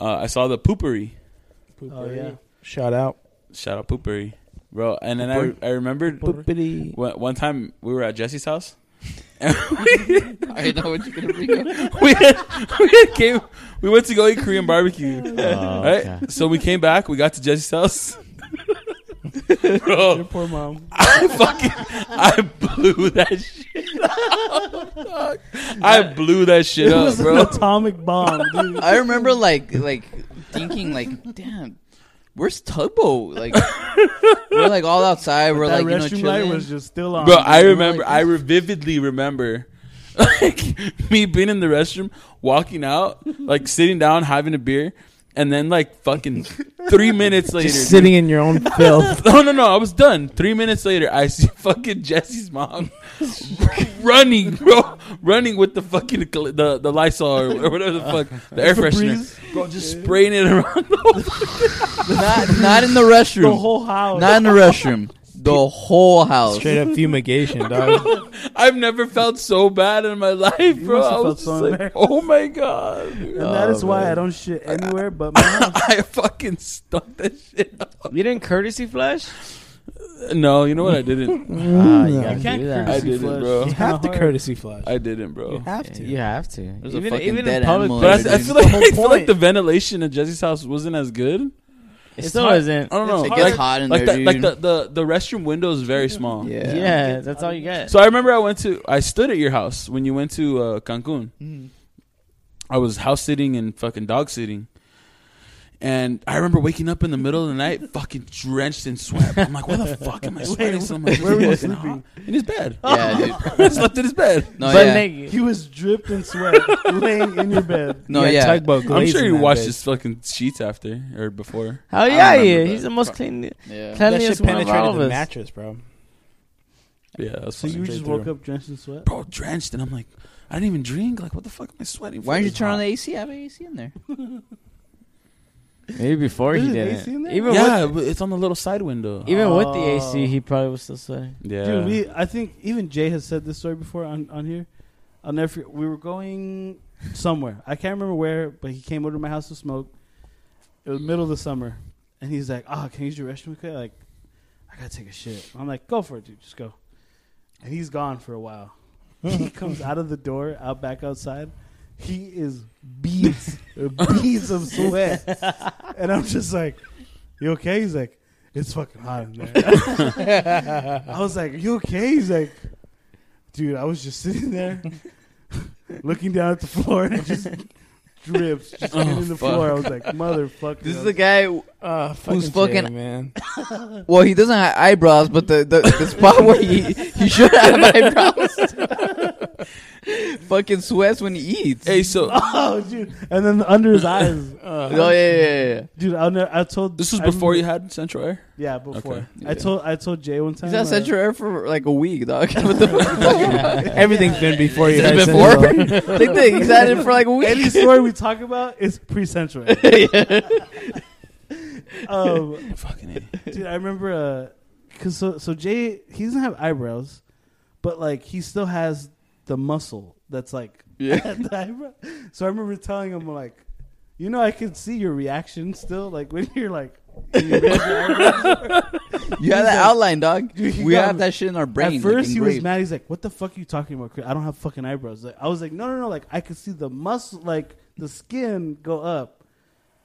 S4: Uh, I saw the poopery.
S2: Oh yeah.
S7: Shout out.
S4: Shout out poopery, bro. And then I I remembered
S7: Boopity.
S4: one one time we were at Jesse's house. *laughs*
S6: I know what you're gonna bring up. *laughs*
S4: we had, we had came we went to go eat Korean barbecue.
S5: Oh,
S4: right?
S5: okay.
S4: So we came back, we got to Jesse's house. *laughs* Bro,
S2: poor mom.
S4: I fucking I blew that shit up. I blew that
S2: *laughs*
S4: shit
S2: It
S4: up,
S2: was an
S4: bro.
S2: atomic bomb, dude.
S6: I remember like like thinking like, damn, where's tugboat? Like we're like all outside. We're
S2: that
S6: like you know
S2: restroom light
S6: chilling.
S2: was just still on.
S4: Bro, I
S6: We're
S4: remember
S6: like-
S4: I vividly remember *laughs* like me being in the restroom, walking out, like sitting down, having a beer, and then like fucking three minutes later dude,
S7: Sitting in
S2: *laughs*
S7: your own filth.
S4: No, no, no. I was done. Three minutes later, I see fucking Jesse's mom *laughs* running, bro, running with the fucking cl- the the Lysol or, or whatever the fuck the air freshener, bro, just spraying it around.
S6: not not in the restroom.
S2: the whole house.
S6: not in the restroom. The whole house.
S7: Straight up fumigation, dog.
S4: I've never felt so bad in my *laughs* life, bro.
S2: must have
S4: I
S2: felt
S4: was
S2: so
S4: just like,
S2: embarrassed.
S4: oh my god, Um,
S2: and that
S4: Oh,
S2: is why I don't shit anywhere but my house.
S4: I fucking stuck that shit. Up.
S5: You didn't courtesy flush?
S4: No, you know what? I didn't.
S5: Ah, you gotta
S2: I can't
S5: do
S4: *laughs*
S5: that.
S4: I
S2: courtesy
S4: didn't,
S2: flush.
S4: bro.
S2: It's
S7: You
S2: kinda
S6: *laughs*
S7: have to
S2: hard.
S7: courtesy flush.
S4: *laughs* I didn't,
S7: You
S4: bro.
S7: have to.
S5: You have to.
S6: There's a
S5: even
S6: fucking
S5: even
S6: dead
S5: in public
S6: animal
S4: But I, I
S6: Dude.
S4: feel like *laughs* I feel like
S7: point.
S4: the ventilation at Jesse's house wasn't as good.
S5: it still
S2: hard.
S5: isn't.
S4: I don't know.
S6: It
S4: Like-
S6: gets hot in
S4: like
S6: there,
S4: the, like
S6: dude.
S4: the, the the restroom window is very small.
S6: yeah.
S5: Yeah, that's all you get.
S4: So I remember I went to I stood at your house when you went to uh, Cancun. I was house sitting and fucking dog sitting. And I remember waking up in the middle of the night, fucking drenched in sweat. I'm like, where the fuck am I sweating so much?
S2: where were you
S4: *laughs* Fucking
S2: sleeping?
S4: hot. In his bed.
S6: Yeah, dude.
S4: *laughs* I slept in his bed.
S6: No,
S5: but
S6: yeah.
S5: nigga,
S2: He was dripped in sweat, *laughs* laying in your bed.
S6: no,
S7: You got
S6: yeah.
S7: Tugboat
S4: I'm
S7: glaze
S4: sure
S7: in
S4: you
S7: that
S4: washed
S7: bitch.
S4: his fucking sheets after or before.
S5: hell
S4: I
S5: yeah,
S4: remember
S5: yeah.
S4: that.
S5: He's the most clean,
S6: yeah.
S7: That shit
S5: cleanliest one of all
S7: penetrated
S5: of
S7: the
S5: us.
S7: mattress, bro.
S4: Yeah, that's
S2: So you
S4: funny.
S2: just woke up drenched in sweat.
S4: bro drenched, and I'm like, I didn't even drink. Like, what the fuck am I sweating? for?
S6: Why didn't you
S4: It's
S6: turn
S4: hot.
S6: on the AC? I have AC in there.
S5: Maybe before
S2: There's
S5: he
S2: an
S5: didn't.
S2: AC in there?
S5: Even
S4: Yeah,
S5: with
S4: but it's on the little side window. Uh,
S5: even with the
S2: Oh.
S5: AC, he probably was still sweating. *laughs*
S4: Yeah,
S2: Dude, we I think even Jay has said this story before on, on here. I'll never forget. We were going somewhere. I can't remember where, but he came over to my house to smoke. It was middle of the summer. And he's like, Oh, can I use your restroom quick? Like, I gotta take a shit. I'm like, Go for it, dude, just go. And he's gone for a while. *laughs* he comes out of the door, out back outside. He is beads,
S4: *laughs*
S2: beads of sweat. And I'm just like, You okay? He's like, It's fucking hot in there.
S4: *laughs*
S2: I was like, Are you okay? He's like, Dude, I was just sitting there *laughs* looking down at the floor and it just drips, just
S4: Oh,
S2: hitting the
S4: fuck.
S2: floor. I was like, Motherfucker.
S6: This is the guy.
S7: Uh,
S6: Who's
S7: fucking Jay,
S6: fucking-
S7: man?
S6: Well, he doesn't have eyebrows, but the the, the spot where he he should have *laughs* eyebrows. *laughs* fucking sweats when he eats.
S4: Hey, so
S2: *laughs* Oh, dude. And then under his
S4: *laughs*
S2: eyes.
S6: oh yeah, yeah, yeah.
S2: Dude, I'll never, I told.
S4: this was
S2: I
S4: before you
S2: remember-
S4: had Central Air.
S2: Yeah, before.
S4: Okay.
S2: I told I told Jay one time.
S6: He's at
S2: uh, *laughs*
S6: Central Air for like a week, dog. *laughs* what the fuck?
S7: Everything's been before you. guys
S6: Since
S7: sent
S6: before?
S7: it
S6: *laughs*
S7: up.
S6: they think he's at it for *laughs* like a
S2: Any
S6: week.
S2: story we talk about is pre Central. *laughs* um,
S4: Fucking idiot.
S2: dude i remember because so, so jay he doesn't have eyebrows but like he still has the muscle that's like *laughs* at the eyebrow. so i remember telling him like you know i can see your reaction still like when you're like when you raise your eyebrows.
S6: You have that
S2: *laughs*
S6: outline, dog.
S2: Dude, he
S6: we
S2: got
S6: have
S2: me.
S6: that shit in our brain.
S2: at
S6: like,
S2: first he was
S6: engraved.
S2: mad he's like what the fuck are you talking about Chris? i don't have fucking eyebrows like, i was like no no no like i could see the muscle like the skin go up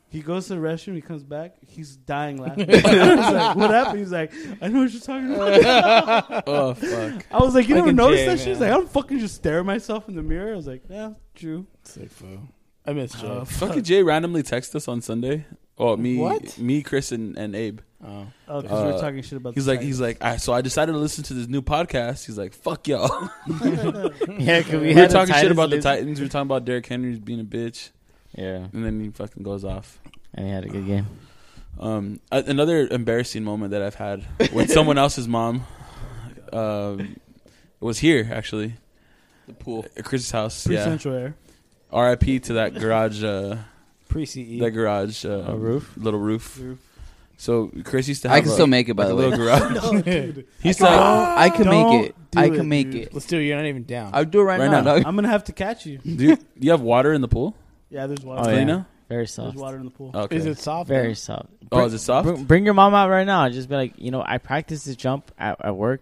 S2: he goes to the restroom he comes back he's dying laughing *laughs* he's like what happened he's like i know what you're talking about
S4: Oh fuck.
S2: I was like, you never
S7: Fucking
S2: notice
S7: Jay,
S2: that shit? He's
S7: man.
S2: like, I'm fucking just staring myself in the mirror. I was like, yeah, true.
S7: Sick fool. I miss Jay.
S2: Uh,
S4: Fucking Jay randomly texted us on Sunday. Oh, me,
S7: What?
S4: me, Chris, and, and Abe.
S7: Oh.
S2: Oh, because we
S4: Uh,
S2: were talking shit about.
S4: He's
S2: the
S4: like, he's like, I, so I decided to listen to this new podcast. He's like, fuck y'all.
S3: yeah, cause
S4: *laughs* we were talking shit about the Titans. We were talking about Derrick Henry being a bitch,
S5: Yeah,
S4: and then he fucking goes off.
S5: and he had a good game.
S4: Um, a- another embarrassing moment that I've had with someone else's mom um, was here actually
S3: the pool.
S4: at Chris's house.
S2: Pre
S4: Yeah,
S2: Central Air.
S4: R.I.P. to that garage. Uh,
S7: Pre CE.
S4: that garage. Uh,
S5: A roof?
S4: little roof. So Chris used to have.
S6: I can
S4: a-
S6: still make it by
S4: like
S6: the
S4: a
S6: way.
S4: little
S6: *laughs*
S4: garage. he used to have-
S6: I can
S2: Don't
S6: make it.
S2: do
S6: I can make
S2: dude.
S6: it.
S7: Let's do it. You're not even down.
S6: I'll do it right,
S4: Right
S6: now.
S4: now.
S6: dog.
S2: I'm gonna have to catch you.
S4: do you, you have water in the pool?
S2: Yeah, there's water.
S5: Oh,
S4: Do
S5: yeah.
S4: you know?
S5: Very
S2: There's
S5: soft.
S2: water in the pool.
S4: Okay.
S7: Is it soft?
S5: Very soft.
S4: oh, is it soft?
S5: Bring, bring your mom out right now. Just be like, you know, I practiced this jump at, at work,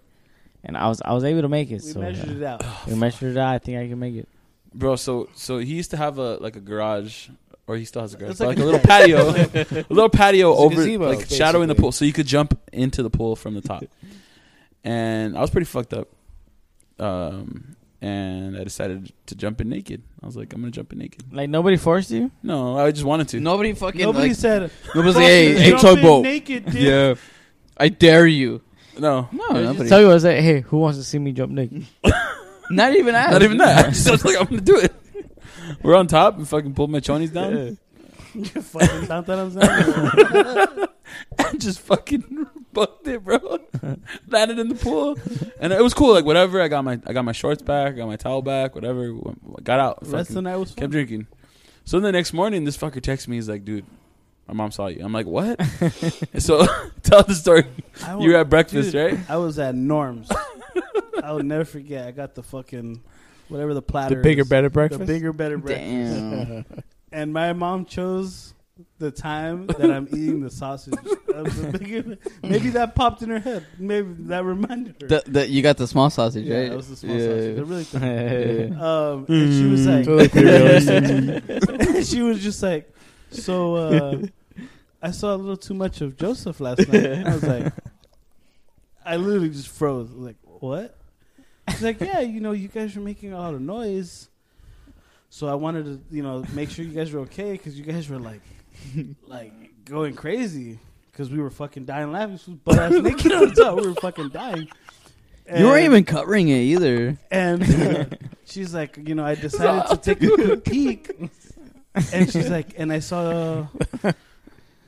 S5: and I was I was able to make it.
S2: We
S5: so
S2: measured
S5: uh,
S2: it out.
S5: we measured it out. I think I can make it.
S4: Bro, so so he used to have a like a garage, or he still has a garage,
S2: It's
S4: but
S2: like
S4: like, a little patio, a little patio
S7: It's a
S4: over
S7: gazebo,
S4: like shadowing the
S7: basically.
S4: pool, so you could jump into the pool from the top. and I was pretty fucked up, um, and I decided to jump in naked. I was like, I'm gonna jump in naked.
S5: Like nobody forced you.
S4: No, I just wanted to.
S6: Nobody fucking
S2: Nobody
S6: like,
S2: said.
S6: nobody's
S2: "Fuck
S6: like,
S2: you,
S6: hey, hey,
S2: jump in
S6: tugboat.
S2: Naked, dude.
S6: Yeah, I dare you.
S4: no,
S6: No,
S5: It was just
S6: nobody.
S5: tell you I was like, hey, who wants to see me *laughs* jump naked?
S6: not even that.
S4: not even that. *laughs*
S2: *laughs*
S4: I just was like, I'm gonna do it. We're on top and fucking pulled my chonies down.
S2: *laughs* Fucking dun, dun, dun, dun.
S4: I *laughs* just fucking bucked it, bro. *laughs* Landed in the pool, and it was cool. Like whatever, I got my I got my shorts back, I got my towel back, whatever. Went- Got out,
S2: The rest of the
S4: fucking,
S2: night was fun.
S4: kept drinking. So then the next morning, this fucker texts me. He's like, "Dude, my mom saw you." I'm
S2: *laughs*
S4: like, "What?" so *laughs* tell the story.
S2: I
S4: You were
S2: wa-
S4: at breakfast,
S2: dude, *laughs*
S4: right?
S2: I was at Norm's. I will never forget. I got the fucking whatever the platter.
S7: The bigger,
S2: is.
S7: better
S2: The
S7: breakfast.
S2: bigger, better breakfast. *laughs*
S6: Damn.
S2: And my mom chose the time that I'm eating the sausage. That was the *laughs* bigger- maybe that popped in her head. Maybe that reminded her.
S6: The, the, you got the small sausage,
S2: yeah,
S6: right?
S2: that was the small
S6: Yeah.
S2: sausage. They're really thin.
S5: yeah,
S6: Mm.
S2: Um, and she was like,
S7: Totally pretty
S2: *laughs*
S7: realistic.
S2: she was just like, so uh, I saw a little too much of Joseph last night. I was
S6: *laughs*
S2: like, I literally just froze. Like, what? She's like, yeah, you know, you guys were making a lot of noise, so I wanted to, you know, make sure you guys were okay because you guys were like, like going crazy because we were fucking dying laughing. She was butt ass naked on top. We were fucking dying.
S6: You weren't
S2: And-
S6: even covering
S2: *laughs*
S6: it either. *laughs*
S2: and she's like, you know, I decided to take a quick peek. And she's like, and I saw,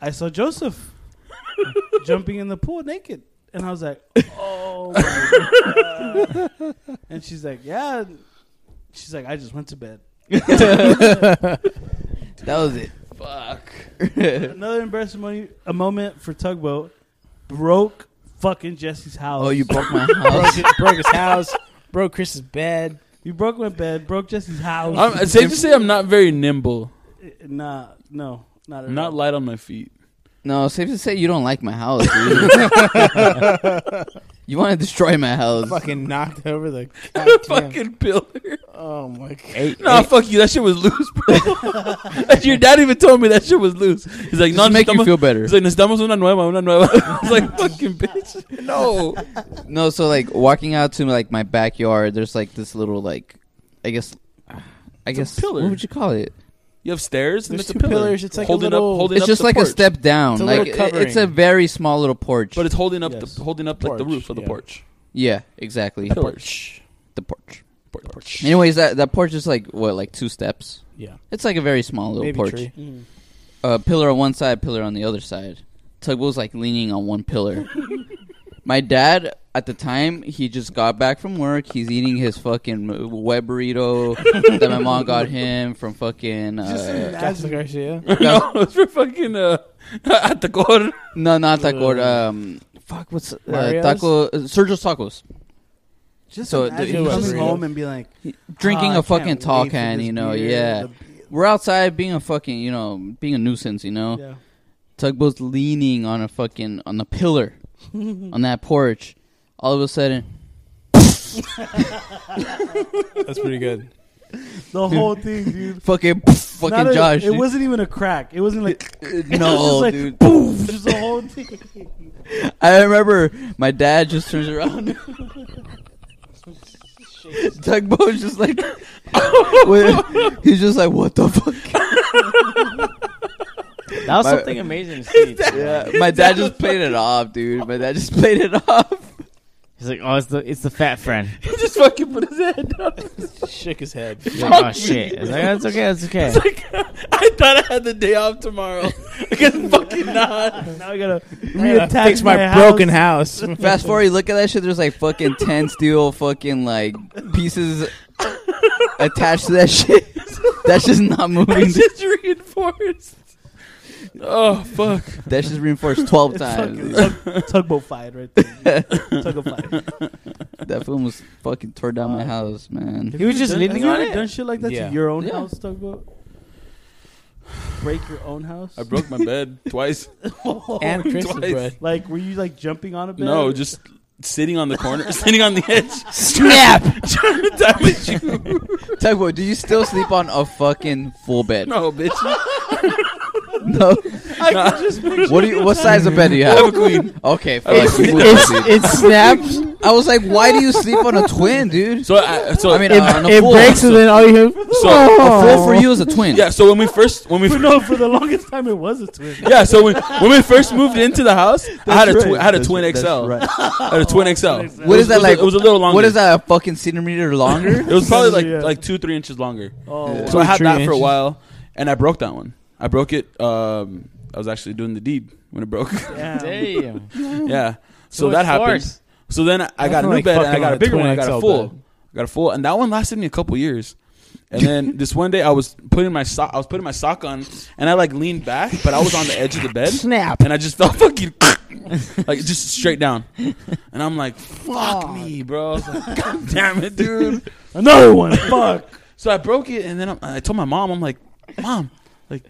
S2: I saw Joseph jumping in the pool naked, and I was like, oh. My God. And she's like, yeah. She's like, I just went to bed.
S6: *laughs* That was it.
S2: *laughs* Another embarrassing mo- a moment for tugboat broke fucking Jesse's house.
S6: Oh, you broke my
S7: broke,
S6: house.
S7: his, broke his house. Broke Chris's bed.
S2: you broke my bed, broke Jesse's house.
S4: I'm,
S6: uh,
S4: it's safe to say I'm not very nimble.
S2: nah, no, not at
S4: I'm
S2: all.
S4: not light on my feet.
S6: No, safe to say you don't like my house. Dude. you want to destroy my house.
S7: Fucking knocked over the goddamn.
S4: *laughs* fucking pillar.
S7: Oh my god.
S4: Nah, fuck you. That shit was loose, bro.
S6: *laughs*
S4: Your dad even told me that shit was loose. He's like,
S6: Just
S4: no,
S6: to make you
S4: estamos-
S6: feel better.
S4: He's like, necesitamos una nueva, una nueva. *laughs* I
S6: *laughs*
S4: was like, fucking bitch. No.
S6: No, so like walking out to like my backyard, there's like this little like, I guess, I guess
S4: pillar.
S6: what would you call it?
S4: You have stairs and it's
S7: There's
S4: a
S7: two
S4: pillar.
S7: pillars, it's like a
S4: holding
S7: little-
S4: up, holding
S6: It's
S4: up
S6: just
S4: the
S6: like
S4: porch.
S6: a step down.
S7: It's a
S6: like
S7: little
S6: it- it's a
S7: covering.
S6: very small little porch.
S4: But it's holding up,
S2: Yes.
S4: the, holding up like the
S7: Porch,
S4: roof of the
S7: yeah.
S4: porch.
S6: yeah, exactly.
S4: The
S6: The
S4: porch.
S6: porch.
S4: Porch.
S6: *laughs*
S4: porch.
S6: Anyways, that that porch is like what, like two steps.
S7: Yeah.
S6: It's like a very small little
S7: Maybe
S6: porch.
S7: tree.
S2: Mm.
S6: A Uh, pillar on one side, pillar on the other side. Tugboat's like leaning on one pillar. My dad at the time, he just got back from work. He's eating his fucking web burrito that my mom got him from fucking
S2: Just
S6: uh,
S7: Gaston Garcia.
S6: *laughs*
S4: *laughs* no, it's for fucking uh, *laughs* at the corner.
S6: no, not taco.
S7: Uh,
S6: Um, fuck, what's uh,
S7: Mario's?
S6: taco? Uh, Sergio's tacos.
S2: Just
S6: So
S2: so
S6: it-
S2: imagine
S7: it was
S2: coming
S7: real.
S2: home and be like.
S6: Drinking
S2: "Ah, I
S6: a fucking
S2: can't
S6: tall
S2: wait for
S6: can,
S2: this
S6: you know.
S2: beer,
S6: Yeah, we're outside being a fucking, you know, being a nuisance, you know.
S2: the- yeah.
S6: tugboat's leaning on a fucking on
S2: *laughs*
S6: the pillar on that porch. All of a sudden,
S7: That's pretty good.
S2: The whole thing, dude.
S6: fucking
S2: Not
S6: *laughs* fucking
S2: a-
S6: Josh.
S2: It
S6: dude. *laughs*
S2: wasn't even a crack. It wasn't like *laughs* it was
S6: no,
S2: just like,
S6: dude.
S2: Boom, just the whole thing. *laughs*
S6: I remember my dad just turns around. Tugboat's just like, *laughs*
S2: *laughs*
S6: Wait, he's just like, what the fuck?
S5: That was
S6: My-
S5: something amazing to see. too.
S6: Yeah, my dad just played it off, dude. My dad just played it off.
S5: He's like, oh, it's the it's the fat friend.
S4: He just fucking put his hand
S2: *laughs*
S4: up.
S7: Shook his head.
S5: He's like, oh shit! I was like, that's okay. That's okay.
S4: Like, I thought I had the day off tomorrow. I guess fucking not.
S2: now I
S6: *laughs*
S2: gotta
S7: Gotta fix
S2: reattach
S7: my,
S2: my,
S7: broken
S2: house.
S7: house.
S6: Fast forward, you look at that shit. There's like fucking ten steel fucking like pieces attached to that shit. That's just not moving.
S4: It's just reinforced. Oh fuck!
S6: That's just reinforced *laughs* twelve times. dude.
S2: Tug, tugboat fight right there.
S6: *laughs*
S2: tugboat fight.
S6: That film was fucking tore down my house, man.
S5: He was just
S2: done,
S5: leaning
S2: have you
S5: on
S2: ever
S5: it?
S2: Done shit like that
S7: Yeah.
S2: to your own
S6: Yeah.
S2: house tugboat. Break your own house. *laughs*
S4: I broke my bed *laughs* twice.
S7: and Christmas
S4: Twice.
S7: bread.
S2: like, were you like jumping on a bed?
S4: No, just sitting on the corner, *laughs* sitting on the edge. *laughs*
S6: Snap!
S4: Trying to damage you.
S6: *laughs* Tugboat, do you still sleep on a fucking full bed?
S4: No, bitch.
S6: No.
S2: I could just picture
S6: What do you? What size of bed do you
S4: I
S6: have?
S4: have a *laughs* queen.
S6: Okay, fuck.
S5: It's,
S6: you,
S5: it's,
S6: dude.
S5: it's snaps.
S6: I was like, why do you sleep on a twin, dude?
S4: So, I, so
S6: I mean, uh,
S4: it,
S6: on a
S5: It
S6: full.
S5: breaks and then oh. all you hear.
S4: so
S6: A full for you is a twin.
S4: yeah. So when we first when we
S2: But *laughs* no, for the longest time it was a twin.
S4: yeah. So when, when we first moved into the house, I had a
S2: right.
S4: twi- I had a
S2: That's-
S4: twin
S2: that's
S4: XL.
S2: right.
S4: *laughs* I had a twin XL.
S6: What is
S4: It was-
S6: that like?
S4: It was a little longer.
S6: What is that? A fucking centimeter
S4: *laughs*
S6: longer?
S4: It was probably like
S2: Yeah.
S4: like two three inches longer.
S2: Oh,
S4: So I had
S7: Three
S4: that for a
S7: inches.
S4: while, and I broke that one. I broke it. Um, I was actually doing the deed when it broke. *laughs*
S2: damn.
S5: Damn.
S4: yeah. So,
S5: Mm-hmm. So
S4: that
S5: it's
S4: happened.
S5: forced.
S4: So then I, I got a
S7: feel
S4: new
S7: like
S4: bed and I
S7: fucking
S4: got
S7: on
S4: a
S7: a
S4: bigger one. I
S7: 20
S4: got a
S7: XL
S4: full.
S7: bed.
S4: I got a full, and that one lasted me a couple years. And then this one day, I was putting my sock. I was putting my sock on, and I like leaned back, but I was on the edge of the bed,
S7: Snap.
S4: and I just felt *laughs* fucking like just straight down. And I'm like, "Fuck me, bro! I was like, *laughs* God damn it, dude!"
S2: Another *laughs* one. Fuck.
S4: So I broke it, and then I'm, I told my mom, I'm like, Mom, like,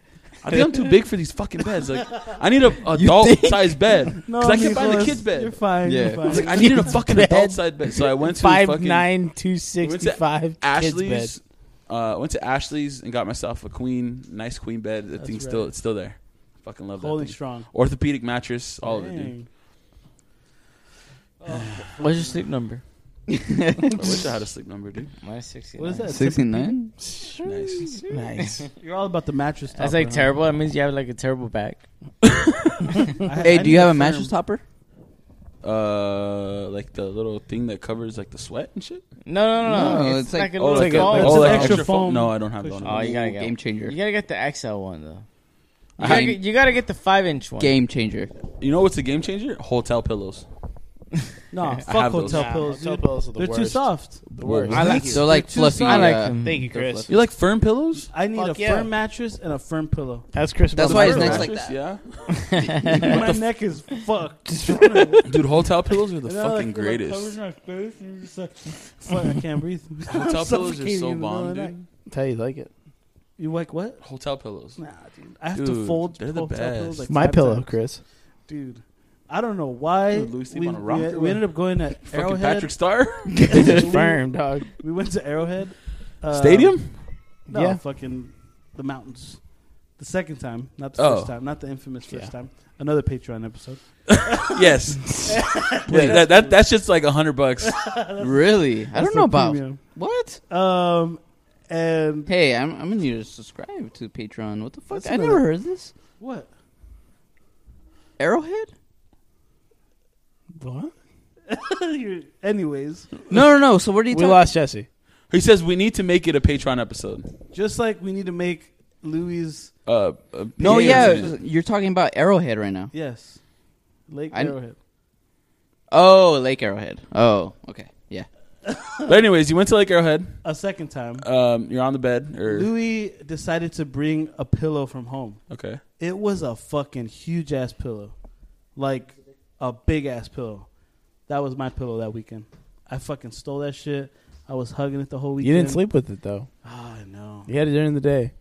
S4: I think I'm too big for these fucking beds. Like, I need a adult sized bed.
S2: No,
S4: Because I can't find the
S2: Nicholas,
S4: kids'
S2: You're
S4: bed.
S2: fine.
S6: Yeah.
S2: You're fine.
S4: I was like, I needed a fucking adult sized bed. So I went to
S7: Five
S4: fucking
S7: nine two sixty five.
S4: Ashley's. Uh, went to Ashley's and got myself a queen, nice queen bed. That
S2: That's
S4: thing's
S2: right.
S4: still it's still there. Fucking love that
S2: holding
S4: thing.
S2: strong.
S4: Orthopedic mattress, all of it, dude.
S5: What's your sleep number?
S4: I wish I had a sleep number, dude.
S5: Minus sixty.
S2: What is that?
S6: Sixty nine.
S4: Nice.
S5: *laughs*
S7: Nice.
S2: You're all about the mattress.
S5: That's
S2: topper,
S5: like
S2: huh?
S5: terrible. That means you have like a terrible back.
S2: I- I
S6: Hey, do
S2: need
S6: you have a
S2: firm-
S6: mattress topper?
S4: Uh, like the little thing that covers like the sweat and shit.
S5: No, no, no.
S6: No,
S5: it's,
S6: it's
S5: like,
S6: like-
S5: a little
S7: like a-
S5: ball.
S2: like
S4: oh,
S2: an
S4: like
S2: extra
S4: extra foam.
S2: foam
S4: No, I don't have
S2: cushion.
S4: one.
S5: Oh, you gotta
S6: Ooh,
S5: get
S6: game changer.
S5: You gotta get the XL one though. You
S4: I
S5: gotta,
S4: had-
S5: get, you gotta get the five inch one.
S6: Game changer.
S4: You know what's a game changer? Hotel pillows.
S2: No, fuck
S4: have those.
S2: hotel pillows.
S7: Hotel
S2: dude.
S7: pillows are the
S2: They're
S7: worst.
S2: too soft.
S7: The worst.
S4: I
S6: like They're like
S2: They're too
S6: fluffy.
S2: soft.
S5: I like
S6: uh,
S5: them.
S7: Thank you, Chris.
S4: You like firm pillows?
S2: I need
S7: Fuck
S2: a
S7: yeah.
S2: firm mattress and a firm
S4: *laughs*
S2: pillow.
S7: That's Chris.
S6: That's
S7: about
S6: why
S7: the
S6: his
S7: pillow.
S6: neck's like that.
S4: Yeah,
S2: My neck is
S4: *laughs*
S2: fucked. the
S4: dude. Hotel pillows
S2: *laughs*
S4: are the fucking greatest.
S2: Fuck, I can't breathe. *laughs*
S4: Hotel pillows are so bomb,
S2: long,
S4: dude.
S7: That's how you like like it.
S2: You like what?
S4: Hotel pillows.
S2: Nah, dude. I have to
S4: Dude,
S2: fold
S4: they're the
S2: hotel pillows
S4: best.
S2: like
S7: My
S2: five
S7: pillow,
S2: times.
S7: Chris.
S2: dude. I don't know why
S4: Dude, Louis sleep
S2: we,
S4: on a rock.
S2: we, we ended up going to
S4: Fucking
S2: Arrowhead.
S4: Patrick Star
S7: It's just firm, dog.
S2: *laughs* We went to Arrowhead uh,
S4: Stadium.
S2: No,
S7: Yeah.
S2: fucking the mountains. The second time, not the
S4: Oh.
S2: first time, not the infamous first
S7: Yeah.
S2: time. Another Patreon episode.
S4: yes. yeah, that, that that's just like a hundred bucks.
S6: Really? I don't know about what.
S2: Um, and
S6: Hey, I'm I'm gonna need to subscribe to Patreon. What the fuck?
S2: That's
S6: I never
S2: another-
S6: heard this.
S2: what?
S6: Arrowhead?
S2: *laughs*
S7: What?
S2: You- Anyways,
S6: No, no, no. So what are
S7: We
S6: you talking?
S7: lost Jesse.
S4: He says we need to make it a Patreon episode.
S2: just like we need to make Louis,
S4: Uh, a
S6: no,
S4: Patreon
S6: yeah,
S4: episode.
S6: you're talking about Arrowhead right now.
S2: yes, Lake
S6: I-
S2: Arrowhead.
S6: Oh, Lake Arrowhead. Oh, okay, yeah.
S4: But anyways, you went to Lake Arrowhead.
S2: A second time,
S6: Uh,
S4: Um, you're on the bed or
S2: Louis decided to bring a pillow from home.
S4: okay.
S2: It was a fucking huge ass pillow, like a big ass pillow. That was my pillow that weekend. I fucking stole that shit. I was hugging it the whole
S7: You
S2: weekend.
S7: didn't sleep with it though.
S2: Ah, no.
S7: You had it during the day.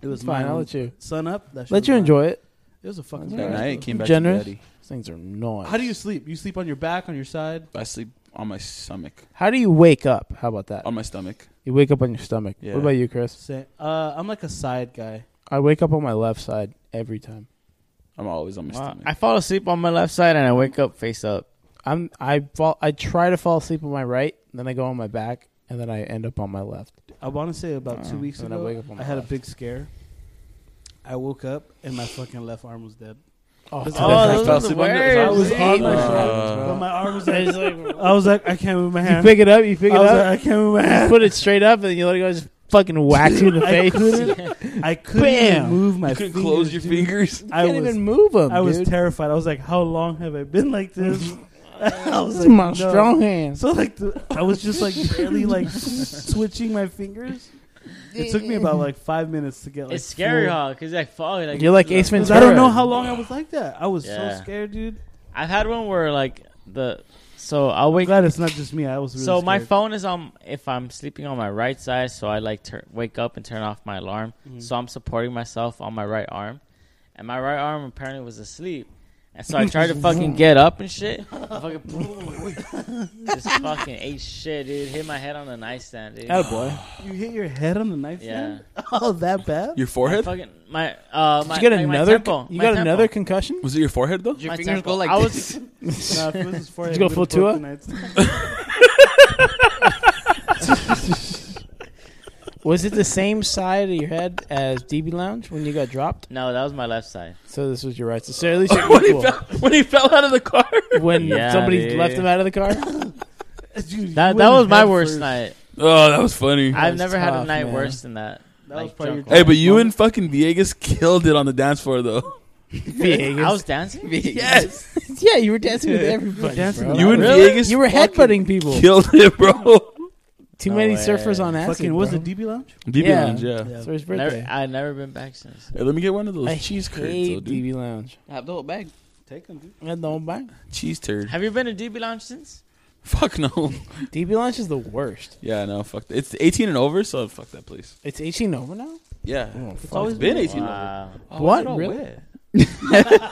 S2: It was
S7: It's fine.
S2: mine.
S7: I'll let you.
S2: Sun up. That shit
S7: Let
S2: was
S7: you
S2: mine.
S7: enjoy it.
S2: It was a fucking.
S7: That's
S2: big
S4: That
S7: Yeah.
S2: ass
S4: night
S2: pillow.
S4: came back
S7: Generous.
S4: to daddy.
S7: These things are annoying.
S2: How do you sleep? You sleep on your back, on your side.
S4: I sleep on my stomach.
S7: How do you wake up? How about that?
S4: On my stomach.
S7: You wake up on your stomach.
S4: Yeah.
S7: What about you, Chris?
S2: Say, uh, I'm like a side guy.
S7: I wake up on my left side every time.
S4: I'm always on my
S5: Wow.
S4: stomach.
S5: I fall asleep on my left side and I wake up face up.
S7: I'm I fall I try to fall asleep on my right, then I go on my back, and then I end up on my left.
S2: I want to say about
S5: Uh,
S2: two weeks
S7: and I
S2: ago,
S7: Oh, wake up on
S2: I
S7: my
S2: had a
S7: left.
S2: big scare. I woke up and my fucking left arm was dead.
S7: Oh,
S2: That's-
S4: Oh,
S2: that's-
S4: those are the
S2: I was
S4: worst.
S2: on my
S4: Uh,
S2: shoulders, bro. My arm was dead. I was like, I can't move my
S7: You
S2: hand.
S7: pick it up, you pick it
S2: I was like,
S7: up,
S2: I can't move my
S7: you
S2: hand.
S7: put it straight up, and you let it go. Just fucking whacks you in
S2: *laughs*
S7: the
S2: I
S7: face.
S2: couldn't. I couldn't
S7: Bam.
S2: even move my.
S4: You could
S2: fingers,
S4: close your
S2: dude.
S4: fingers.
S2: I
S7: can't
S2: was.
S7: even move him.
S2: I was
S7: dude.
S2: terrified. I was like, how long have I been like
S7: *laughs*
S2: this? *laughs* I was
S7: This
S2: like,
S7: is my
S2: no.
S7: strong hand.
S2: So like, the, I was just like barely like switching my fingers. It took me about like five minutes to get like.
S5: it's scary,
S2: full-
S5: huh? Because like, fuck, like
S7: You're like Ace
S2: 'Cause
S7: Ventura.
S2: I don't know how long I was like that. I was
S5: Yeah.
S2: so scared, dude.
S5: I've had one where like the so I'll
S2: I'm
S5: wake.
S2: glad it's not just me. I was really
S5: so my
S2: scared.
S5: phone is on if I'm sleeping on my right side, so I like tur wake up and turn off my alarm.
S7: Mm-hmm.
S5: So I'm supporting myself on my right arm, and my right arm apparently was asleep. And so I tried to
S7: *laughs*
S5: fucking get up and shit. I fucking just fucking ate shit, dude. Hit my head on the nightstand, dude.
S7: boy.
S2: You hit your head on the nightstand?
S5: Yeah.
S2: *laughs* Oh, that bad?
S5: *laughs*
S4: Your
S5: My
S4: forehead?
S5: fucking my uh my
S7: Did you get
S5: like, my
S7: another?
S5: temple,
S7: you
S5: my
S7: got
S5: temple.
S7: another concussion?
S4: Was it your forehead though?
S5: My
S6: Your fingers
S5: temple.
S6: go like
S5: I was
S6: this.
S2: Nah, if it was his forehead,
S7: Did you go
S2: it would've
S7: full
S2: broke
S7: Tua?
S2: the nightstand.
S7: *laughs* Was it the same side of your head as DB Lounge when you got dropped?
S5: no, that was my left
S7: *laughs*
S5: side.
S7: So this was your right. side. So
S5: *laughs*
S7: at least you're equal.
S4: when he fell out of the car.
S7: when
S5: Yeah,
S7: somebody
S5: dude.
S7: left him out of the car.
S2: Dude, you
S5: That
S2: went
S5: that was my
S2: head
S5: worst
S2: first.
S5: night.
S4: Oh, that was funny.
S5: I've
S7: was
S5: never had a
S7: tough,
S5: night
S7: man.
S5: worse than that.
S2: That was
S5: Like,
S2: probably your
S5: drunk.
S4: Hey, but you and fucking Viegas killed it on the dance floor though.
S7: Vegas.
S5: *laughs* I was dancing.
S7: *laughs*
S6: Yes. *laughs*
S7: yeah, you were dancing with everybody.
S2: dancing
S7: bro.
S2: with
S4: You and
S5: Really?
S4: Viegas
S7: You were headbutting people.
S4: killed it, bro.
S7: Too
S5: No
S7: many
S5: way.
S7: surfers on acid.
S2: Fucking, was
S7: bro.
S2: it DB Lounge?
S4: DB
S7: Yeah.
S4: Lounge, yeah.
S7: It's for his
S5: Never-
S7: birthday.
S5: I've never been back since.
S4: Hey, let me get one of those
S7: I
S4: cheese curds, though,
S7: hate
S4: dude.
S7: DB Lounge.
S6: Have the whole bag.
S2: Take him, dude.
S7: I had the whole bag.
S4: Cheese turd. *laughs*
S5: Have you been to DB Lounge since?
S4: Fuck no.
S7: DB Lounge is the worst.
S4: Yeah, no. Fuck. That. It's 18 and over, so fuck that place.
S7: It's 18 over now.
S4: Yeah.
S7: Oh,
S4: it's
S7: fuck.
S4: always been 18 over.
S5: Wow.
S4: Oh,
S7: What?
S4: it's all
S7: Really?
S4: wet.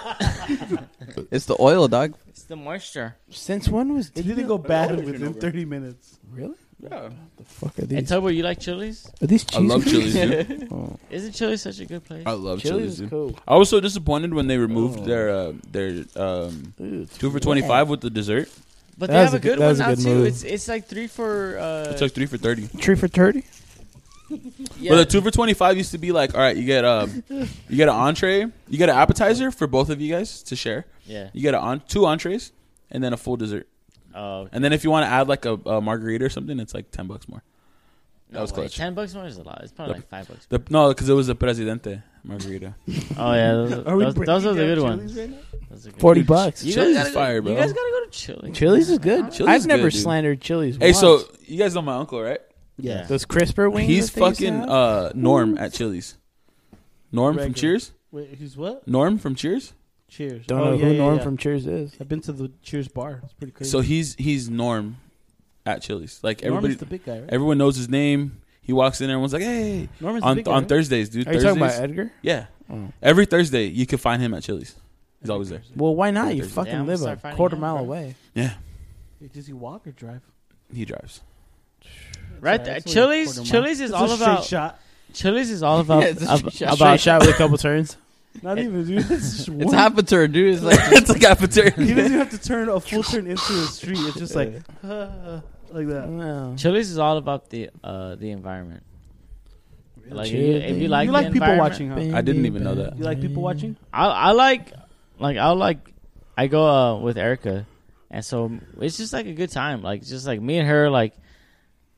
S6: It's the oil, dog.
S5: It's the moisture.
S7: Since when was
S2: It
S7: DB?
S2: didn't go bad
S4: Lounge
S2: within
S4: over.
S2: 30 minutes.
S7: Really?
S4: Yeah.
S7: The fuck are
S5: Hey,
S7: these?
S5: Tobo, you like Chili's?
S7: Are these
S4: I
S7: cheese?
S4: love Chili's,
S7: *laughs*
S4: dude.
S5: *laughs*
S7: Oh.
S5: Isn't Chili's such a good place?
S6: Oh.
S4: I love Chili's,
S7: Chili's
S4: dude.
S7: is cool.
S4: I was so disappointed when they removed
S7: Oh.
S4: their uh, their um,
S7: Ew, it's
S4: two for
S7: wet.
S4: twenty five with the dessert.
S5: But
S7: That
S5: they have
S7: was
S5: a
S7: a good-
S5: good
S7: that
S5: one
S7: was a
S5: now
S7: good
S5: too.
S7: move.
S5: It's it's like three for. Uh,
S4: It took three for thirty.
S7: Three for 30?
S5: yeah.
S4: But the two for twenty five used to be like, all right, you get um, you get an entree, you get an appetizer for both of you guys to share.
S5: yeah.
S4: You get a on- two entrees and then a full dessert.
S5: Oh,
S4: And then if you want to add like a, a margarita or something, it's like ten bucks more.
S5: no
S4: was
S5: way.
S4: clutch.
S5: Ten bucks more is a lot. It's probably
S4: The-
S5: like five bucks.
S6: *laughs*
S4: The, no, because it was the presidente margarita.
S5: oh yeah, those,
S2: Are we
S5: those, those are the
S2: breaking
S5: good
S2: down
S5: ones.
S2: Chili's right now?
S5: Those are good.
S7: 40 bucks.
S5: You
S4: Chili's
S5: guys
S4: is
S5: gotta go-
S4: fire, bro.
S5: You guys gotta go to Chili's.
S7: Chili's is good.
S4: Chili's
S7: *laughs* I've
S4: is
S7: never
S4: good, dude.
S7: slandered Chili's.
S4: Hey,
S7: once.
S4: so you guys know my uncle, right?
S5: Yeah.
S7: those crisper wings.
S4: He's
S7: that they used to
S4: fucking
S7: have?
S4: uh, Norm at Chili's. Norm from
S2: Regular.
S4: Cheers.
S2: Wait, he's what?
S4: Norm from Cheers.
S2: Cheers.
S7: Don't
S2: Oh,
S7: know
S2: yeah,
S7: who
S2: yeah,
S7: Norm
S2: yeah.
S7: from Cheers is.
S2: I've been to the Cheers bar. It's pretty crazy.
S4: So he's he's Norm at Chili's. Like everybody,
S2: Norman's the big guy, right?
S4: everyone knows his name. He walks in, everyone's like, "Hey!"
S2: Norman's the
S4: On
S2: big guy,
S4: on
S2: right?
S4: Thursdays, dude.
S7: Are you
S4: Thursdays,
S7: talking about Edgar?
S4: yeah.
S7: Oh.
S4: Every Thursday, you can find him at Chili's. He's always there.
S7: Well, why not? You
S4: Thursday.
S7: fucking
S5: Yeah, I'm
S7: live
S5: gonna
S7: a
S5: start finding
S7: quarter
S5: out,
S7: mile
S5: bro.
S7: away.
S4: Yeah,
S2: Does he walk or drive?
S4: he drives. *laughs*
S5: Right there.
S2: Sorry, that's only a
S5: Chili's.
S2: quarter mile.
S5: Chili's is
S2: It's
S5: all
S2: a straight
S5: about.
S2: shot.
S5: Chili's is all
S6: *laughs*
S5: about
S6: Yeah, it's a
S5: ab-
S6: straight shot.
S5: about
S7: shot with a couple turns.
S2: Not even, dude. *laughs* That's
S5: *laughs*
S2: just
S6: It's
S2: one.
S6: half a turn, dude. It's *laughs* like
S4: it's a cafeteria.
S2: He doesn't even have to turn a full turn into the street. It's just
S5: *laughs*
S2: like, *laughs* like that.
S7: Wow.
S5: Chili's is all about the uh the environment. Like if you, if you
S7: Chili.
S5: like,
S2: you
S5: the
S2: like people
S5: environment-
S2: watching, huh?
S4: I didn't even know that.
S2: You like people watching?
S5: I I like like I like I go uh, with Erica, and so it's just like a good time. Like just like me and her, like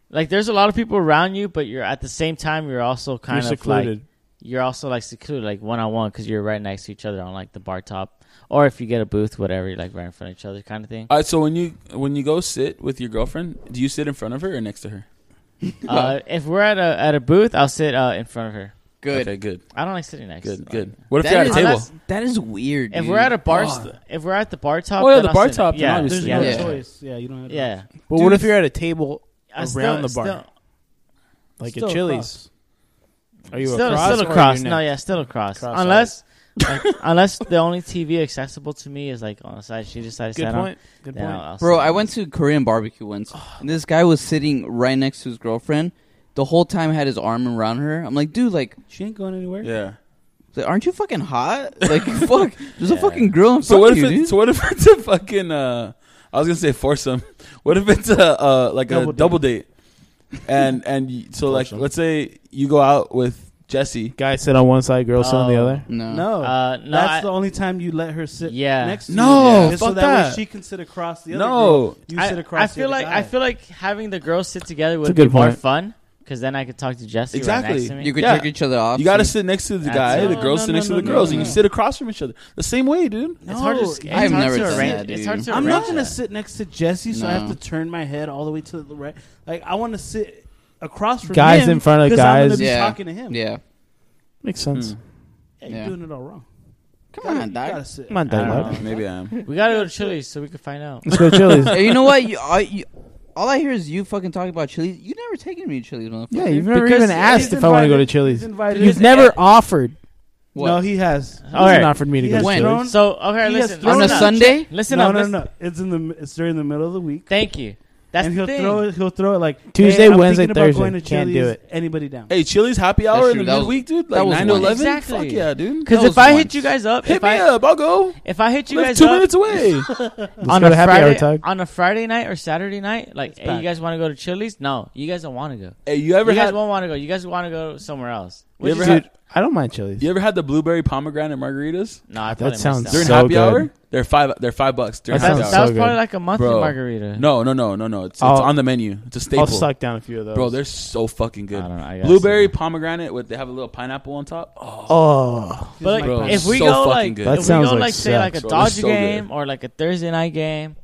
S5: like there's a lot of people around you, but you're at the same time you're also kind
S7: You're
S5: of like
S7: secluded.
S5: you're also like secluded, like one on one, because you're right next to each other on like the bar top, or if you get a booth, whatever, you're like right in front of each other, kind
S2: *laughs*
S5: of thing.
S4: All right, so when you when you go sit with your girlfriend, do you sit in front of her or next to her?
S5: Uh, if we're at a at a booth, I'll sit uh, in front of her.
S6: *laughs* good.
S4: Okay, good,
S5: I don't like sitting next. to
S4: good,
S5: her.
S4: good. What if
S6: That
S4: you're at a
S6: is-
S4: table?
S6: that's- That is weird.
S5: If
S6: dude.
S5: we're at a bar,
S6: Fuck.
S5: st- if we're at the bar top,
S4: Oh, yeah,
S5: then
S4: the
S5: I'll
S4: bar
S5: sit-
S4: top, then
S5: Yeah,
S4: obviously,
S2: There's
S5: yeah,
S2: no
S6: yeah.
S2: choice. Yeah, you don't have.
S5: yeah.
S7: But
S2: Dude,
S7: what if
S2: it's-
S7: you're at a table
S5: I
S7: around
S5: still-
S7: the bar,
S5: still-
S7: like
S2: Still
S7: at Chili's? Are you
S5: still,
S7: across?
S5: still
S7: or are
S5: across.
S7: you
S5: No,
S7: next?
S5: yeah, still across.
S7: Cross
S5: unless, like, unless the only TV accessible to me is like on the side she decides to
S7: Good
S5: sit on.
S7: point. Good
S5: then I'll-
S7: point.
S5: I'll
S6: Bro,
S5: sit
S6: I
S5: on.
S6: went to Korean barbecue *sighs* once, and this guy was sitting right next to his girlfriend. The whole time had his arm around her. I'm like, dude, like,
S2: She ain't going anywhere.
S4: Yeah.
S6: like, aren't you fucking hot?
S4: *laughs*
S6: Like, fuck, there's a
S5: Yeah.
S6: fucking girl in front
S4: So what
S6: of
S4: if
S6: you,
S4: it's
S6: dude.
S4: so what if *laughs* it's a fucking uh I was gonna say foursome. *laughs* What if it's a uh like
S2: Double
S4: a
S2: date.
S4: double date? And and you, so like let's say you go out with Jesse.
S7: Guy sit on one side, girl sit on the
S5: Oh.
S7: other.
S6: No.
S2: No,
S5: Uh, no,
S2: that's
S5: I-
S2: the only time you let her sit.
S5: Yeah.
S2: next. To
S4: No,
S2: you. Just so
S4: fuck
S2: that,
S4: that.
S2: way she can sit across the other.
S4: No.
S2: girl, you
S5: I,
S2: sit across.
S5: I feel
S2: the
S5: like
S2: other
S5: I
S2: guy.
S5: feel like having the girls sit together
S7: It's a
S5: would
S7: good
S5: be more
S7: point.
S5: fun because then I could talk to Jesse
S4: Exactly.
S5: right next to me.
S6: You could
S4: Yeah.
S6: trick each other off.
S4: You gotta sit next to the
S5: That's-
S4: guy. The
S5: No,
S4: girls
S2: no,
S4: sit next
S2: no,
S4: to the
S2: no,
S4: girls,
S2: no,
S4: and
S2: no.
S4: you sit across from each other the same way, dude.
S5: It's hard to.
S2: No,
S5: it's
S6: I've
S5: hard
S6: never
S5: to
S6: done
S5: arrange,
S6: that,
S5: It's
S6: dude.
S5: hard to
S2: I'm not
S5: arrange
S2: gonna
S5: that.
S2: sit next to Jesse, so I have
S6: No.
S2: to turn my head all the way to the right. Like I want to sit across from
S7: Guys
S2: him
S7: in front of
S2: 'cause I'm gonna
S7: guys.
S2: be
S6: Yeah.
S2: talking to him.
S6: Yeah.
S7: Makes sense.
S2: Yeah, you're
S6: Yeah.
S2: doing it all wrong.
S6: Come on,
S2: You gotta
S6: dog.
S2: sit.
S7: Come on,
S5: I don't
S7: Doug.
S5: know.
S4: Maybe I am.
S5: We gotta go to Chili's so we can find out.
S7: Let's go to Chili's.
S6: *laughs* hey, you know what? You, I, you, all I hear is you fucking talking about Chili's. You never taken me to Chili's, motherfucker.
S7: yeah, you've never
S5: Because
S7: even asked
S2: He's
S7: if I want to go to
S2: invited-
S7: Chili's.
S2: he's invited-
S7: You've never offered.
S6: What?
S2: No, he has.
S5: All
S7: He's
S5: right.
S7: offered me to
S2: He
S7: go
S2: has
S7: to
S6: When?
S7: Chili's.
S2: thrown-
S5: So okay,
S2: He has
S5: listen.
S2: thrown
S6: on a
S5: listen
S2: out.
S5: up.
S6: Sunday.
S5: Listen
S2: No,
S5: up.
S2: no,
S5: listen-
S2: no. It's in the. It's during the middle of the week.
S5: Thank you. That's
S2: and
S5: the
S2: he'll
S5: thing.
S2: throw it. He'll throw it like
S7: Tuesday,
S2: hey, I'm
S7: Wednesday,
S2: thinking about
S7: Thursday.
S2: Going to
S7: Can't do
S2: Chili's,
S7: it.
S2: Anybody down?
S4: Hey, Chili's happy hour
S6: That's
S4: in the
S6: true. That was-
S4: midweek, dude.
S6: that
S4: Like
S6: was
S4: nine to
S6: one.
S4: eleven.
S5: Exactly.
S4: Fuck yeah, dude.
S5: Because
S6: That
S5: if
S6: was
S5: I
S6: once.
S5: hit you guys up,
S4: Hit
S5: if
S4: me
S5: I
S4: up. I'll go.
S5: if I hit you
S4: Live
S5: guys
S4: two
S5: up
S4: minutes away.
S7: Let's
S5: on
S7: go
S5: a
S7: to happy
S5: Friday
S7: hour, Tug.
S5: on a Friday night or Saturday night, like, hey,
S2: bad.
S5: you guys want to go to Chili's? No, you guys don't want to go.
S4: hey, you ever
S5: you guys
S4: had?
S5: won't want to go. You guys want to go somewhere else.
S4: You
S5: Which
S4: ever
S5: is-
S4: had?
S7: Dude, I don't mind Chili's.
S4: You ever had the blueberry pomegranate margaritas
S5: no, I probably messed
S7: sounds
S5: up.
S4: during
S7: So
S4: happy
S7: good.
S4: hour? They're five. They're five bucks during
S7: That
S4: happy
S5: That,
S7: sounds
S4: hour.
S5: that was
S7: so
S5: probably
S7: good.
S5: like a monthly
S4: Bro.
S5: margarita.
S4: No, no, no, no, no. It's, it's
S7: I'll-
S4: on the menu. It's a staple.
S7: I'll suck down a few of those.
S4: Bro, they're so fucking
S5: I
S4: good.
S5: don't know. I guess.
S4: Blueberry pomegranate with they have a little pineapple on top. Oh,
S7: oh,
S5: But like,
S4: Bro,
S5: if we
S4: so
S5: go
S4: fucking
S5: like,
S4: good.
S7: That
S5: if we
S7: sounds
S5: go
S7: like
S5: like say like a
S4: sex, bro. That's
S5: Dodger
S4: so good.
S5: game or like a Thursday night game,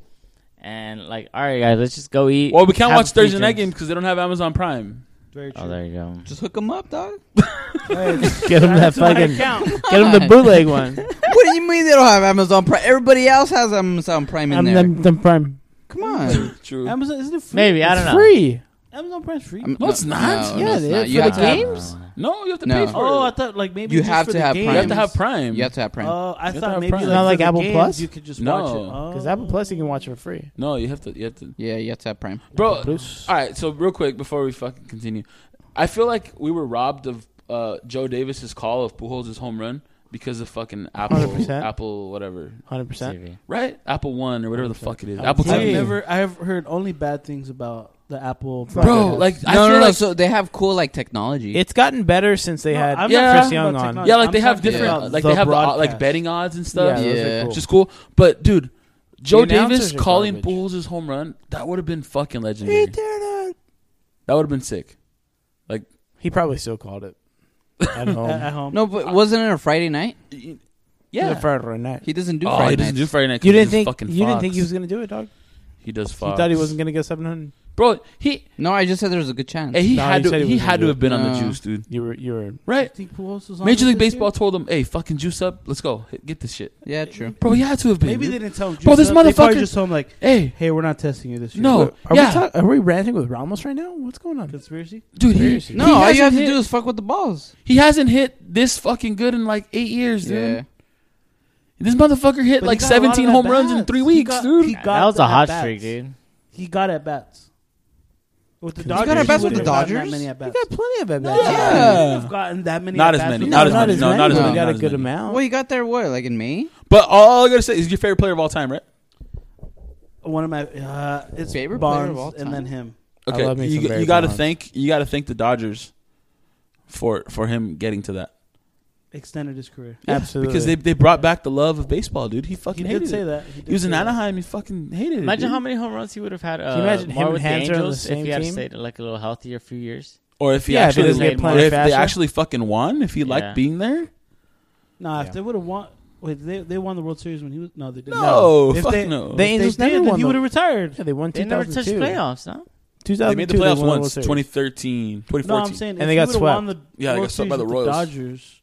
S5: and like, all right, guys, let's just go eat.
S4: well, we can't
S5: have
S4: watch
S5: a few
S4: Thursday night games
S5: drinks.
S4: because they don't have Amazon Prime.
S7: *coughs*
S2: Very
S5: Oh, there you go.
S6: Just hook them up, dog. *laughs*
S7: get them that fucking, get them the
S5: *laughs*
S7: bootleg one.
S6: what do you mean they don't have Amazon Prime? Everybody else has Amazon Prime in
S7: I'm
S6: there.
S7: them, them prime.
S6: Come on.
S4: True.
S2: Amazon isn't it free?
S5: Maybe I
S7: It's
S5: don't know.
S7: Free.
S2: Amazon Prime's free.
S6: I'm-
S4: No, it's not.
S5: Oh,
S6: No,
S7: Yeah,
S6: no, it's
S7: it
S6: not.
S7: is.
S6: You
S7: For
S6: have
S7: the
S6: to have-
S7: games?
S4: No, you have to
S6: No.
S4: pay for
S2: oh, I
S4: it.
S2: thought like maybe
S6: You
S2: just
S6: have
S2: for
S6: to
S2: the
S6: have
S2: games.
S4: You have to
S6: Prime.
S4: have Prime.
S6: You have to have Prime.
S4: Uh,
S2: Oh, I
S4: to
S2: thought
S4: have
S2: maybe
S4: Prime.
S2: like,
S7: Not like
S2: for the
S7: Apple
S2: games,
S7: Plus?
S2: You could just
S4: No.
S2: watch it. Oh.
S7: Because Apple Plus you can watch it for free.
S4: No, you have to. You have to.
S6: yeah, you have to have Prime.
S4: Bro,
S7: Plus.
S4: all right. So real quick before we fucking continue, I feel like we were robbed of uh, Joe Davis's call of Pujols' home run because of fucking Apple,
S7: 100%.
S4: Apple, whatever,
S7: Hundred percent.
S5: TV.
S4: right? Apple One or whatever the fuck it is.
S7: Apple
S4: Apple
S7: Plus.
S2: I've
S7: Hey.
S4: TV.
S2: never. I've heard only bad things about the Apple.
S7: not
S4: Bro,
S7: good.
S4: like I
S6: no,
S4: feel
S6: no, no.
S4: like
S6: so they have cool like technology.
S7: It's gotten better since they
S2: No,
S7: had
S2: I'm not
S4: Yeah.
S7: Chris
S2: talking
S7: Young
S2: about
S7: on.
S2: technology.
S4: yeah, like they
S2: I'm
S4: have
S2: talking
S4: different,
S2: about
S4: like
S2: the
S4: they have the, uh,
S2: broadcast.
S4: like betting odds and stuff.
S6: Yeah.
S7: those are
S4: Which is cool, but dude, Joe Davis
S7: announcers are
S4: calling
S7: garbage.
S4: Pujols' home run that would have been fucking legendary. That would have been sick.
S7: He probably still called it.
S2: At,
S7: At
S2: at *laughs*
S7: home.
S2: home.
S6: No, but wasn't it a Friday night?
S4: Yeah.
S7: Friday night.
S6: He doesn't do
S4: oh,
S6: Friday
S4: he doesn't
S6: nights.
S4: do Friday night. 'cause
S7: You
S4: he
S7: didn't
S4: does
S7: think
S4: fucking
S7: you didn't think
S4: Fox.
S7: he was gonna do it, dog.
S4: He does
S7: You
S4: Fox.
S7: thought he wasn't gonna get seven hundred.
S4: Bro, he
S6: no, I just said there was a good chance.
S4: hey, Eh, he
S7: No,
S4: had
S7: he
S4: to
S7: said he
S4: he,
S7: was
S4: had
S7: gonna do
S4: to have been on the
S6: No.
S4: juice, dude.
S7: You were you were
S4: Right?
S2: think Pujols was on
S4: Major
S2: it
S4: League
S2: this year?
S4: Baseball told him, "Hey, fucking juice up. Let's go. Hit- Get this shit."
S6: yeah, true.
S4: Bro, he had to have been.
S2: Maybe they
S4: dude.
S2: didn't tell him.
S4: Bro,
S2: juice
S4: this
S2: up. They probably
S4: motherfucker-
S2: just told him like,
S4: Hey,
S2: "Hey, we're not testing you this year."
S4: No.
S7: are
S4: yeah.
S7: we talk, are we ranting with Ramos right now? What's going on?
S2: conspiracy.
S4: dude, he,
S7: Seriously.
S6: No,
S4: he
S6: all you
S4: hasn't
S6: have
S4: hit-
S6: to do is fuck with the balls.
S4: He hasn't hit this fucking good in like eight years, dude.
S6: Yeah.
S4: This motherfucker hit
S2: But he
S4: like
S2: got a lot of
S4: 17 home runs in
S2: at-bats.
S4: three
S2: He
S4: weeks,
S2: got-
S4: dude.
S2: he
S5: Yeah,
S2: got
S5: that was
S2: the
S5: a hot
S2: at-bats.
S5: streak, dude.
S2: He got at bats with the
S7: He
S2: Dodgers.
S6: got at-bats with
S2: wouldn't
S6: the
S2: have gotten
S6: Dodgers?
S2: That many at
S7: He
S2: bats.
S7: got plenty of at
S6: Yeah.
S2: He have gotten that many.
S4: Not as
S2: at-bats
S4: many.
S2: with
S4: Not
S2: the
S4: as
S2: Dodgers.
S4: many. No, not as
S6: No.
S4: many.
S7: He got
S4: Not
S7: a
S4: as
S7: good
S4: many.
S7: amount.
S6: Well, you got there what, like in May?
S4: But all I gotta say is your favorite player of all time, right?
S2: One of my uh, it's
S6: Favorite player of all
S2: Bonds and then him.
S7: I
S4: Okay,
S7: love me
S4: you,
S7: some Barry
S4: you gotta
S7: Bonds.
S4: thank you gotta thank the Dodgers for for him getting to that.
S2: Extended his career.
S4: Yeah,
S7: Absolutely.
S4: because they they brought back the love of baseball, dude. He
S2: He
S4: fucking hated
S2: did
S4: it.
S2: say that. He, did
S4: He was in
S2: say that.
S4: Anaheim. He fucking hated it.
S5: Imagine
S4: dude.
S5: how many home runs he would have had. Uh,
S7: you imagine
S5: more
S7: him
S5: with
S7: and
S5: the
S7: Hanser on the
S5: Angels
S7: same
S5: if he had
S7: team?
S5: stayed like a little healthier few years.
S4: or if he
S7: Yeah, if he
S4: actually
S7: doesn't get
S4: or
S7: played
S4: if they
S7: faster.
S4: actually fucking won, if he
S5: Yeah.
S4: liked being there.
S2: Nah,
S7: Yeah.
S2: if they would have won, wait, they they won the World Series when he was. No, they didn't.
S4: No,
S2: If
S4: fuck
S2: they-
S4: no.
S2: If
S7: They-
S4: They,
S7: Angels
S2: they
S7: never
S2: did, then
S7: won
S2: he
S7: the-
S2: would have retired.
S7: yeah, they won
S5: They never touched
S7: 2002.
S5: playoffs, no?
S4: made
S7: 2002,
S4: the playoffs
S7: won the
S4: once,
S7: World
S4: 2013,
S2: No,
S4: 2014.
S2: I'm saying
S7: And
S2: if
S7: they
S2: he
S7: got
S2: would've
S7: swept.
S2: Won the
S4: Yeah, they
S2: World
S4: got swept by
S2: Series
S4: the
S2: with
S4: Royals.
S2: Dodgers.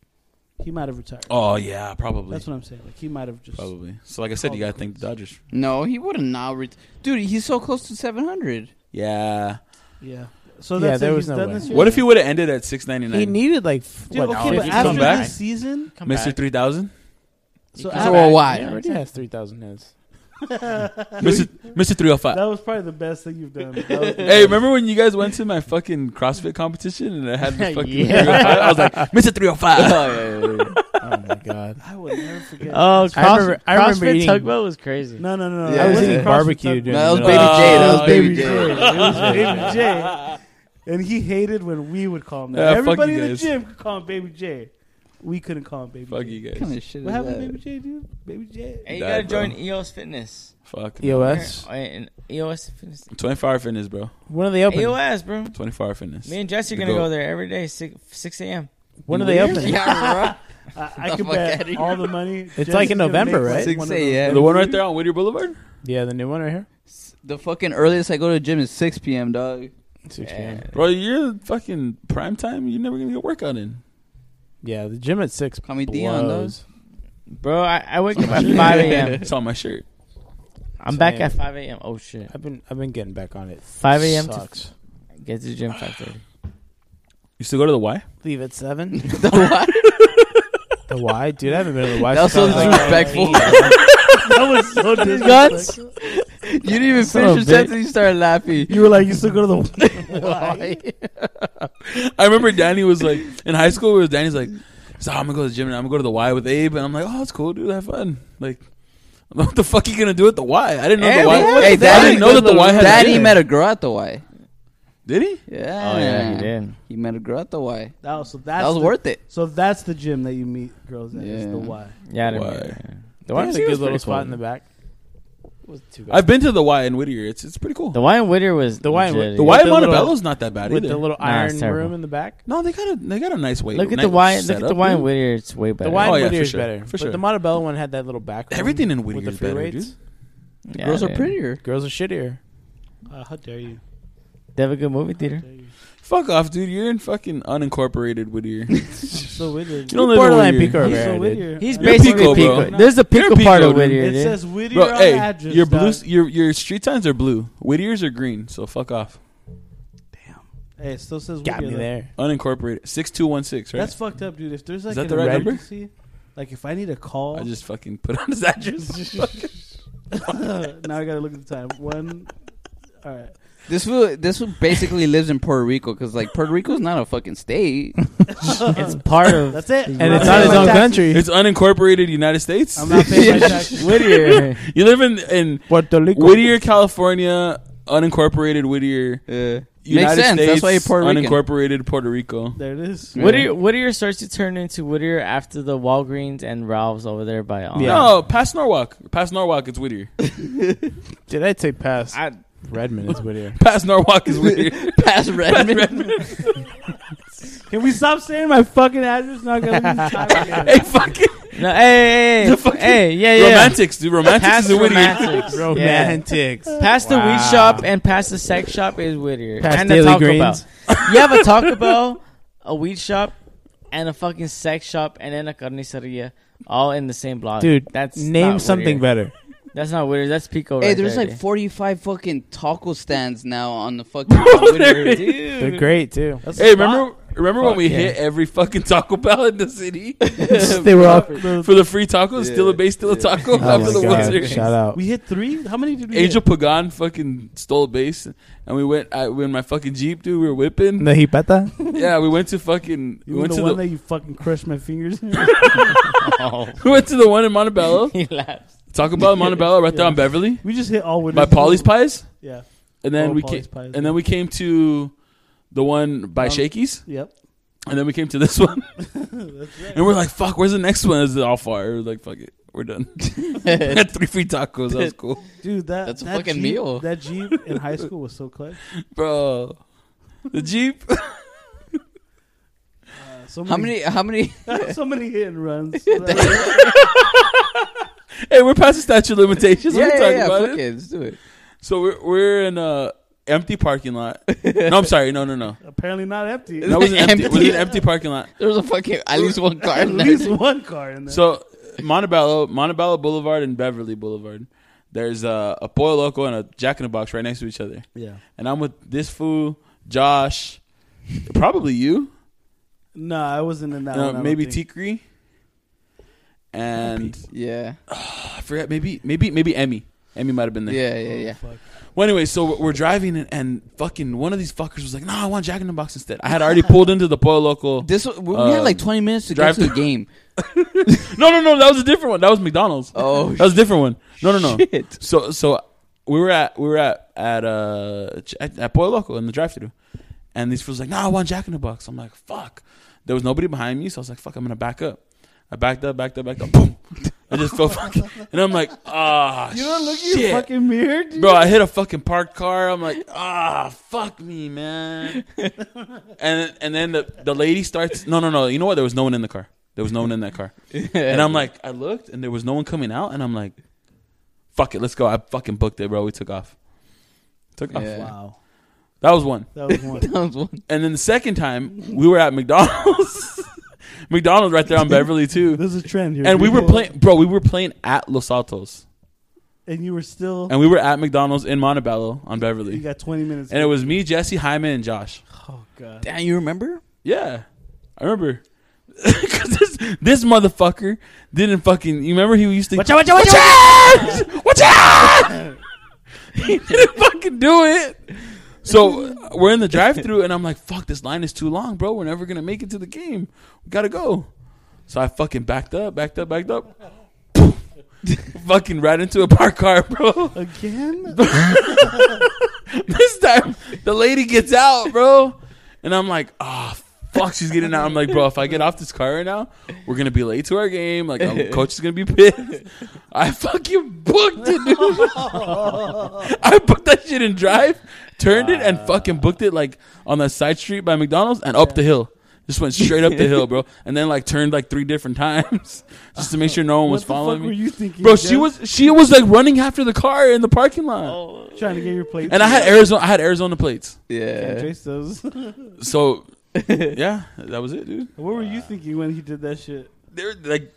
S2: He might have retired.
S4: oh yeah, probably,
S2: That's what I'm saying. Like he might have just.
S4: probably. So like I said, you gotta thank the Dodgers.
S6: No, he would have now. Re- Dude, he's so close to 700.
S4: Yeah.
S2: Yeah. So
S7: Yeah,
S2: that's
S7: there
S2: it.
S7: was
S2: He's
S7: no
S2: done
S7: way.
S2: this year?
S4: What if he would have ended at six ninety
S7: Series. He
S4: nine?
S7: needed like f-
S2: Dude,
S7: what?
S5: now?
S2: okay,
S5: If
S2: but
S5: you
S2: after
S4: come back-
S2: this season,
S5: Come
S4: Mister
S5: back.
S2: *laughs*
S4: three thousand.
S2: so
S5: Come
S2: after,
S6: back. Well, why?
S7: he already has three thousand hits.
S4: Mister Mister three hundred
S2: *laughs*
S4: five.
S2: that was probably the best thing
S4: *laughs*
S2: you've done. That was-
S4: Hey, remember when you guys went to my fucking CrossFit competition and I
S2: *laughs*
S4: had the fucking
S5: Yeah.
S4: 305? I was like, Mr. 305.
S7: Oh my god!
S2: I would never forget.
S5: Oh,
S7: I
S5: cross,
S7: remember- I remember
S5: CrossFit
S7: eating-
S5: tugboat was crazy.
S2: no, no, no, no.
S6: Yeah,
S2: I
S6: I was
S2: wasn't
S6: eating
S2: crossing
S7: barbecue,
S2: that-
S7: dude.
S6: No, that was
S4: Oh,
S6: Baby J. That was
S4: Baby
S6: Baby
S2: It
S6: J.
S2: was Baby J. and he hated when we would call him that.
S4: Yeah, fuck
S2: Everybody
S4: you
S2: in the
S4: guys.
S2: gym could call him Baby J. We couldn't call him Baby
S4: Fuck
S2: J.
S4: you
S3: What kind
S4: guys.
S3: of shit is
S2: What happened to
S3: that?
S2: Baby J, dude? Baby J.
S5: Hey, you
S4: Died,
S5: gotta
S4: bro.
S5: join EOS Fitness.
S4: Fuck.
S7: EOS.
S5: Or in EOS Fitness.
S4: 24 hour fitness, bro.
S7: When are they open?
S5: EOS, bro.
S4: 24 hour fitness.
S5: Me and Jess are
S4: The
S5: gonna
S4: goat.
S5: go there every day, six six a.m.
S7: When are they open?
S6: *laughs* Yeah,
S2: I, I
S6: The
S2: could
S6: fuck
S2: bet
S6: outta here.
S2: all the money.
S7: It's like in November, right?
S2: one of
S6: 6
S2: those-
S6: a.m.
S4: the one right there on Whittier Boulevard?
S7: *laughs* Yeah, the new one right here.
S6: The fucking earliest I go to the gym is 6 p.m. Dog.
S7: Six
S5: Yeah.
S7: p.m.
S4: Bro, you're fucking prime time. You're never going to get a workout in.
S7: Yeah, the gym at six.
S6: Call me Dion,
S7: blows.
S5: Bro, I, I wake up at five a.m.
S4: *laughs* It's on my shirt.
S5: I'm back
S7: Same.
S5: at five a.m. Oh shit,
S7: I've been I've been getting back on it.
S5: five a.m. to
S7: sucks.
S5: get to the gym five thirty.
S4: You still go to the Y?
S7: Leave at seven.
S6: The what?
S7: the Y, dude. I haven't been to the Y.
S6: That was so
S7: since I was
S6: disrespectful.
S2: That was so
S6: Guts.
S2: disrespectful.
S6: *laughs* You didn't even
S7: Son of
S6: finish
S7: a
S6: your sentence.
S7: bitch.
S6: You started laughing.
S2: You were like, you still go to the.
S7: like-
S4: I remember Danny was like, in high school, it was Danny's like, so I'm going to go to the gym and I'm going to go to the Y with Abe. And I'm like, oh, that's cool, dude. Have fun. Like, *laughs* what the fuck you going to do at the Y? I didn't know the Y.
S6: Hey,
S4: I
S6: Daddy-
S4: didn't know that the Y had a
S6: Daddy
S4: gym.
S6: met a girl at the Y.
S4: Did he?
S6: Yeah.
S5: Oh yeah, he did.
S6: He met a girl at the Y.
S2: That was, so that's
S6: That was
S2: the-
S6: worth it.
S2: So that's the gym that you meet girls at. Is
S6: Yeah.
S2: the Y.
S5: Yeah, I didn't
S4: Why?
S5: mean it.
S7: The Y
S4: Yeah,
S7: is a
S4: it was
S7: good little
S4: pretty
S7: spot
S4: cool.
S7: in the back. Wasn't too bad.
S4: I've been to the Y in Whittier. It's it's pretty cool.
S5: The wine Whittier was
S7: The Y in
S5: legit.
S7: Whit-
S4: The
S7: with
S4: Y in
S7: the little-
S4: Montebello's not that bad
S7: with
S4: either.
S7: the little
S5: Nah, it's
S7: iron
S5: terrible.
S7: room in the back.
S4: no, they got a they got a nice way.
S5: Look at the
S4: nice
S5: wine. Look
S4: setup,
S5: at the wine
S4: dude.
S5: Whittier. It's way better.
S7: The Y
S4: Oh,
S7: in
S4: yeah,
S7: Whittier
S4: for
S7: is
S4: sure.
S7: better.
S4: For
S7: But
S4: sure.
S7: the Montebello one had that little back. room
S4: Everything in
S7: with
S4: Whittier
S7: the
S4: is
S7: free
S4: better,
S7: weights.
S4: dude.
S5: The
S6: Girls are prettier.
S7: Girls are shittier.
S2: Uh, how dare you?
S5: They have a good movie theater.
S4: Fuck off, dude. You're in fucking unincorporated Whittier.
S2: So with it.
S4: You don't live in
S7: Borderline
S4: Whittier.
S7: Pico
S2: He's so
S7: Rivera,
S2: with
S7: dude.
S2: you.
S5: He's
S2: You're
S5: basically
S4: Pico,
S5: Pico.
S4: bro.
S5: There's the Pico,
S4: You're Pico,
S5: part of
S4: dude.
S5: Whittier.
S2: It
S5: dude.
S2: says Whittier
S4: Bro,
S2: on the
S4: hey,
S2: address.
S4: your
S2: dog.
S4: blue your your street signs are blue. Whittiers are green. So fuck off.
S2: Hey, it still says
S7: Got
S2: Whittier,
S7: me
S2: though.
S7: there.
S4: Unincorporated. Six two one six. Right.
S2: That's fucked up, dude. If there's like
S4: that
S2: an
S4: the right number?
S2: emergency, like if I need a call,
S4: I just fucking put on his address.
S2: now I gotta look at the time. One. All right.
S6: This fool, this fool basically lives in Puerto Rico because like Puerto Rico's not a fucking state.
S5: it's part of
S2: That's it.
S7: And
S2: I'm
S7: it's not his
S2: paying
S7: own *laughs*
S2: my taxes.
S7: country.
S4: it's unincorporated United States.
S2: I'm not paying my taxes.
S5: Whittier.
S4: *laughs* you live in in
S7: Puerto Rico.
S4: Whittier, California. Unincorporated Whittier.
S6: Yeah.
S4: United
S6: sense. That's
S4: States,
S6: why you're Puerto Rican.
S4: unincorporated Puerto Rico.
S2: There it is.
S6: Yeah.
S5: Whittier. Whittier starts to turn into Whittier after the Walgreens and Ralphs over there by. Um,
S7: Yeah.
S4: No, past Norwalk. Past Norwalk, it's Whittier.
S7: Did I say pass?
S5: I,
S7: Redmond *laughs* is Whittier.
S4: Past Norwalk is Whittier.
S6: *laughs*
S4: *laughs*
S6: Past Redmond.
S2: Can we stop saying my fucking address? Now I gotta look
S4: *laughs*
S2: at the time. again.
S4: hey, fucking
S5: no, hey, hey,
S4: The
S5: hey,
S4: fucking
S5: hey, yeah, yeah.
S4: romantics, dude. Romantics
S5: Past
S4: is Whittier.
S5: romantics. Yeah.
S7: Romantics.
S5: Past the
S7: Wow.
S5: weed shop and past the sex shop is Whittier.
S7: Past
S5: and
S7: Daily
S5: the Taco
S7: Greens.
S5: Bell. You have a
S7: *laughs*
S5: Taco Bell, a weed shop, and a fucking sex shop, and then a carniceria, all in the same block.
S7: Dude,
S5: that's
S7: name
S5: not
S7: something
S5: Whittier.
S7: better.
S5: That's not Whittier. That's Pico.
S6: hey,
S5: right
S6: there's
S5: there,
S6: like
S5: dude.
S6: 45 fucking taco stands now on the *laughs* fucking. Twitter.
S4: there
S7: They're *laughs* great too.
S2: That's
S4: Hey,
S2: a spot.
S4: remember remember when
S5: Fuck
S4: we
S5: yeah.
S4: hit every fucking Taco Bell in the city
S7: they were all.
S4: for the free tacos? Still a base, still a
S2: *laughs*
S4: taco
S7: Oh
S4: after the
S7: my
S4: World
S7: god!
S4: Series.
S7: Shout out.
S2: We hit three. How many did we?
S4: Angel
S2: hit?
S4: Pagan fucking stole a base, and we went. I, we in my fucking jeep, dude. We
S2: *laughs*
S4: were whipping.
S7: The hipata.
S4: yeah, we went to fucking.
S2: You
S4: we
S2: mean
S4: went
S2: the
S4: to
S2: one
S4: the.
S2: that you fucking crushed my fingers. in?
S4: *laughs* we went to the one in Montebello.
S5: *laughs* he
S6: *laughs*
S5: laughs.
S2: *laughs*
S4: Taco Bell in Montebello, right there on Beverly.
S2: we just hit all winners.
S4: By Polly's Pies,
S2: Yeah.
S4: and then
S2: Oh,
S4: we
S2: Polly's
S4: came,
S2: Pies,
S4: and then we came to the one by
S2: Um,
S4: Shakey's.
S2: Yep.
S4: And then we came to this *laughs* one.
S2: *laughs*
S4: And we're like, fuck, where's the next one? Is it all far? We're like, fuck it. We're done. *laughs* we had three free tacos. That
S2: *laughs*
S4: was cool.
S2: Dude, that
S6: That's a
S2: that
S6: fucking
S2: Jeep-
S6: meal.
S2: That Jeep in high school was so
S4: *laughs*
S2: clutch.
S4: Bro. The Jeep.
S2: Uh, so
S6: *laughs* How many? How *laughs* many?
S2: *laughs* so many hit and
S4: *laughs*
S2: runs. uh,
S4: hey, we're past the statute of limitations.
S6: yeah,
S4: we're
S6: yeah,
S4: talking
S6: yeah.
S4: about
S6: Fuck
S4: it.
S6: it. Let's do it.
S4: So we're, we're in a empty parking lot. No, I'm sorry. No, no, no.
S2: Apparently not empty.
S4: That was an empty, it was
S6: Empty.
S4: an empty parking lot.
S6: There was a fucking at least one car
S2: At
S6: in there.
S2: least one car in there.
S4: So Montebello, Montebello Boulevard and Beverly Boulevard. There's a, a Pollo Loco and a Jack in the Box right next to each other.
S2: yeah.
S4: And I'm with this fool, Josh, probably you.
S2: No, I wasn't in that.
S4: No,
S2: one, I don't
S4: maybe
S2: think.
S4: Tikri. And
S6: Yeah,
S4: I forgot maybe maybe maybe Emmy. Emmy might have been there.
S6: yeah, yeah, yeah.
S2: Fuck.
S4: Well, anyway, so we're- we're driving and, and fucking one of these fuckers was like, "No, I want Jack in the Box instead." I had
S2: *laughs*
S4: already pulled into the Pollo Loco.
S6: This we, we had like
S4: Um,
S6: 20 minutes to
S4: drive
S6: get to the game.
S4: no, no, no, that was a different one. That was McDonald's.
S6: *laughs* *laughs* Oh,
S4: that was a different one. No, no, no.
S6: shit. *laughs*
S4: So so we were at we were at at uh at, at Pollo Loco in the drive-through, And these fools like, nah, I want Jack in the Box. I'm like, fuck. There was nobody behind me, so I was like, fuck, I'm gonna back up. I backed up, backed up, backed up. Boom. I just felt fucking, and I'm like, ah,
S2: You don't look
S4: shit.
S2: at your fucking mirror, dude.
S4: Bro, I hit a fucking parked car. I'm like, ah, fuck me, man. and and then the, the lady starts. No, no, no. You know what? There was no one in the car. There was no one in that car. And I'm like, I looked, and there was no one coming out. And I'm like, fuck it, let's go. I fucking booked it, bro. We took off. Took off.
S3: Yeah.
S2: Wow,
S4: That was one.
S2: that was one.
S4: *laughs*
S3: That was one.
S4: And then the second time, we were at McDonald's. *laughs* McDonald's right there on Beverly too.
S2: There's a trend here,
S4: And we were
S2: people.
S4: playing, bro. We were playing at Los Altos,
S2: and you were still.
S4: and we were at McDonald's in Montebello on Beverly.
S2: you got 20 minutes.
S4: And it was me, Jesse, Hyman, and Josh.
S2: oh god,
S6: Damn, you remember?
S4: Yeah, I remember. *laughs* 'Cause this, this motherfucker didn't fucking. You remember he used to watch out, watch out, watch, out, *laughs* watch out. he didn't fucking do it. So uh, we're in the drive-through, and I'm like, "Fuck, this line is too long, bro. We're never gonna make it to the game. We gotta go." So I fucking backed up, backed up, backed up. *laughs* fucking right into a parked car, bro.
S2: again?
S4: this time the lady gets out, bro. And I'm like, ah, fuck, she's getting out. I'm like, bro, if I get off this car right now, we're gonna be late to our game.
S2: *laughs*
S4: Like, our coach is gonna be pissed. I fucking booked it, dude. *laughs* I booked that shit in drive, turned it, and fucking booked it like on the side street by McDonald's and up the hill. Just went straight up the hill, bro, and then like turned like three different times *laughs* just to make sure no one
S2: what
S4: was
S2: the
S4: following
S2: fuck
S4: me.
S2: were you thinking,
S4: bro, she
S2: Jeff? Oh,
S4: was she was like running after the car in the parking lot,
S2: trying to get your plate.
S4: and I had Arizona I had Arizona plates.
S2: Can't
S6: Yeah.
S2: trace those. *laughs* what
S4: So yeah, that was it, dude.
S2: were you thinking when he did that shit?
S4: They're like,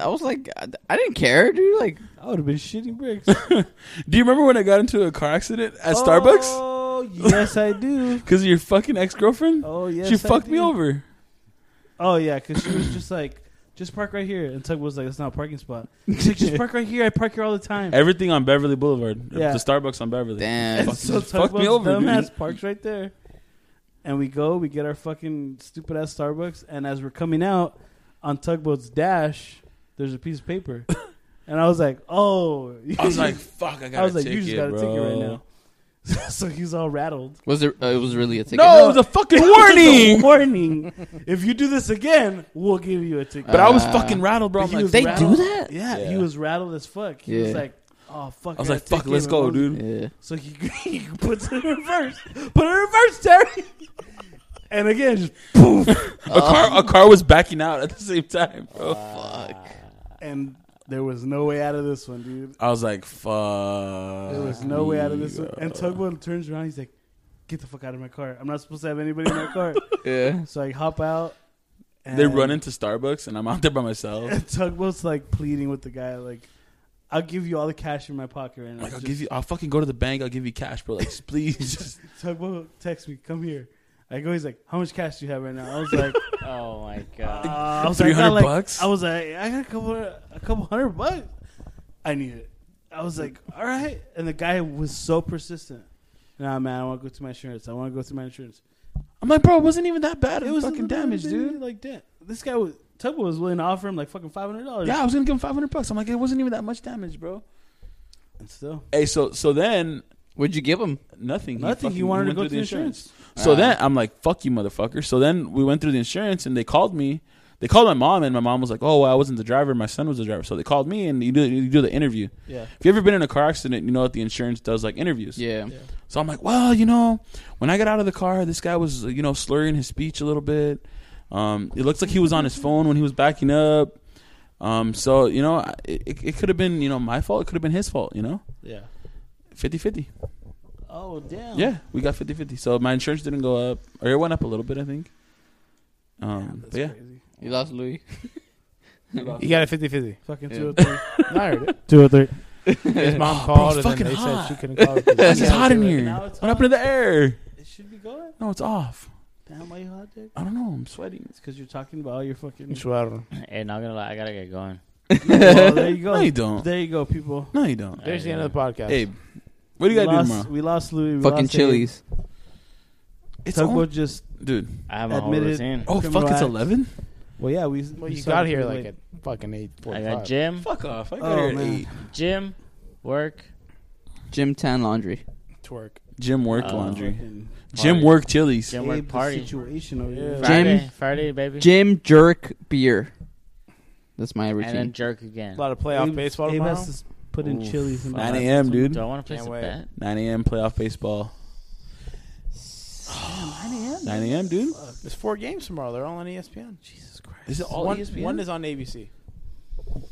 S6: I was like, I, I didn't care, dude. Like,
S2: I would have been shitting *laughs* bricks.
S4: do you remember when I got into a car accident at Starbucks
S2: Oh yes, I do.
S4: because of your fucking ex girlfriend?
S2: Oh yes,
S4: *laughs* she
S2: I
S4: fucked me
S2: do.
S4: over.
S2: Oh yeah, because she was just like, just park right here, and Tug was like, that's not a parking spot. She's like,
S4: *laughs*
S2: just park right here. I park here all the time.
S4: Everything on Beverly Boulevard,
S2: Yeah.
S4: the Starbucks on Beverly.
S6: damn.
S4: Fuck.
S2: so
S4: Just fucked me over, dude.
S2: dumbass parks right there. And we go, we get our fucking stupid ass Starbucks, and as we're coming out on Tugboat's dash, there's a piece of
S4: *laughs*
S2: paper, and I was like, "Oh!"
S4: I was like, fuck, I
S2: *laughs*
S4: got.
S2: "I was like,
S4: ticket,
S2: you just got a
S4: bro.
S2: ticket right now." *laughs* so he's all rattled.
S6: Was it? Uh, it was really a ticket.
S4: No, it was a
S2: *laughs*
S4: fucking
S2: It was a
S4: *laughs* warning.
S2: warning. if you do this again, we'll give you a ticket.
S4: But I was
S6: Uh,
S4: fucking rattled, bro.
S2: But
S4: I'm
S2: he
S4: like,
S2: was
S6: they
S2: rattled.
S6: do that?
S2: Yeah,
S4: Yeah.
S2: he was rattled as fuck. He was
S6: Yeah.
S2: like, "Oh fuck!"
S4: I was
S2: got
S4: like,
S2: a
S4: fuck,
S2: ticket.
S4: let's go,
S2: And I was-
S4: dude.
S6: Yeah.
S2: So he, *laughs* he puts it in reverse. Put it in reverse, Terry. And again, just poof.
S4: A car,
S2: *laughs*
S4: a car was backing out at the same time, bro.
S2: And there was no way out of this one, dude.
S4: I was like, fuck.
S2: There was no way out of this one. And Tugboat turns around. He's like, "Get the fuck out of my car! I'm not supposed to have anybody in my *laughs* car."
S6: Yeah.
S2: so I hop out. And
S4: They run into Starbucks and I'm out there by myself.
S2: And Tugboat's like pleading with the guy, like, "I'll give you all the cash in my pocket right now."
S4: Like I'll
S2: Just-
S4: give you, I'll fucking go to the bank. I'll give you cash, bro. Like just *laughs* please, just
S2: Tugboat texts me, "Come here." I go. He's like, "How much cash do you have right now?" I
S4: *laughs*
S2: was like,
S5: Oh my
S2: uh,
S5: god.
S2: I was
S4: three
S2: like, I got
S4: hundred
S2: like-
S4: bucks.
S2: I was like, I got a couple, a couple hundred bucks. I need it. I was like, all right. And the guy was so persistent. Nah, man, I want to go through my insurance. I want to go through my insurance.
S4: I'm like, bro, it wasn't even that bad. It was
S2: a
S4: fucking
S2: little
S4: damage,
S2: bit
S4: dude.
S2: Like that. This guy was Tugboat was willing to offer him like fucking five hundred dollars.
S4: Yeah, I was gonna give him 500 bucks. I'm like, it wasn't even that much damage, bro.
S2: And still,
S4: Hey, so so then
S6: What'd you give him?
S4: nothing.
S2: nothing.
S4: fucking-
S2: He wanted to
S4: went
S2: go
S4: through
S2: through the insurance.
S4: So then I'm like, fuck you, motherfucker. So then we went through the insurance and they called me. They called my mom and my mom was like, oh, well, I wasn't the driver. My son was the driver. So they called me and you do you do the interview.
S2: Yeah.
S4: If you ever been in a car accident, you know that the insurance does like interviews.
S6: Yeah.
S4: So I'm like, well, you know, when I got out of the car, this guy was, you know, slurring his speech a little bit. Um, it looks like he was on his phone when he was backing up. Um, so, you know, I- it, it could have been, you know, my fault. It could have been his fault, you know?
S2: Yeah.
S4: 50 50.
S2: Oh damn.
S4: Yeah, we got 50 50. So my insurance didn't go up, or it went up a little bit, I think. Um,
S2: That's
S4: but yeah.
S2: crazy.
S6: You lost Louis.
S7: *laughs* You got a 50 50.
S2: Fucking
S6: Yeah.
S2: two hundred
S4: *laughs*
S7: I heard it.
S2: three. Two hundred three.
S7: His mom
S4: Oh, bro,
S7: called
S4: it's
S7: and then
S4: fucking
S7: they
S4: hot.
S7: said
S4: *laughs*
S7: she couldn't call. it.
S4: This is
S2: Yeah,
S4: hot in
S2: right
S4: here.
S2: now it's
S4: What happened to the air?
S2: It should be going.
S4: No, it's off.
S2: Damn, why you hot, dude?
S4: I don't know. I'm sweating.
S2: It's because you're talking about all your fucking.
S7: Enchilada.
S5: Hey, not gonna lie, I gotta get going.
S2: *laughs* Well, there you go.
S4: *laughs* No, you don't.
S2: There you go, people.
S4: No, you don't.
S7: There's the end of the podcast.
S4: Abe, what do you
S2: we
S4: got to do
S2: lost,
S4: tomorrow?
S2: We lost Louis. We
S6: Fucking
S2: lost Abe.
S6: chilies.
S4: It's
S2: Tugboat
S4: on,
S2: just.
S4: dude.
S5: I have a whole
S2: Admitted-
S5: routine.
S4: Oh,
S2: Criminal
S4: fuck, it's
S2: acts.
S4: 11?
S2: Well, yeah, we.
S7: Well,
S2: we
S7: you got
S2: started
S7: here
S2: pretty
S7: like
S2: late.
S7: at fucking 8
S5: I got gym,
S4: Fuck off. I
S2: got here at eight.
S5: gym, work.
S6: Gym tan laundry.
S7: Twerk.
S4: Gym work
S5: Oh.
S4: laundry. Gym work chilies.
S5: Gym
S2: Save
S5: work
S2: uh, the
S5: party.
S2: situation over here.
S5: Friday,
S6: Gym-
S5: Friday, baby.
S6: Jim jerk beer. That's my
S5: and then
S6: routine.
S5: jerk again.
S7: A lot of playoff
S2: Abe-
S7: baseball
S2: Abe
S7: tomorrow.
S2: has to s- put in
S6: Oof.
S2: chilies in the
S4: 9 a.m., dude.
S5: Do I want to place
S7: Can't
S5: a
S7: wait.
S5: bet?
S4: 9 a.m. playoff baseball. 9 a.m., dude.
S7: There's four games tomorrow. They're all on E ESPN.
S2: Jesus Christ.
S4: Is it all E
S7: one,
S4: ESPN?
S7: one is on ABC.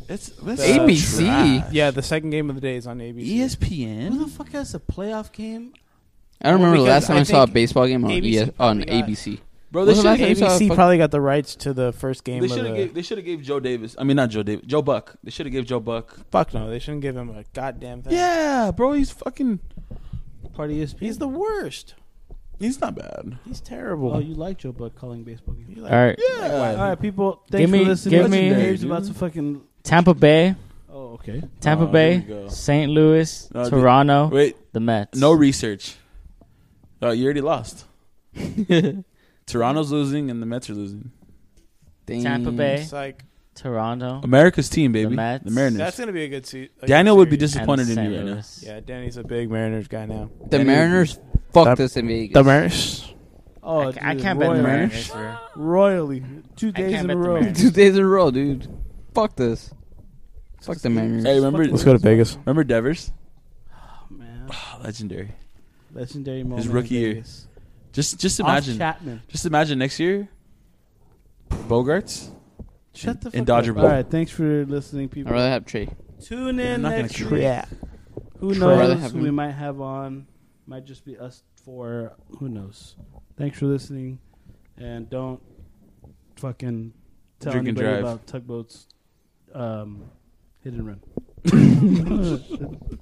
S4: It's, that's
S7: Uh,
S6: ABC.
S4: trash.
S7: Yeah, the second game of the day is on ABC.
S4: E
S2: Who
S4: ESPN.
S2: the fuck has a playoff game?
S6: I don't remember the
S7: Because
S6: last time I,
S7: I
S6: saw a
S7: think
S6: baseball game on
S7: ABC
S6: ES, on
S7: probably got-
S6: ABC.
S4: Bro,
S6: What
S4: they
S6: was
S4: should
S6: the
S4: have
S6: last time you
S4: gave,
S6: saw a
S7: ABC
S6: fuck-
S7: probably got the rights to the first game.
S4: they
S7: of
S4: shoulda
S7: the,
S4: gave- they shoulda gave Joe Davis. I mean, not Joe Davis. Joe Buck. They should have gave Joe Buck.
S7: Fuck no, they shouldn't give him a goddamn thing.
S4: Yeah, bro, he's fucking.
S2: Part of ESPN.
S7: he's the worst.
S4: He's not bad.
S7: He's terrible.
S2: oh, you like Joe Buck calling baseball games.
S7: You
S5: All right.
S7: like-
S2: All
S4: Yeah.
S2: right, people. Thanks
S5: me-
S2: for listening.
S5: give
S2: What's
S5: me-
S2: your name's
S4: dude.
S2: about to fucking.
S5: Tampa Bay,
S2: Oh, okay.
S5: Tampa
S4: Oh, here we
S5: Bay,
S4: go.
S5: St. Louis,
S4: No, dude.
S5: Toronto,
S4: Wait,
S5: the Mets.
S4: no research. Oh, you already
S5: *laughs*
S4: lost. Toronto's losing and the Mets are losing.
S5: Tampa
S6: Dang.
S5: Bay,
S7: It's like
S5: Toronto,
S4: America's team, Oh, baby. The,
S5: Mets.
S4: Mariners.
S7: that's gonna be a good seat.
S4: Daniel would be
S5: and
S4: disappointed in
S5: St.
S4: you right now.
S5: Louis.
S7: Yeah, Danny's a big Mariners guy now.
S6: The
S4: Anyway.
S6: Mariners fucked us in Vegas.
S7: Mariners.
S2: Oh,
S5: I, ca- I
S2: dude,
S5: can't bet the
S2: royally.
S5: Mariners. bro.
S2: Royally, two
S5: I
S2: days
S5: can't
S2: in
S5: bet
S2: a
S5: the
S2: row.
S5: Mariners.
S6: *laughs* Two days in a row, dude. Fuck this. Fuck the Mariners.
S4: Hey, remember-
S7: Let's go to Vegas.
S4: Remember Devers?
S2: man.
S4: Oh, legendary.
S2: *sighs* Legendary moment. in
S4: rookie year.
S2: Vegas.
S4: Just just
S2: Off
S4: imagine.
S2: Chapman.
S4: Just imagine next year. Bogarts.
S2: Shut the
S4: in
S2: fuck
S4: Dodger
S2: up.
S4: Bowl.
S2: All right, thanks for listening,
S6: I'd
S2: people.
S6: rather have Trey.
S2: Tune
S4: I'm
S2: in
S4: not gonna
S2: next
S4: treat
S2: week.
S4: it.
S2: Who
S6: Trey. Rather
S2: knows
S6: have
S2: who
S6: him.
S2: we might have on? Might just be us four. Who knows? Thanks for listening, and don't fucking tell
S4: Drink and
S2: anybody *laughs*
S4: drive.
S2: about tugboats. Um, hit and run.